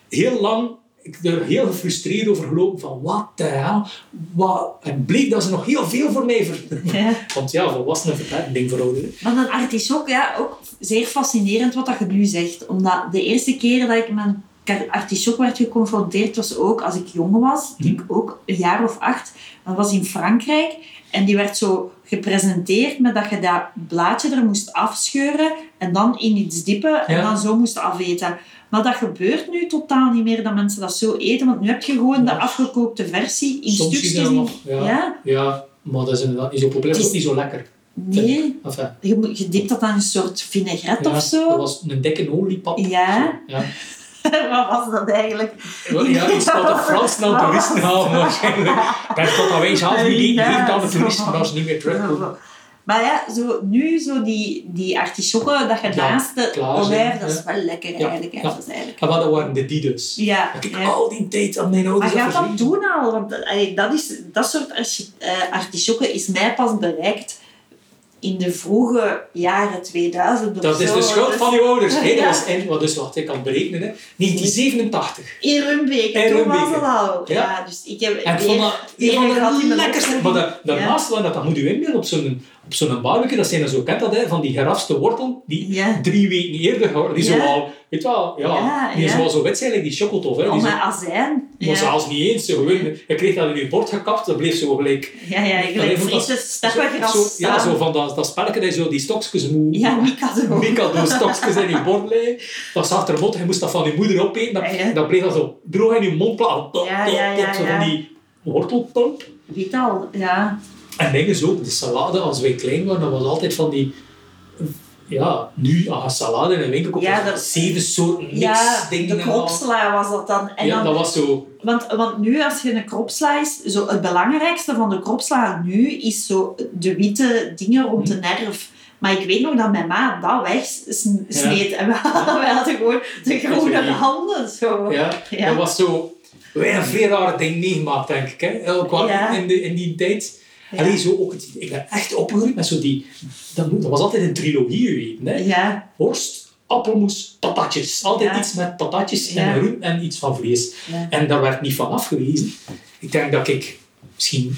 Heel lang... Ik ben er heel gefrustreerd over gelopen van wat de hel. Wat, en bleek dat ze nog heel veel voor mij ver... Ja. Want ja, volwassenen vertellen een ding voor ouderen. Maar een artichok, ja, ook zeer fascinerend wat dat je nu zegt. Omdat de eerste keer dat ik met een artichok werd geconfronteerd, was ook als ik jong was. Mhm. Ik ook een jaar of acht. Dat was in Frankrijk. En die werd zo gepresenteerd met dat je dat blaadje er moest afscheuren. En dan in iets diepen. En Ja. dan zo moest afeten. Maar dat gebeurt nu totaal niet meer dat mensen dat zo eten. Want nu heb je gewoon de Ja. afgekookte versie in Soms zie je stukjes. dat in- nog, ja. Ja, maar dat is inderdaad niet zo populair. Het Dat is- is ook niet zo lekker. Nee, Enfin, je, moet- je dipt dat dan in een soort vinaigrette ja, of zo. Dat was een dikke oliepap. Ja. Ja, Wat was dat eigenlijk? ja iets dat op Frans naar toeristen halen waarschijnlijk. Daar komt dat wij zelf niet eten. Hier kan de toeristen als ze niet meer terugkomen. Maar ja, zo, nu zo die, die artichokken dat je Ja, naast de klaar zijn, olijf, dat is ja. wel lekker Ja, eigenlijk. hè, ja. Dat is eigenlijk. En wat dat waren de die dus. Ja, Dat ik ja. al die tijd aan mijn Maar ouders ga had dat gezien. doen al, want dat- allee, dat, is, dat soort archi- eh, artichokken is mij pas bereikt in de vroege jaren 2000 of Dat is zo. de schuld Dus van uw ouders. hè. Ja. Dat was in, wat dus wacht, ik kan het berekenen. Hè. 1987. In Rumbeke, In toen was Rumbeke. het al. Ja. Ja. dus ik heb En ik weer- vond dat weer een van een gat in de mijn lekkerste. Maar opvoeding. dat, daarnaast, dat, dat moet je inbeelden op zo'n op zo'n barbecue, dat zijn dan zo, kent dat, hè, van die gerafste wortel, die Ja. drie weken eerder geworden. Die Ja. zo al, weet je wel, ja, Ja, die is ja. wel zo wit zijn, like die chocoltof. Hè, die Oh, zo, maar maar azijn. Ja. zelfs niet eens. Zo, gewoon, je kreeg dat in je bord gekapt, dat bleef zo gelijk. Ja, ja, dat gelijk heeft ook frisse steppengras zo, ja, staan. zo van dat, dat spelletje, dat je zo die stokjes moet... Ja, Mika zo. Mikado-stokjes in je bord liggen. Dat zag er bot, je moest dat van je moeder opeten. Dat, Ja, ja. dat bleef dat zo droog in je mond plakken. Top, Ja, top, ja, ja, top, zo ja. van die wortelpulp. Weet al, ja. En dingen zo, de salade, als wij klein waren, dat was altijd van die... Ja, nu, als je salade in een winkel koopt, Ja, is dat dat- zeven soorten mix Ja, dingen de en al. kropsla was dat dan. En Ja, dan dat was zo... want, want nu, als je een kropsla is, zo het belangrijkste van de kropsla nu is zo de witte dingen rond Mhm. de nerf. Maar ik weet nog dat mijn ma dat wegsneed. En we hadden, wij hadden gewoon de groene Sorry. handen. Zo. Ja, Ja. dat was zo... We hebben veel rare dingen meegemaakt, denk ik. Hè. Ook wel Ja. in, de, in die tijd. Ja. Allee, zo ook het, ik ben echt opgegroeid met zo die... Dat, moet- dat was altijd een trilogie, je weet, Hè. Ja, Worst, appelmoes, patatjes. Altijd Ja. iets met patatjes Ja. en groen en iets van vlees. ja. En daar werd niet van afgewezen. Ik denk dat ik misschien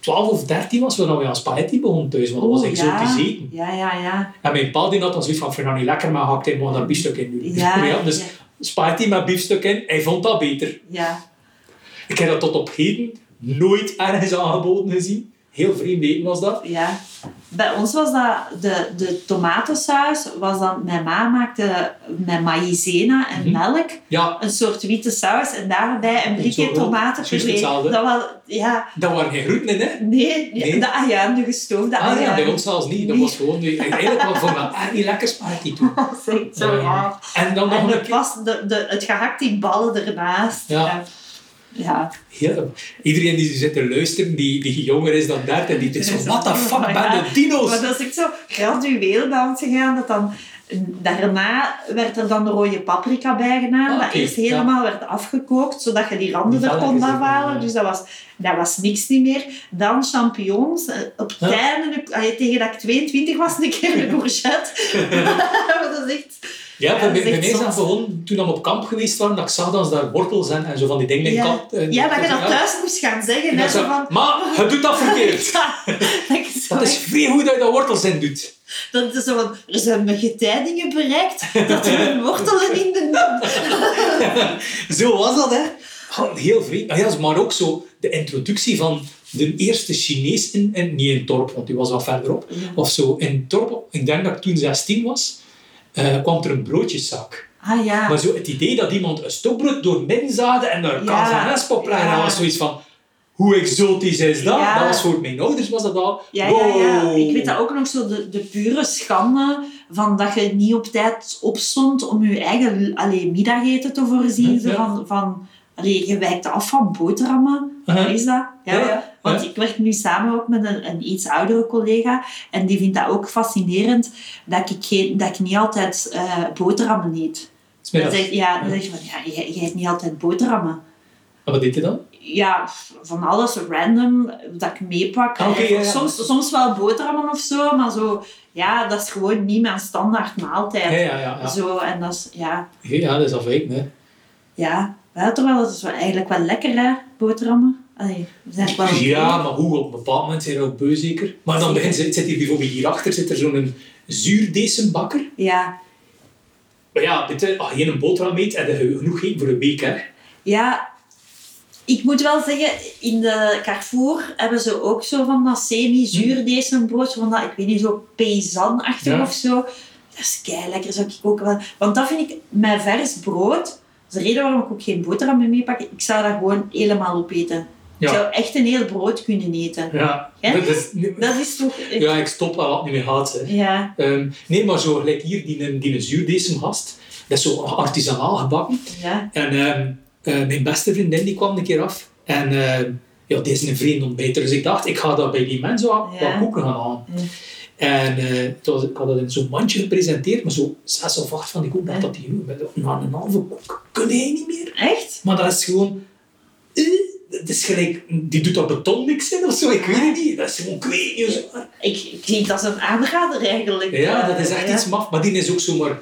12 of 13 was, toen we aan spaghetti begonnen thuis, want dat was Oeh, exotisch Oh, ja. eten. Ja, ja, ja. En mijn pa die had dan zoiets van, vind je dat niet lekker, maar hakt hij maar daar biefstuk in doen. Ja, ja, dus spaghetti met biefstuk in, hij vond dat beter. ja. Ik heb dat tot op heden nooit ergens aangeboden gezien. Heel vreemd eten was dat. ja. Bij ons was dat, de, de tomatensaus was dat, mijn ma maakte met maïzena en Mhm. melk. Ja, Een soort witte saus en daarbij een blikje Zo, tomaten precies puree. hetzelfde. Dat was, ja, dat waren geen groenten in, hè. nee, Nee. de ajuin, de gestoofde Ah ja, ajuin. bij ons zelfs niet. Dat Nee. was gewoon... Eigenlijk was voor mij echt niet lekker spaghetti toen. Dat is echt zo Ja. raar. En dan nog En een het, keer... was de, de, het gehakt in ballen ernaast. Ja. Ja. ja. Ja, iedereen die zit te luisteren, die, die jonger is dan 13, die denkt zo... What the fuck, Ja. ben de dino's? Maar dat is echt zo gradueel bij ons gegaan. Dat dan, daarna werd er dan de rode paprika bij gedaan. Ah, dat oké, eerst ja. helemaal werd afgekookt, zodat je die randen Die er kon velletjes ervan, afhalen. ja. Dus dat was, dat was niks niet meer. Dan champignons. Eh, Op het Ja. einde, een- allee, tegen dat ik 22 was, een keer een courgette. Maar dat is echt... Ja, dat bij, bij is echt mij is dat zot. begonnen toen we op kamp geweest waren, dat ik zag dat ze daar wortels en, en zo van die dingen Ja. in kamp... eh, Ja, dat je ja. dat thuis moest gaan zeggen. En hè, dan zo zei, van... maar, je doet dat verkeerd. Ja, dat ik zo Dat is vrij goed dat je daar wortels in doet. Dat is zo van, er zijn mijn getijdingen bereikt dat er een wortelen in de naam. Zo was dat, hè? Goh, Heel vreemd. Ah ja, maar ook zo de introductie van de eerste Chinees in, in- niet in Torp, want die was wat verderop, of zo. In Torp, ik denk dat ik toen 16 was, eh, kwam er een broodjeszak. Ah ja. Maar zo het idee dat iemand een stokbrood doormidden zaagde en daar Ja. kaas en rest op legde, Ja. dat was zoiets van... Hoe exotisch is dat? Ja. Dat was voor mijn ouders was dat al. Ja, ja, ja. wow. Ik weet dat ook nog zo, de, de pure schande van dat je niet op tijd opstond om je eigen allee, middageten te voorzien. Ja, Zo ja. van, van allee, je wijkt af van boterhammen. Uh-huh. Wat is dat? Ja, Ja, ja. Want Ja. ik werk nu samen ook met een, een iets oudere collega en die vindt dat ook fascinerend dat ik, geen, dat ik niet altijd eh, boterhammen eet. Dan Smiddags. zeg, ja, dan zeg je van, ja, jij, jij eet niet altijd boterhammen. En Ah, wat deed hij dan? ja, van alles random dat ik meepak. Ah, oké, ja, ja. Soms, soms wel boterhammen of zo, maar zo, ja, dat is gewoon niet mijn standaard maaltijd. Ja, ja, ja. ja. Zo, en dat is, ja, ja dat is afwijkend, hè. ja. Wel, terwijl dat is wel eigenlijk wel lekker, hè, boterhammen. Allee, we zijn het wel Ja, maar hoe? Op een bepaald moment zijn er ook beu zeker. Maar dan begint, zit zit hier bijvoorbeeld hierachter zit er zo'n zuurdesembakker. Ja. Maar ja, dit, eh, als je een boterham eet, heb je genoeg gegeten voor een week, hè. Ja, ik moet wel zeggen, in de Carrefour hebben ze ook zo van dat semi-zuur brood, van dat, ik weet niet, zo paysanachtig Mhm. Ja. of zo. Dat is kei lekker, zou ik ook wel... Want dat vind ik, mijn vers brood, dat is de reden waarom ik ook geen boterham mee meepak, ik zou dat gewoon helemaal opeten. Ik Ja. zou echt een heel brood kunnen eten. Ja. Ja, Dat is, Dat is toch... ja, ik stop wel wat niet meer gaat, hè. Ja. Ehm, nee, maar zo gelijk hier, die, die zuurdesemgast, dat is zo artisanaal gebakken. ja. En ehm, eh, mijn beste vriendin die kwam een keer af. En ehm, ja, die is een vreemd ontbijter. Dus ik dacht, ik ga dat bij die mensen wat, Ja. wat koeken gaan halen. Ja. En eh, het was, ik had dat in zo'n mandje gepresenteerd, maar zo zes of acht van die koeken. Ik dacht dat die jongen, met- na een halve koek kun hij niet meer. Echt? Maar dat is gewoon... eh, dat is gelijk, die doet dat beton niks in of zo, ik weet het niet. Dat is gewoon kweekje. zo. Ik, ik zie dat als een aanrader eigenlijk. Ja, Eh, dat is echt ja. iets maf. Maar die is ook zomaar...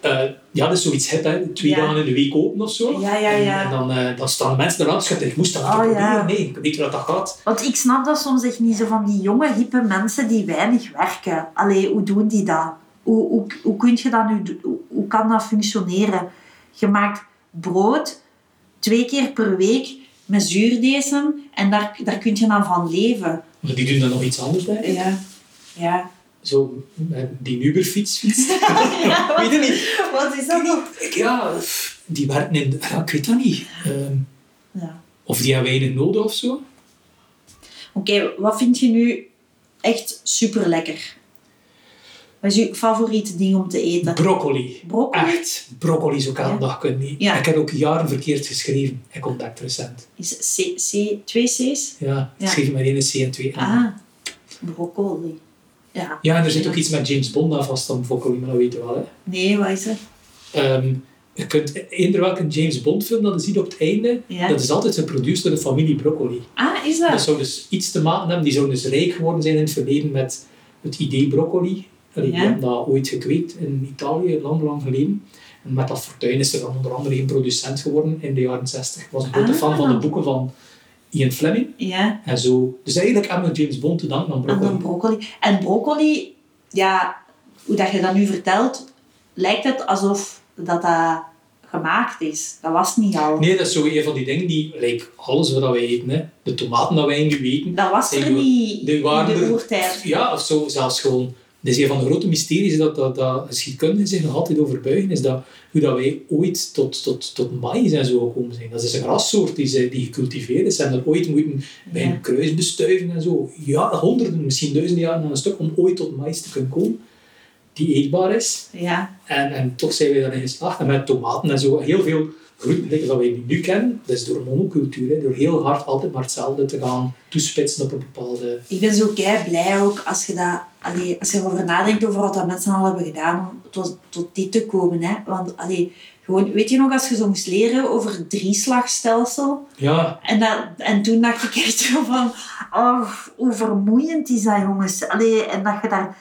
eh ja, dat is zoiets hip, hè. Twee Ja. dagen in de week open of zo. Ja, ja, En- ja. En, dan, eh, dan staan de mensen eraan. Schat, ik moest dat Oh, oh, proberen. ja. Nee, ik weet hoe dat gaat. Want ik snap dat soms echt niet zo van die jonge, hippe mensen die weinig werken. Allee, hoe doen die dat? Hoe, hoe, hoe kun je dat nu do- hoe, hoe kan dat functioneren? Je maakt brood twee keer per week met zuurdesem en daar, daar kun je dan van leven. Maar die doen dan nog iets anders bij. Ja. Ja. Zo, eh, die Uberfiets fietst. ja weet het niet. wat is dat nog? Ik- ja, pff, die werken in... Ja, ik weet dat niet. Ehm, Ja. of die hebben weinig nodig of zo. Oké, wat vind je nu echt super lekker? Wat is je favoriete ding om te eten? Broccoli. Broccoli Echt, broccoli zou ik aan Ja. een dag kunnen eten. Ja. Ik heb ook jaren verkeerd geschreven. Ik ontdekte recent. is C, C, twee C's. Ja, ik Ja. schreef maar één C en twee N. Ah, broccoli. Ja. Ja, en er zit ook iets met James Bond aan vast, dan voor maar dat weet je wel. Hè. Nee, wat is dat? Ehm, je kunt eender welke James Bond film dan ziet op het einde, Ja. dat is altijd geproduceerd door de familie Broccoli. Ah, is Dat dat? zou dus iets te maken hebben, die zou dus rijk geworden zijn in het verleden met het idee broccoli. Allee, Die Ja. hebben dat ooit gekweekt in Italië, lang, lang geleden. En met dat fortuin is er dan onder andere een producent geworden in de jaren 60. Ik was een grote Ah. fan van de boeken van Ian Fleming Ja, en zo. Dus eigenlijk hebben we James Bond te danken aan en Broccoli. dan broccoli. En broccoli, ja, hoe dat je dat nu vertelt, lijkt het alsof dat, dat gemaakt is. Dat was niet al. Nee, dat is zo een van die dingen die, like alles wat wij eten, hè. de tomaten dat wij nu eten, Dat was er Die- niet die in waren de er- oertijd. ja, of zo zelfs gewoon. Dat is een van de grote mysteries dat, dat, dat geschiedkundigen zich nog altijd over buigen, is dat, hoe dat wij ooit tot, tot, tot maïs en zo gekomen zijn. Dat is een grassoort die, ze, die gecultiveerd is. Ze hebben er ooit moeten bij Ja. een kruis bestuiven en zo. Ja, honderden, misschien duizenden jaren aan een stuk om ooit tot maïs te kunnen komen, die eetbaar is. Ja, En, en toch zijn wij daarin geslaagd. En met tomaten en zo, heel veel groenten like dat wij nu kennen, dat is door monocultuur. Hè, door heel hard altijd maar hetzelfde te gaan toespitsen op een bepaalde... ik ben zo kei blij ook als je, dat, allee, als je erover nadenkt over wat dat mensen al hebben gedaan om tot, tot dit te komen. Hè? Want allee, gewoon, weet je nog, als je zo moest leren over het drieslagstelsel. Ja, En, dat, en toen dacht ik echt zo van, oh, hoe vermoeiend is dat jongens. Allee, en dat je daar,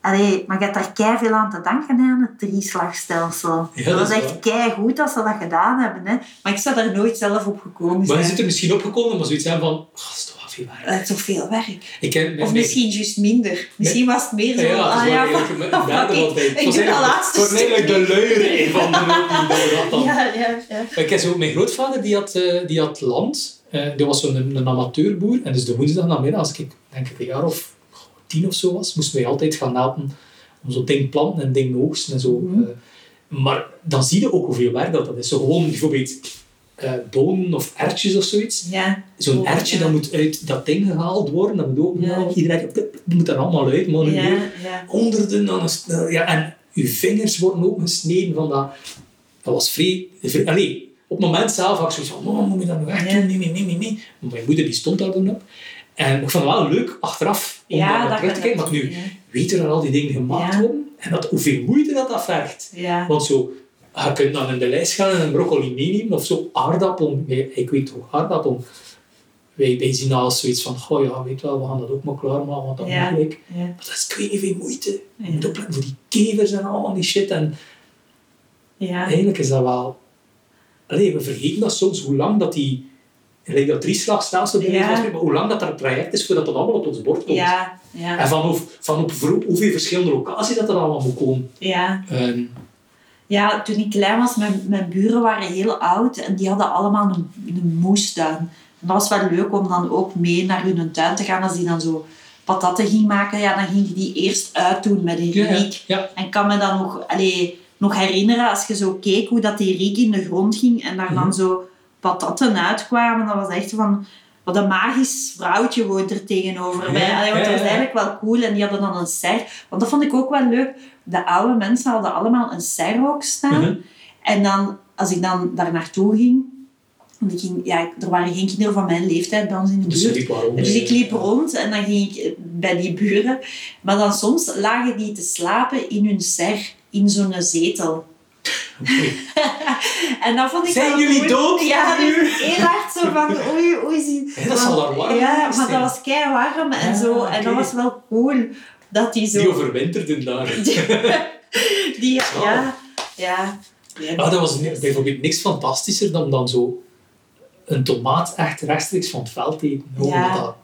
allee, maar je hebt daar kei veel aan te danken hè, aan het drieslagstelsel. Ja, dat dat was is echt kei goed dat ze dat gedaan hebben. Hè? Maar ik zou daar nooit zelf op gekomen maar zijn. je zit er misschien opgekomen, maar zoiets zijn van... "Ah, dat is toch wel veel werk. Dat is toch veel werk. Ik ken, Of misschien juist minder. Misschien was het meer zo. Ja, van, ja, ah, dat ja, is wel eigenlijk een derde fuck wat it. wij... Het Ik was doe dat eigenlijk- laatste het was eigenlijk stuk. de luier van de grote die deed dat dan. Ja, ja, ja. Ik heb zo, mijn grootvader die had, eh, die had land. Eh die was zo'n een amateurboer. En dus de woensdag namiddag, als ik denk ik een jaar of tien of zo was, moesten wij altijd gaan helpen om zo'n ding planten en ding oogsten en zo. Mhm. Eh, maar dan zie je ook hoeveel werk dat, dat is. Zo gewoon bijvoorbeeld eh bonen of ertjes of zoiets. Ja, Zo'n Oh, ertje ja. dat moet uit dat ding gehaald worden. Dat moet ook Ja. Iedereen moet er allemaal uit. Maar nu ja, ja. honderden aan een st- eh, ja, en uw vingers worden opengesneden van dat. Dat was vrij. vrij- Allee, op het moment zelf had ik zoiets van, oh, moet je dat nu echt Ja. doen? Nee, nee, nee, nee, nee. Maar mijn moeder die stond daar toen op. En ik vond het wel leuk achteraf om Ja, daar dat naar terug kan te kijken. Want dat. nu Ja. weten we dat al die dingen gemaakt Ja. worden. En dat, hoeveel moeite dat dat vergt. Ja. Want zo, je kunt dan in de lijst gaan en een broccoli meenemen of zo. Aardappel, nee, ik weet ook aardappel. Wij, wij zien dat als zoiets van, oh ja, weet wel, we gaan dat ook maar klaarmaken, want dat Ja. moet ik. Ja. Maar dat is, ik weet niet veel moeite. Je moet Ja. opletten voor die kevers en al die shit. En Ja. eigenlijk is dat wel... Allee, we vergeten dat soms, hoe lang dat die... Gelijk dat drieslagstelsel, bij wijze van Ja. spreken, maar hoe lang dat daar een traject is voordat dat allemaal op ons bord komt. Ja, ja, En van, hoe- van op vro- hoeveel verschillende locaties dat er allemaal moet komen. ja. Ehm, Ja, toen ik klein was, mijn, mijn buren waren heel oud en die hadden allemaal een, een moestuin. En dat was wel leuk om dan ook mee naar hun tuin te gaan. Als die dan zo patatten ging maken, ja, dan ging je die eerst uitdoen met een ja, ja, riek. ja. En ik kan me dan nog, allee, nog herinneren, als je zo keek hoe dat die riek in de grond ging en daar Mhm. dan zo patatten uitkwamen, dat was echt van, wat een magisch vrouwtje woont er tegenover mij. Ja, Allee, want dat was ja, ja. eigenlijk wel cool en die hadden dan een serre. Want dat vond ik ook wel leuk. De oude mensen hadden allemaal een serre ook staan. Mhm. En dan, als ik dan daar naartoe ging, want ik ging, ja, ik- er waren geen kinderen van mijn leeftijd bij ons in de Dus buurt. ik liep waarom. Dus ik liep rond en dan ging ik eh, bij die buren. Maar dan soms lagen die te slapen in hun ser, in zo'n zetel. en dat vond ik Zijn wel jullie mooi. dood? Ja, nu? dus heel hard zo van oei, oei. zie- Hé, dat zal daar warm Ja, geweest maar zijn. dat was kei warm en Ja, zo. En dat oké. was wel cool dat die zo... Die overwinterden daar. die- Oh. ja, ja. ja. Ah, dat was ni- bijvoorbeeld niks fantastischer dan, dan zo een tomaat echt rechtstreeks van het veld eten. Gewoon Ja. dat-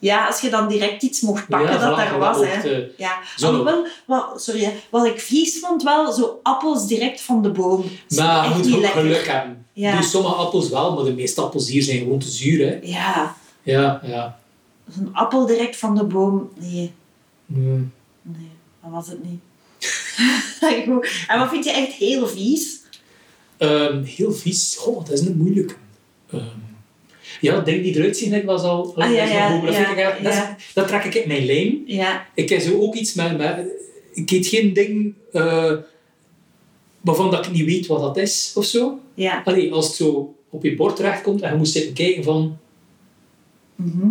Ja, als je dan direct iets mocht pakken Ja, dat voilà, daar dat was. wordt, hè. eh, ja. zo. Alhoewel, wat, sorry, hè. wat ik vies vond wel, zo appels direct van de boom. Dat is Maar je echt moet niet ook lekker. geluk hebben. Ja. Dus sommige appels wel, maar de meeste appels hier zijn gewoon te zuur. Hè. Ja, Ja, ja. een appel direct van de boom. Nee, Mm. nee, dat was het niet. Goed. en wat vind je echt heel vies? Ehm, heel vies. Goh, wat is een moeilijke. Ehm, ja, dingen die eruit zien, ik was al... Ah, ja, dat is nog ja, goed, dat, ja, vind ik echt- dat is- ja. dat trek ik uit mijn lijn. Ja, Ik ken zo ook iets met... met ik eet geen ding eh, waarvan dat ik niet weet wat dat is, of zo. ja. Allee, als het zo op je bord terechtkomt en je moet zitten kijken van... mhm.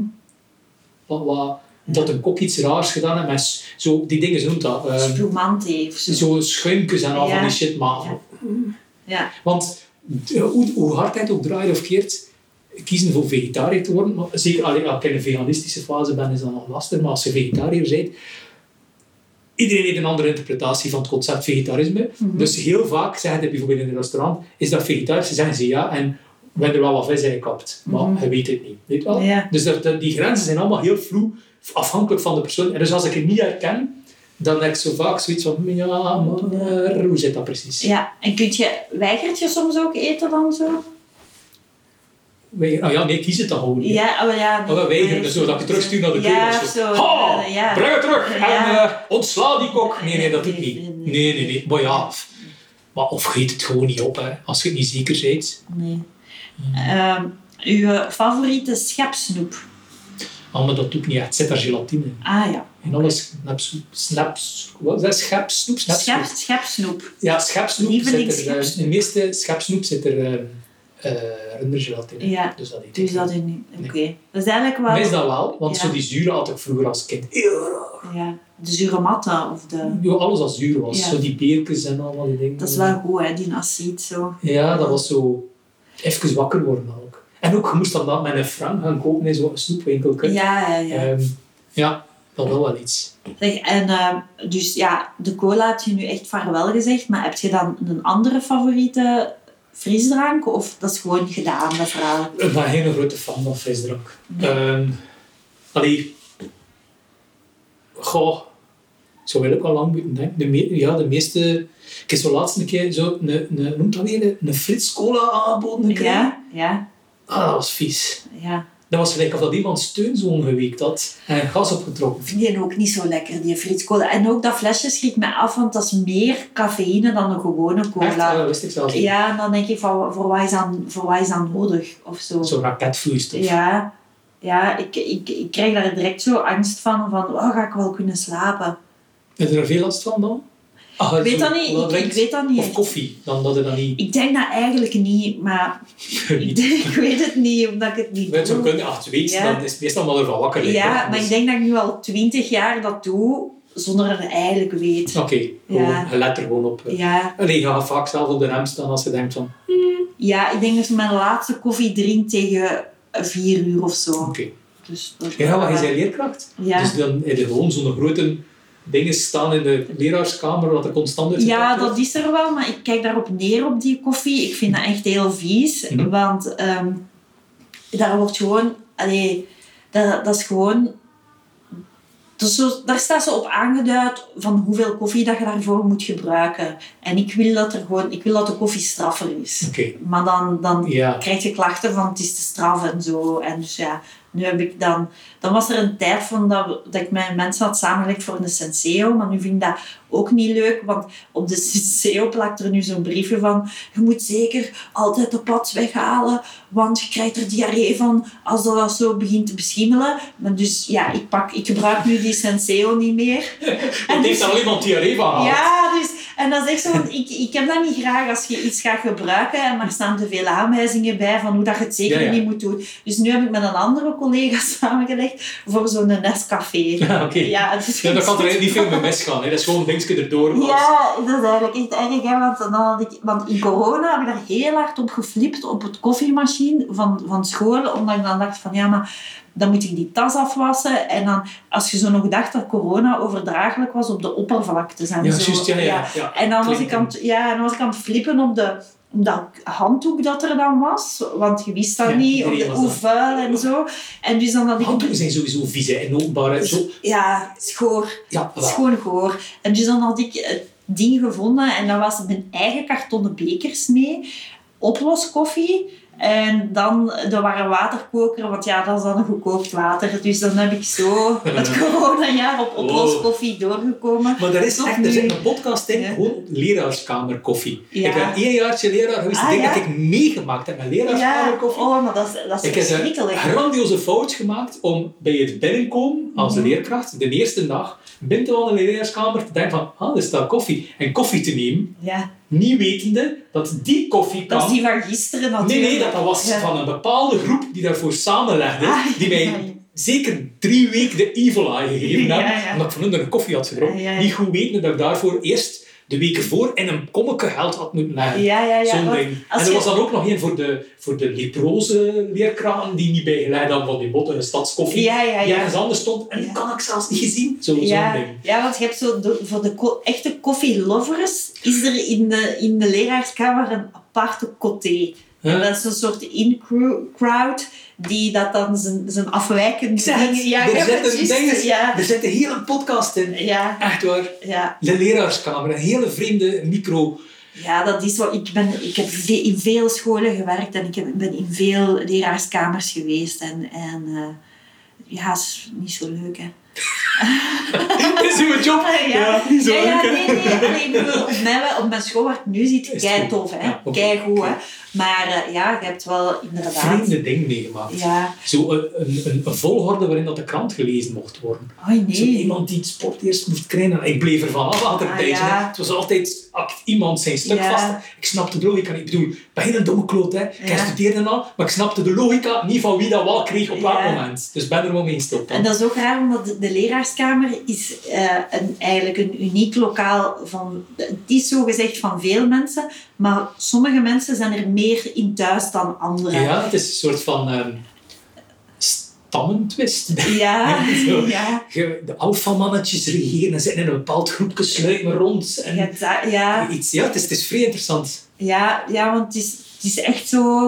wat, wat- dat een kok iets raars gedaan heeft. met s- Zo, die dingen, zo noemt dat. eh, Spumante of zo. zo schuimkes en al Ja. van die shit maken. Ja. Ja, Want eh, hoe, hoe hard hij het ook draait of keert, kiezen voor vegetariër te worden, maar zeker allee, als ik in een veganistische fase ben, is dat nog lastig, maar als je vegetariër bent, iedereen heeft een andere interpretatie van het concept vegetarisme. Mhm. Dus heel vaak zeggen ze bijvoorbeeld in een restaurant, is dat vegetarisch? Ze zeggen ze ja, en we hebben er wel wat vis in gekapt, maar Mhm. je weet het niet. Weet je wel? Ja. Dus dat, dat- die grenzen zijn allemaal heel vloe, afhankelijk van de persoon. En dus als ik het niet herken, dan heb ik zo vaak zoiets van, "Mm, ja, maar hoe zit dat precies? Ja, en kun je, weigert je soms ook eten dan zo? We- Ah ja, nee, kies het dan gewoon niet. Ja, oh ja. nee. Maar we weigeren dus zo, dat ik het terugstuur naar de keuken. Ja, of of zo. Ha, Ja, ja. breng het terug en Ja. eh, ontsla die kok. Nee, nee, dat doe ik Nee, niet. nee, nee. Nee, nee, nee. Maar ja, maar of geet het gewoon niet op, hè, als je het niet zeker bent. Nee. Mm. Ehm, uw eh, favoriete schepsnoep? Ah, maar dat doe ik niet echt. Het zit daar gelatine in. Ah ja. En alles snapsnoep, snaps, wat is dat? Schepsnoep? Snapsnoep. Schep, schepsnoep. Ja, schepsnoep Lieveling zit er. eh, schepsnoep. In de meeste schepsnoep zit er eh eh, rundergelatine in. Ja. Dus dat eet Dus ik dat niet. is niet. Oké. Nee. Dat is eigenlijk wel... Meestal wel, want Ja. zo die zure had ik vroeger als kind. Heel raar. Ja. De zure matta of de... Ja, Alles als zuur was. Ja. Zo die beertjes en al die dingen. Dat is wel goed hè, die acid zo. Ja, dat was zo... Even wakker worden ook. En ook, je moest dan dat met een frank gaan kopen in zo'n snoepwinkel. Ja, ja, ja. Ehm, ja, dat wel wel iets. Zeg, en eh, dus ja, de cola heb je nu echt vaarwel gezegd, maar heb je dan een andere favoriete frisdrank? Of dat is gewoon gedaan, dat verhaal? Ik ben geen grote fan van frisdrank. Nee. Ehm, allee. Goh. Zo wil ik al lang moeten denken. De, me- ja, de meeste... Ik heb zo laatst een keer zo... Een, een, noemt dat weer? Een, een Frits Cola aangeboden gekregen. Ja, ja, Ah, dat was vies. ja. Dat was gelijk of dat iemand steunzoon geweekt had en gas opgetrokken. Ik vind die ook niet zo lekker, die Frits cola. En ook dat flesje schiet me af, want dat is meer cafeïne dan een gewone Echt, ah, cola. dat wist ik zelfs niet. Ja, en dan denk ik, van, voor, wat is dan, voor wat is dan nodig? Of zo. Zo'n raketvloeistof. Ja, ja ik, ik, ik krijg daar direct zo angst van, van oh, ga ik wel kunnen slapen? Heb je er veel last van dan? Ah, Ik weet zo, dat niet, wat ik, ik drinkt? weet dat niet Of echt. koffie, dan dat je dat niet... Ik denk dat eigenlijk niet, maar ik, denk, ik weet het niet, omdat ik het niet Met zo'n doe. kunde acht weken, Ja. dan is het meestal wel ervan wakker. liggen, hè. Ja, maar Dus- ik denk dat ik nu al twintig jaar dat doe, zonder dat ik het eigenlijk weet. Oké, gewoon, Ja. je let er gewoon op. Ja, Allee, je gaat vaak zelf op de rem staan als je denkt van, ja ik denk dat ik mijn laatste koffie drink tegen vier uur of zo. oké. Dus, dat- Ja, maar je bent leerkracht. Ja. Dus dan heb je gewoon zo'n grote dingen staan in de leraarskamer, dat er constant uit Ja, gepakt dat is er wel, maar ik kijk daarop neer op die koffie. Ik vind dat echt heel vies, Mhm. want ehm, daar wordt gewoon, allee, dat, dat is gewoon, dat is zo, daar staat ze op aangeduid van hoeveel koffie dat je daarvoor moet gebruiken. En ik wil dat, er gewoon, ik wil dat de koffie straffer is. Oké, Maar dan, dan ja. krijg je klachten van het is te straf en zo. En dus ja, nu heb ik dan... Dan was er een tijd van dat, we- dat ik mijn mensen had samengelegd voor een senseo. Maar nu vind ik dat ook niet leuk. Want op de senseo plakt er nu zo'n briefje van... Je moet zeker altijd de pad weghalen. Want je krijgt er diarree van als dat zo begint te beschimmelen. Maar dus ja, ik, pak, ik gebruik nu die senseo niet meer. Want heeft daar al iemand diarree van gehad. dus- Ja, dus, en dat is echt zo, want ik, ik heb dat niet graag als je iets gaat gebruiken en er staan te veel aanwijzingen bij van hoe dat je het zeker Ja, ja. niet moet doen. Dus nu heb ik met een andere collega samengelegd voor zo'n Nescafé. Ja, oké. Ja, dus Ja, dat kan er eigenlijk niet veel mee misgaan. Hè. Dat is gewoon een dingetje erdoor. als- Ja, dat is eigenlijk echt erg, hè, want, dan had ik, want in corona heb ik daar heel hard op geflipt, op het koffiemachine van, van school, omdat ik dan dacht van, ja, maar dan moet ik die tas afwassen. En dan, als je zo nog dacht dat corona overdraaglijk was op de oppervlaktes en Ja, zo. juist, ja, ja, ja. En dan was, ik Klinken. aan het, ja, en dan was ik aan het flippen op de, op dat handdoek dat er dan was. Want je wist dat Ja, niet, of iedereen de- was hoe dat. vuil en zo. En dus dan had ik... Handdoeken zijn sowieso vies hè, en openbaar. hè. Zo, Ja, schoor. ja, voilà. Schoon goor. En dus dan had ik het ding gevonden en dat was mijn eigen kartonnen bekers mee, oploskoffie en dan er waren waterkoker, want ja, dat is dan gekookt water. Dus dan heb ik zo het coronajaar Oh. op oploskoffie doorgekomen. Maar er is Tot echt, er nu. zit een podcast in, Ja. gewoon leraarskamer koffie. Ja. Ik ben één jaartje leraar geweest. Ah, ik denk ja? dat ik meegemaakt heb met leraarskamer Ja, koffie. oh, maar dat is, dat is Ik heb een verschrikkelijk. grandioze fout gemaakt om bij het binnenkomen als Mhm. leerkracht de eerste dag binnen te wandelen in de leraarskamer te denken van, ah, er staat koffie. En koffie te nemen, Ja, niet wetende dat die koffie dat is kwam. die van gisteren Nee, natuurlijk. nee, dat dat was Ja. van een bepaalde groep die daarvoor samenlegde, Ah, die mij ja, ja. zeker drie weken de evil eye gegeven Ja, hebben, ja. omdat ik van hun een koffie had gedronken. Ja, ja, ja. Niet goed weten dat ik daarvoor eerst de weken voor in een kommetje geld had moeten leggen. Ja, ja, ja. Zo'n want ding. als En er je- was dan ook nog een voor de, voor de leprose leerkraam die niet bijgeleid had van die botten een stadskoffie. Ja, ja, Die ja. ergens anders stond en die Ja. kan ik zelfs niet gezien. Zo, Ja, Zo'n ding. ja, want je hebt zo de- voor de ko- echte koffielovers is er in de, in de leraarskamer een aparte coté. En dat is een soort in-crowd die dat dan zijn, zijn afwijkende dingen... Ja, er, zitten precies, dingen- ja, er zit een hele podcast in. ja, Echt waar. ja, De leraarskamer. Een hele vreemde micro. ja, dat is wat... Ik, ben, ik heb ve- in veel scholen gewerkt en ik heb- ben in veel leraarskamers geweest. En, en eh, ja, is niet zo leuk, hè. is uw job. Ja, niet zo ja, ja, leuk, hè? nee, nee. Allee, ik bedoel, op, mijn, op mijn school waar ik nu zit, Is kei goed. tof, hè. Ja, oké. Kei goed, hè. Maar eh, ja, je hebt wel inderdaad... Vreemde ding meegemaakt. Ja. Zo een, een, een, een volgorde waarin dat de krant gelezen mocht worden. Oei, Zo nee. iemand die het sport eerst moest krijgen. Ik bleef ervan af altijd Ah, bij zijn, ja. hè. Het was altijd act, iemand zijn stuk Ja. vast. Ik snapte de logica niet. Ik bedoel, ik ben een domme kloot. Hè. Ik Ja. studeerde al, maar ik snapte de logica niet van wie dat wel kreeg op welk Ja. moment. Dus ben er wel mee stil. En dat is ook raar, omdat de, de leraarskamer is eh, een, eigenlijk een uniek lokaal van... Het is zo gezegd van veel mensen, maar sommige mensen zijn er meer in thuis dan anderen. Ja, het is een soort van ehm stammentwist. Ja, Zo. ja. Je- De alfamannetjes regeren en zitten in een bepaald groepje, sluipen rond. En Je hebt daar- Ja, Iets, ja, het is, het is vrij interessant. ja, ja, want het is, het, is echt zo,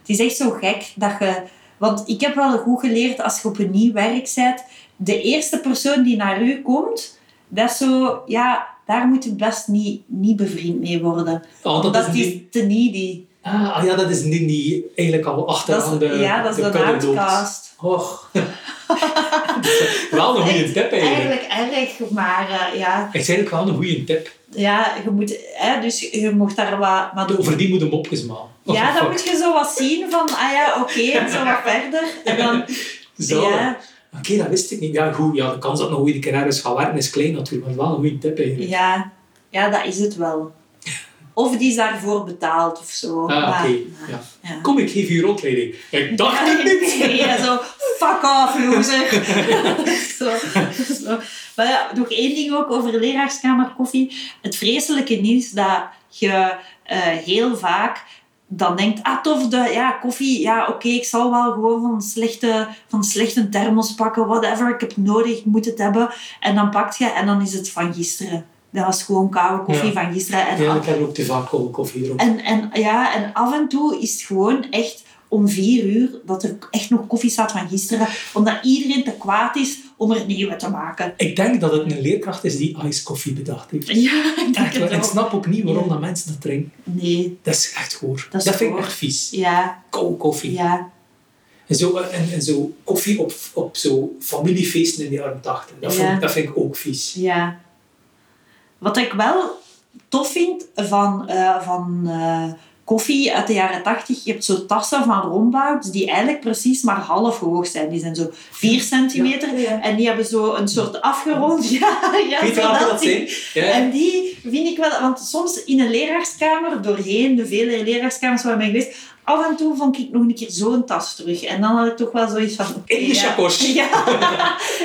het is echt zo gek dat je... Want ik heb wel goed geleerd, als je op een nieuw werk bent, de eerste persoon die naar u komt, dat is zo... Ja, daar moet je best niet, niet bevriend mee worden. Ah, dat, Omdat is die niet, is te needy. ah, ah ja, dat is niet die eigenlijk al Dat achteraan is- de ja, dat is de de, kudde loopt. naadcast. Och. Dus, eh, wel een goede tip eigenlijk. Eigenlijk erg, maar eh, ja, Het is eigenlijk wel een goede tip. ja, je moet, hè, dus je mocht daar wat... Maar doen. Over die moet een mopjes maken. Of ja, een dan vak. moet je zo wat zien van, ah ja, oké, en zo wat verder. En dan, Zo. ja, Oké, dat wist ik niet. Ja, goed, ja, de kans dat nog ooit een keer ergens gaat werken is klein natuurlijk, maar wel een goede tip eigenlijk. ja, ja, dat is het wel. Of die is daarvoor betaald of zo. Ah, maar- oké. maar- Ja. ja. Kom, ik geef je rondleiding. Ik dacht het niet. Ja, zo, fuck off, loser. zo, zo. Maar ja, nog één ding ook over leraarskamer koffie. Het vreselijke is dat je eh, heel vaak dan denkt, ah tof, de, ja, koffie, ja oké, ik zal wel gewoon van slechte, van slechte thermos pakken, whatever, ik heb het nodig, ik moet het hebben. En dan pakt je en dan is het van gisteren. Dat was gewoon koude koffie Ja. van gisteren. En Ja, ik heb er ook te vaak koude koffie erop. en, en, ja, en af en toe is het gewoon echt om vier uur dat er echt nog koffie staat van gisteren, omdat iedereen te kwaad is om er nieuwe te maken. Ik denk dat het een leerkracht is die ice koffie bedacht heeft. Ja, ik denk Echt waar. En ik het ook. snap ook niet waarom dat mensen dat drinken. Nee, Dat is echt hoor. Dat Dat, is vind ik goor. echt vies. ja, Koude koffie. ja, En, zo, eh, en, en zo koffie op, op zo familiefeesten in de jaren 80. Dat, Ja. vond, dat vind ik ook vies. ja. Wat ik wel tof vind van, eh, van eh, koffie uit de jaren tachtig, je hebt zo tassen van rombouts die eigenlijk precies maar half hoog zijn. Die zijn zo vier centimeter Ja, ja. en die hebben zo een soort afgerond... Ja, ja, Weet je zo wat dat zijn? Ja. En die vind ik wel, want soms in een leraarskamer, doorheen de vele leraarskamers waar ik ben geweest, af en toe vond ik nog een keer zo'n tas terug. En dan had ik toch wel zoiets van... oké, In de ja. chacos. Ja.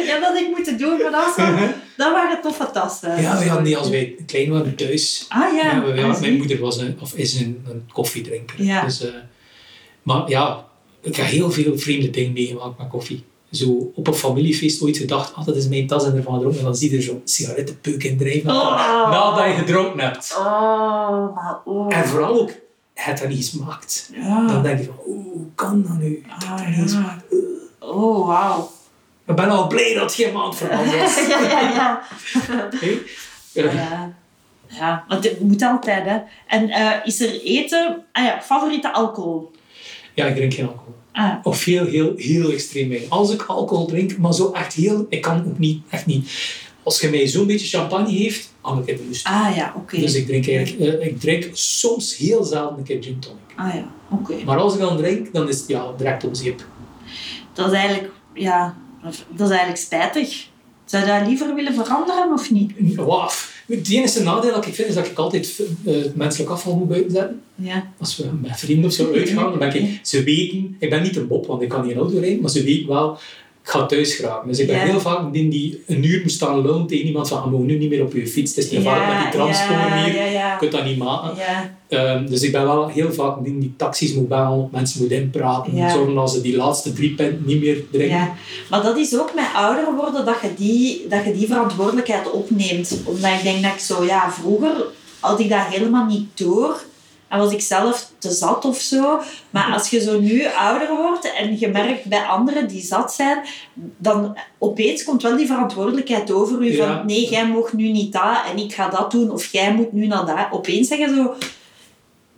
ja, dat had ik moeten doen, maar dat, was wel- dat waren toffe tassen. Mhm. Ja, we hadden die als wij klein waren thuis. Ah ja, Ja, we- ja, ah, zie. mijn moeder was een, of is een, een koffiedrinker. Ja. Dus, eh, maar ja, ik heb heel veel vreemde dingen meegemaakt met koffie. Zo op een familiefeest ooit gedacht, ah, dat is mijn tas en ervan gedronken. En dan zie je er zo'n sigarettenpeuk in drijven. Oh. Nadat je gedronken hebt. Oh, maar oh. En vooral ook, het dat niet gesmaakt. Dan Ja. denk je van, oeh, hoe kan dat nu? Ik heb dat Ah, niet gesmaakt. ja. Oh, wauw. Ik ben al blij dat geen maand veranderd is. ja, ja, ja. Hé? Eh, Ja. Ja, want het moet altijd, hè. En eh, is er eten... Ah ja, favoriete alcohol. Ja, ik drink geen alcohol. Ah, Of heel, heel, heel extreem weinig. Als ik alcohol drink, maar zo echt heel... Ik kan ook niet, echt niet. Als je mij zo'n beetje champagne geeft, dan ik heb lust. Ah ja, oké. Dus ik drink eigenlijk... eh, ik drink soms heel zelden een keer gin tonic. Ah ja, oké. Maar als ik dan drink, dan is het ja, direct om zeep. Dat is eigenlijk, ja, dat is eigenlijk spijtig. Zou je dat liever willen veranderen of niet? Wauw. Het enige nadeel dat ik vind, is dat ik altijd eh, het menselijk afval moet buiten zetten. Ja. als we met vrienden of zo uitgaan, dan denk ik, ze weten, ik ben niet een mop, want ik kan geen auto rijden, maar ze weten wel, ik ga thuis graag. Dus ik ben Ja. heel vaak die die een uur moet staan loon tegen iemand van, je mag nu niet meer op je fiets, het is niet vaak met die trams komen ja, hier, ja, je ja. kunt dat niet maken. Ja, Ehm, dus ik ben wel heel vaak die die taxis moet bellen, mensen moet inpraten, Ja. zorgen dat ze die laatste drie pint niet meer drinken. ja. Maar dat is ook met ouder worden dat je, die, dat je die verantwoordelijkheid opneemt. Omdat ik denk dat ik zo, ja, vroeger had ik dat helemaal niet door. En was ik zelf te zat of zo. Maar als je zo nu ouder wordt en je merkt bij anderen die zat zijn, dan opeens komt wel die verantwoordelijkheid over u. Ja. Van nee, jij mag nu niet dat en ik ga dat doen. Of jij moet nu naar dat. Opeens zeg je zo...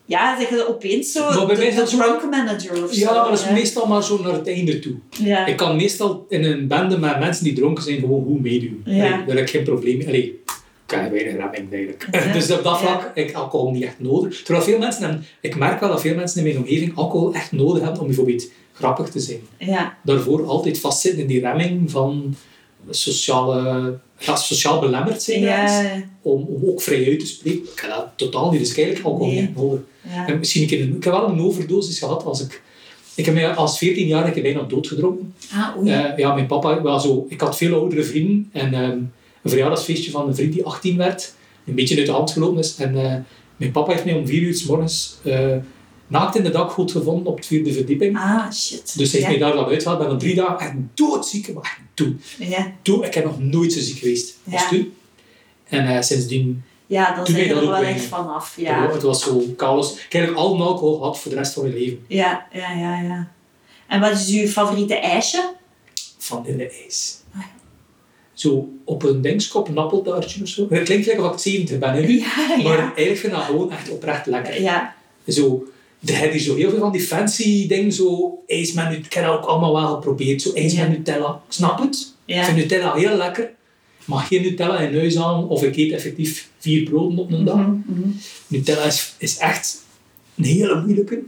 Ja, zeg je opeens zo... Maar bij de, mij is de dat zo- drunk manager of Ja, zo. maar dat is hè. meestal maar zo naar het einde toe. Ja. Ik kan meestal in een bende met mensen die dronken zijn gewoon goed meedoen. Ja. Allee, Daar heb ik geen probleem mee. Allee, Ik heb weinig remming eigenlijk. Ja. Dus op dat Ja. vlak, ik alcohol niet echt nodig. Terwijl veel mensen, hebben- ik merk wel dat veel mensen in mijn omgeving alcohol echt nodig hebben om bijvoorbeeld grappig te zijn. Ja. Daarvoor altijd vastzitten in die remming van sociale, ja, sociaal belemmerd zijn ergens. Ja. Om, om ook vrij uit te spreken. Ik heb dat totaal niet, dus ik heb eigenlijk alcohol Nee. niet nodig. Ja. En misschien een keer een- ik heb wel een overdosis gehad als ik... Ik heb mij als 14-jarige bijna doodgedronken. Ah, oei. Eh, ja, mijn papa, wel zo, ik had veel oudere vrienden. En ehm, een verjaardagsfeestje van een vriend die 18 werd. Een beetje uit de hand gelopen is. En eh, mijn papa heeft mij om 4 uur s morgens eh, naakt in de dakgoot gevonden op de vierde verdieping. Ah, shit. Dus hij heeft ja. mij daar dan uitgehaald. Ik ben dan drie dagen echt doodziek. Maar echt dood. Ja. dood. Ik heb nog nooit zo ziek geweest als Ja. toen. En eh, sindsdien, ja, dan Toen zijn ben je je er dat wel ook echt bij. vanaf. ja. Ja. het was zo chaos. Ik heb eigenlijk al mijn alcohol gehad voor de rest van mijn leven. Ja, ja, ja, ja. En wat is uw favoriete ijsje? van in de ijs. Ah. Zo op een dingskop, een appeltaartje of zo. Het klinkt lekker wat ik 70 ben hè, nu, Ja, maar ja. eigenlijk vind ik dat gewoon echt oprecht lekker. Ja, Zo, er heb je zo heel veel van die fancy dingen, zo ijs met Nutella, ik heb dat ook allemaal wel geprobeerd, zo ijs Ja. met Nutella. Ik snap het, ik ja. vind Nutella heel lekker, maar geen Nutella in huis aan of ik eet effectief vier broden op een dag. Mhm, mhm. Nutella is, is echt een hele moeilijke.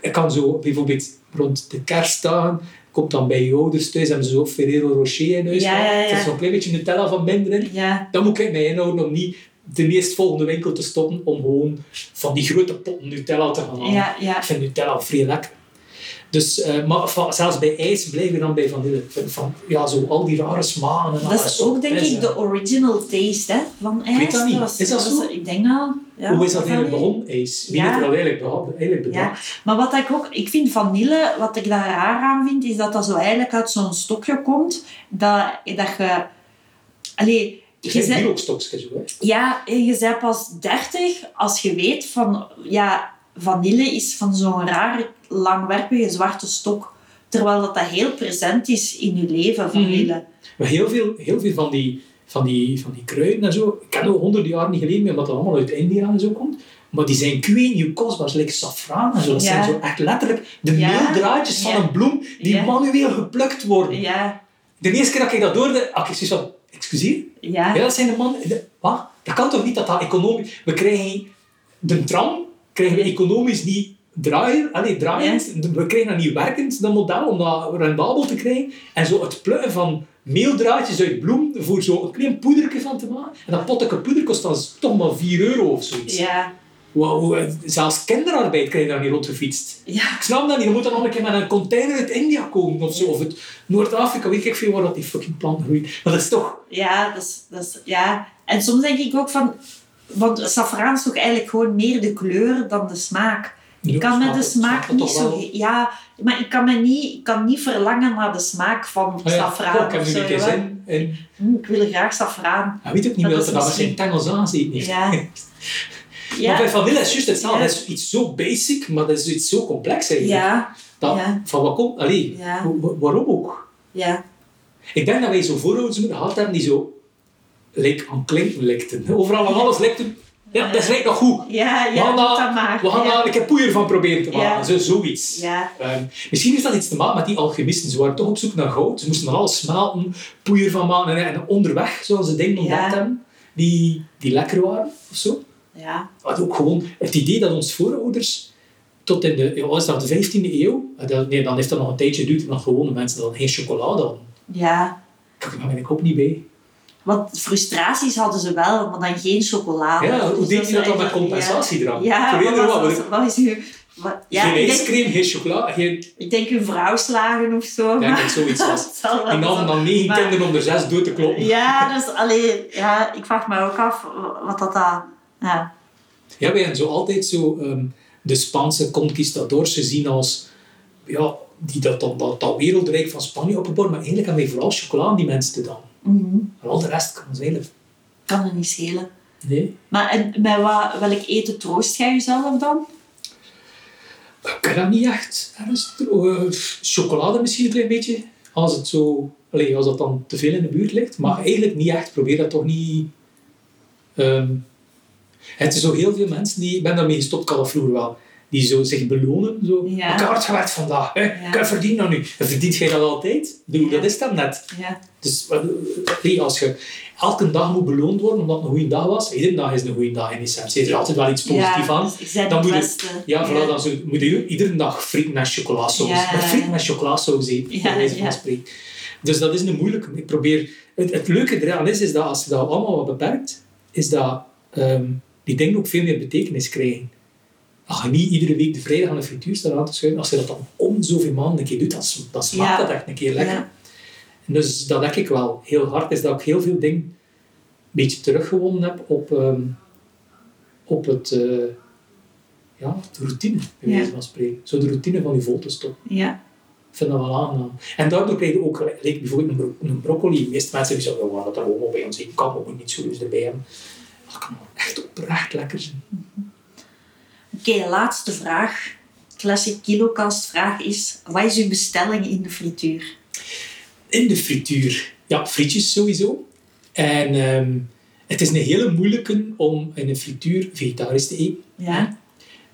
Ik kan zo bijvoorbeeld rond de kerstdagen, komt dan bij je ouders thuis, hebben ze zo Ferrero Rocher in huis. Ja, ja, ja. Er is zo'n klein beetje Nutella van minder in. Ja, Dan moet ik mij inhouden om niet de meestvolgende winkel te stoppen om gewoon van die grote potten Nutella te gaan halen. ja, ja. Ik vind Nutella vrij lekker. Dus, eh, maar va- zelfs bij ijs blijven we dan bij vanille. Van, van, ja, zo al die rare smaken. en Dat alles. is ook denk Dus, ik eh, de original taste hè, van ijs. weet dat niet. was- Is dat zo? was- Ik denk wel. Ja, Hoe is dat wel niet. eigenlijk begonnen, ijs? Wie Ja. heeft dat eigenlijk beha- eigenlijk bedacht? Maar wat ik ook, ik vind vanille, wat ik daar raar aan vind, is dat dat zo eigenlijk uit zo'n stokje komt. Dat, dat je, allee, Je je zijn zet- hier ook stokjes, hè? Ja, en je bent pas 30 als je weet van ja, vanille is van zo'n rare, langwerpige zwarte stok. Terwijl dat, dat heel present is in je leven, vanille. Maar heel veel, heel veel van, die, van, die, van die kruiden en zo, ik ken al honderden jaren niet geleden meer, omdat dat allemaal uit India en zo komt. Maar die zijn queen, je kostbaar, like safraan en zo. Dat Ja. zijn zo echt letterlijk de Ja. meeldraadjes van Ja. een bloem die Ja. manueel geplukt worden. Ja, De eerste keer dat ik dat hoorde, had ik zoiets van, excuseer? ja, Ja, dat zijn de man... de- wat? Dat kan toch niet dat dat economisch... We krijgen de tram, krijgen we economisch niet draaien, allee, draaiend. We krijgen dat niet werkend, dat model, om dat rendabel te krijgen. En zo het plukken van meeldraadjes uit bloem voor zo'n klein poedertje van te maken. En dat potje poeder kost dan toch maar 4 euro of zoiets. ja, Wauw, eh, zelfs kinderarbeid krijg je daar niet rondgefietst. ja. Ik snap dat niet, je moet dan nog een keer met een container uit India komen of zo. Of uit Noord-Afrika, weet ik veel waar dat die fucking planten groeien. Maar dat is toch... Ja, dat is, dat is, ja. En soms denk ik ook van... Want saffraan is toch eigenlijk gewoon meer de kleur dan de smaak. Ik kan met de smaak niet zo... ge- Ja, maar ik kan, me niet, ik kan niet verlangen naar de smaak van Ah ja, saffraan. goh, ik heb of nu zo, een keer hè. zin. En Hm, ik wil graag saffraan. hij weet ook niet Dat meer is dat er dan misschien- geen tangels aan zit. niet. Ja. Maar bij Ja, vanille is juist hetzelfde. Ja. Dat is iets zo basic, maar dat is iets zo complex eigenlijk. ja, Dat, ja. Van wat komt... Allee, Ja. wa- wa- waarom ook? ja. Ik denk dat wij zo voorouders moeten gehad hebben die zo... Lijk aan klinken likten. Overal aan alles likten. Ja, dat is lijkt nog goed. Ja, ja, Wanda, doe dat maar. We gaan ja. daar een keer poeier van proberen te maken. Ja. Zo, zoiets. Ja. Ehm, misschien heeft dat iets te maken met die alchemisten. Ze waren toch op zoek naar goud. Ze moesten van alles smelten, poeier van maken. En, en onderweg zoals ze dingen ontdekt Ja. hebben die, die lekker waren of zo. Ja, Maar ook gewoon het idee dat onze voorouders tot in de, ja, wat is dat, de 15e eeuw, Eh, dat- nee, dan heeft dat nog een tijdje geduurd dat gewone mensen dan geen chocolade hadden. ja. Ik ben er ook niet bij. Want frustraties hadden ze wel, maar dan geen chocolade. Ja, hoe Dus deed je dat dan met eigenlijk- compensatie Ja, eraan? ja Voor wat, ieder was, wat, was, hoor. wat is nu... Wat, ja, geen ik denk, ijscream, geen chocolade, geen... ik denk hun vrouwslagen of zo. Ik denk maar- dat zoiets was. Het zal wel Die namen zo- dan negen maar- kinderen onder zes door te kloppen. Ja, dus alleen, ja, ik vraag me ook af wat dat daar. Ja, Ja, wij hebben zo altijd zo ehm, de Spaanse conquistadors gezien als... Ja, die dat, dan, dat, dat wereldrijk van Spanje opgebouwd. Maar eigenlijk hebben wij vooral chocolade aan die mensen te dan. Mhm. En al de rest kan ons eigenlijk... kan er niet schelen. Nee. Maar en met wat, welk eten troost jij jezelf dan? Ik kan dat niet echt. Ernst. Eh, Chocolade misschien een klein beetje. Als, het zo, allee, als dat dan te veel in de buurt ligt. Maar eigenlijk niet echt. Probeer dat toch niet... ehm, het is zo heel veel mensen die... Ik ben daarmee gestopt, kan dat vroeger wel. Die zo zich belonen. Zo, Ja. ik heb hard gewerkt vandaag. Hè? Ja. Ik heb verdiend dat nu. En verdient jij dat altijd? Ik bedoel, Ja. Dat is dat net. Ja. Dus eh, allee, als je elke dag moet beloond worden omdat het een goede dag was. Iedere dag is een goede dag in essentie. Er is altijd wel iets positiefs aan. dus ik zei Dan het moet je- beste. Ja, vooral dan zo, moet je iedere dag friet met chocolasaus. Ja. Maar friet met chocolasaus eten, Ja, bij wijze van ja. spreken. Dus dat is een moeilijke. Ik probeer... Het, het leuke eraan is, is dat als je dat allemaal wat beperkt, is dat ehm, die dingen ook veel meer betekenis krijgen. Als je niet iedere week de vrijdag aan de frituur staat aan te schuiven, als je dat dan om zoveel maanden een keer doet, dan, sm- dan smaakt Ja. dat echt een keer lekker. Ja. En dus dat denk ik wel heel hard, is dat ik heel veel dingen een beetje teruggewonnen heb op, ehm, op het, eh, ja, de routine, bij Ja. wijze van spreken. Zo de routine van die vol te stoppen. Ja. Ik vind dat wel aangenaam. En daardoor krijg je ook, gelijk like bijvoorbeeld een, bro- een broccoli. De meeste mensen die zeggen, "Ja, dat er homo bij ons Ik kan ook niet zo dus erbij hebben. Dat kan wel echt oprecht lekker zijn. Oké, laatste vraag. Classic kilokast vraag is, wat is uw bestelling in de frituur? in de frituur. Ja, frietjes sowieso. En ehm, het is een hele moeilijke om in een frituur vegetarisch te eten. Ja,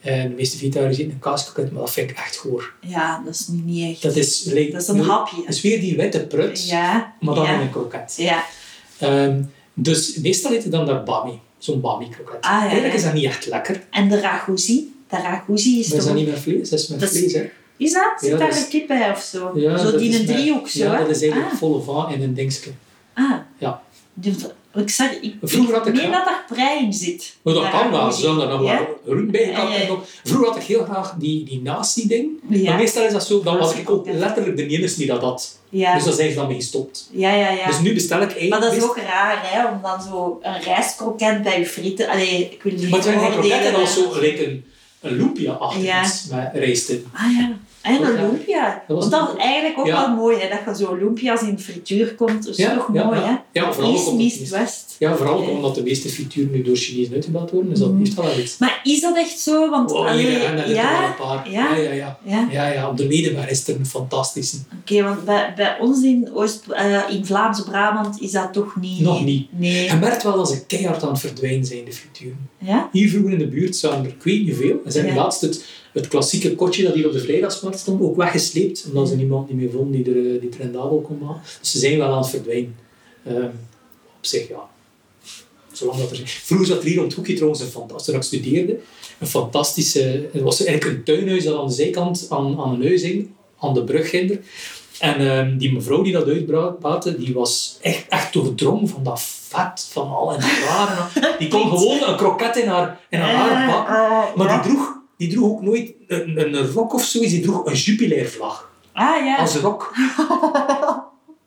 En de meeste vegetariërs eten een kaaskoket, maar dat vind ik echt goor. ja dat is nu niet echt. Dat is, lijkt- Dat is een hapje. Dat is weer die witte prut, Ja, maar dan in ja, een kroket. ja, Ehm, dus meestal eten dan daar bami, zo'n bami-kroket. Ah, ja, ja. Eigenlijk is dat niet echt lekker. En de ragozi? De ragozi is Maar toch... is dat niet met vlees? Dat is met Dat is- vlees, hè. Is dat? Zit Ja, daar dat is- een kip bij of zo? Ja, zo dat die is een met- driehoek zo, Ja, hè? dat is eigenlijk Ah. volle vaan in een dingetje. Ah. Ja. Dus dat- Ik, zag, ik, Vroeger had ik- meen dat daar prei in zit. Maar dat Ja, kan wel, goed. ze zullen er nog Ja? wel groen bij gekapt Ja, ja. hebben. Vroeger had ik heel graag die, die nazi-ding. Maar Ja, meestal is dat zo, dan was ik ook Ja. letterlijk de enige die dat had. ja, Dus dan zijn ze dan mee gestopt. ja, ja. ja. Dus nu bestel ik één. Maar dat is best- ook raar, hè? Om dan zo een rijstkroket bij je frieten... Allee, ik wil niet Maar het zijn geen kroketten, oordelen, dat was hè. zo gelijk een, een loempia-achtig Ja. iets met rijst in. Ah ja. En Ook een raar. lumpia. was- Want dat is eigenlijk ook Ja. wel mooi, hè? Dat je zo lumpia's in de frituur komt. Dat is Ja, toch ja, mooi, ja. hè? Ja, vooral ook East, omdat, East, West. ja, vooral ook Ja. omdat de meeste frituren nu door Chinezen uitgebeld worden. Dus dat Mhm. heeft wel iets. Maar is dat echt zo? Want Oh, allee, hier en daar zitten wel ja, een paar. Ja. Ja, ja, ja. ja. Ja, ja, op de Medeweg is er een fantastische. Oké, want bij, bij ons in, Oost, eh, in Vlaamse Brabant is dat toch niet... Nog niet. Nee. Je merkt wel dat ze keihard aan het verdwijnen zijn, de frituren. Ja? Hier vroeger in de buurt zaten er, ik weet niet veel. En zijn Ja. laatst het, het klassieke kotje dat hier op de vrijdagsmarkt stond ook weggesleept. Omdat ze Ja. niemand niet meer vonden die er, eh, die het rendabel kon maken. Dus ze zijn wel aan het verdwijnen. Ehm, op zich, ja. Zolang dat er... Vroeger zat er hier om het hoekje trouwens, een fantastisch, toen ik studeerde, een fantastische... Het was eigenlijk een tuinhuis dat aan de zijkant aan, aan een huis hing, aan de brug hinder. En ehm, die mevrouw die dat uitbaatte, die was echt, echt doordrongen van dat vet, van al en rare. Die kon gewoon een kroket in haar, in haar haar Eh, bakken. eh, Maar ja. die droeg, die droeg ook nooit een, een, een rok of zoiets, die droeg een jubilairvlag Ah ja. als rok.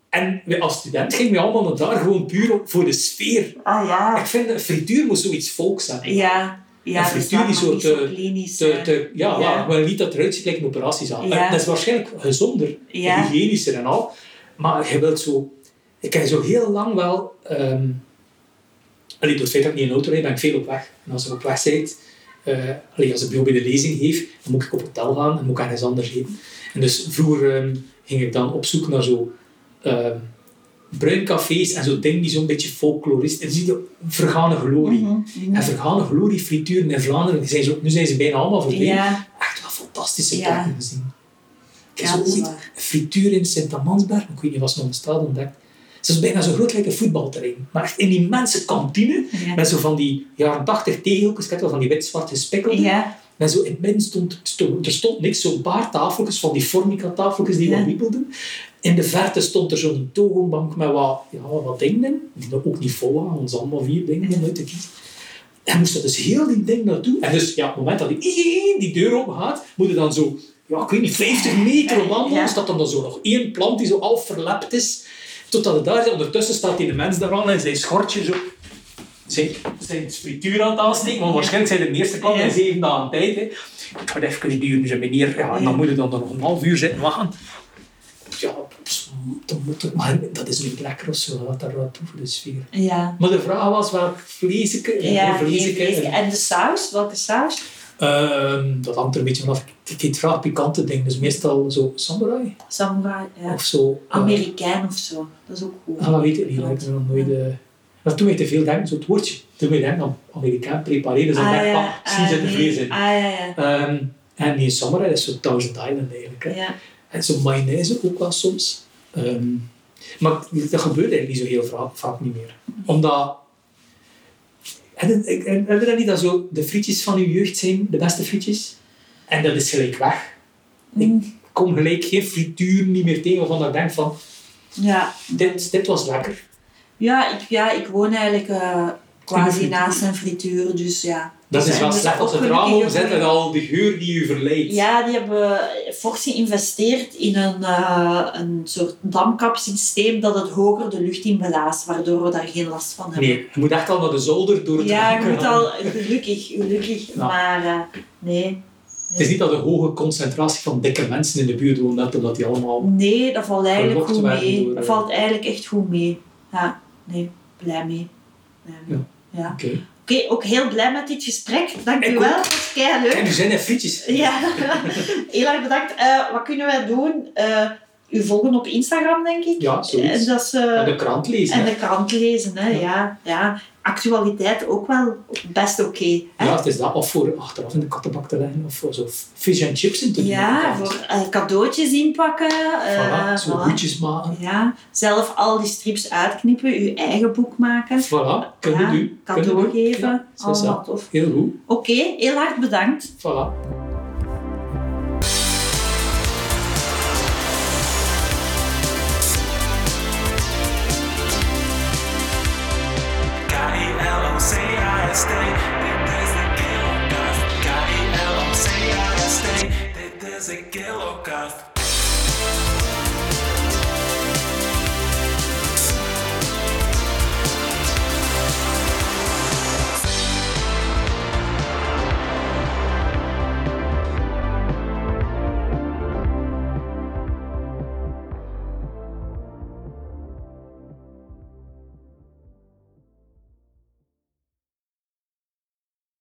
En wij als student gingen we allemaal naar daar gewoon puur op- voor de sfeer. Ah ja. Ik vind, een frituur moest zoiets volks hebben. Ja. Ja, dus Een dat is frituur dan die nog zo niet te- zo klinisch. Te, hè. te, Ja. ja, ja. wel niet dat eruit ziet lijkt een operatiezaal. Ja. Dat is waarschijnlijk gezonder, Ja. en hygiënischer en al. Maar je wilt zo... Ik heb zo heel lang wel... ehm allee, door het feit dat ik niet in auto rijd, ben ik veel op weg. En als ik op weg zit, eh, allee, als ik bijvoorbeeld een lezing geef, dan moet ik op hotel gaan en moet ik ergens anders eten. En dus vroeger ehm, ging ik dan op zoek naar zo... ehm bruincafés en zo dingen die zo'n beetje folklorist... En zie je vergane glorie. Mhm, mhm. En vergane glorie frituren in Vlaanderen, die zijn zo, nu zijn ze bijna allemaal verdwenen. Ja. Echt wel fantastische Ja. plekken gezien. Ik heb Ja, zo dat is ooit waar. een frituur in Sint-Amansberg, ik weet niet of ze nog bestaat, ontdekt. Het is bijna zo groot als een voetbalterrein. Maar echt in die immense kantine, Ja. met zo van die jaren 80 theehoekjes, ik heb wel van die wit-zwart gespikkelde. Ja. En zo in het midden stond, stond- er stond niks, zo'n paar tafeltjes, van die formica-tafeltjes die Ja. wat wiebelden. In de verte stond er zo'n toonbank met wat, ja, wat dingen in, die nog ook niet vol waren, ons allemaal vier dingen om uit te kiezen. En moest dat dus heel die ding naartoe. En dus ja, op het moment dat die, die deur open gaat, moet je dan zo, ja, ik weet niet, 50 meter wandelen. Ja. Er staat dan, dan zo nog één plant die zo al verlept is. Totdat het daar is. Ondertussen staat die mens daar aan en zijn schortje zo... Zijn, zijn frituur aan het aansteken, want waarschijnlijk zijn de eerste klant Ja. in zeven dagen tijd. Hè. Het gaat even duren, ze meneer. Ja, en Ja. dan moet je dan nog een half uur zitten wachten. Ja, dan moet het maar, dat is niet lekker of zo, wat daar wat toe voor de sfeer. Ja. Maar de vraag was welk vlees ik... Ja, eh, vlees ik- geen vlees. En de saus? Welke saus? Ehm, dat hangt er een beetje vanaf. Ik eet graag pikante dingen, dus meestal zo samurai Samurai. Ja. of zo. eh, Amerikaan of zo. Dat is ook goed. Ah, dat weet ik niet. dat heb Ik nog nooit... eh, dat doet mij te veel denken, zo het woordje. Dat doet mij denken aan Amerikaan prepareren. Zo Ah, denk ik, ja, ah, zien ze ah, er nee. vlees in. Ah, ja, ja. Ehm, en die samurai is zo Thousand Island eigenlijk. Hè. Ja. En zo mayonaise ook wel soms. Ehm, maar dat gebeurt eigenlijk niet zo heel va- vaak niet meer. Omdat... En, en, en, hebben we dat niet dat zo de frietjes van uw jeugd zijn de beste frietjes? En dat is gelijk weg. Mm, Ik kom gelijk geen frituur niet meer tegen waarvan ik denk van, ja. dit, dit was lekker. Ja, ik, ja, ik woon eigenlijk eh, quasi frituur. naast een frituur, dus ja. Dat is En wel dus slecht. Als ook het raam gelukkig- openzet en al de geur die u verleidt. Ja, die hebben fors geïnvesteerd in een, eh, een soort damkapsysteem dat het hoger de lucht in belaast, waardoor we daar geen last van hebben. Nee, je moet echt al naar de zolder door het ja, je raam moet gaan. al gelukkig, gelukkig, Ja. maar eh, nee. Het is niet dat er een hoge concentratie van dikke mensen in de buurt woont, net omdat die allemaal... Nee, dat valt eigenlijk Verlokt goed werden mee. door, Dat eh, valt eigenlijk echt goed mee. Ja, nee, blij mee. Blij mee. Ja. Oké. Oké, ook heel blij met dit gesprek. Dank Ik u ook. wel, dat was kei leuk. En nu zijn er frietjes. Ja, heel erg bedankt. Eh, wat kunnen wij doen? Eh, u volgen op Instagram, denk ik. Ja, zoiets. En, dat is, eh, En de krant lezen. en hè. de krant lezen, hè. Ja. Ja. Ja, Actualiteit ook wel best oké. hè. Ja, het is dat. Of voor achteraf in de kattenbak te leggen. Of voor zo fish and chips in te doen. Ja, inderdaad. voor eh, cadeautjes inpakken. eh, Voilà, zo voilà. hoedjes maken. Ja, zelf al die strips uitknippen, uw eigen boek maken. Voilà, kunnen ja, doen. Kunnen Cadeau doen. geven, Ja, zo is allemaal dat. tof. Heel goed. Oké, heel hard bedankt. Voilà. K-E-L-O-C-I-S-T, dit is de Kilokast. K-E-L-O-C-I-S-T, dit is de Kilokast.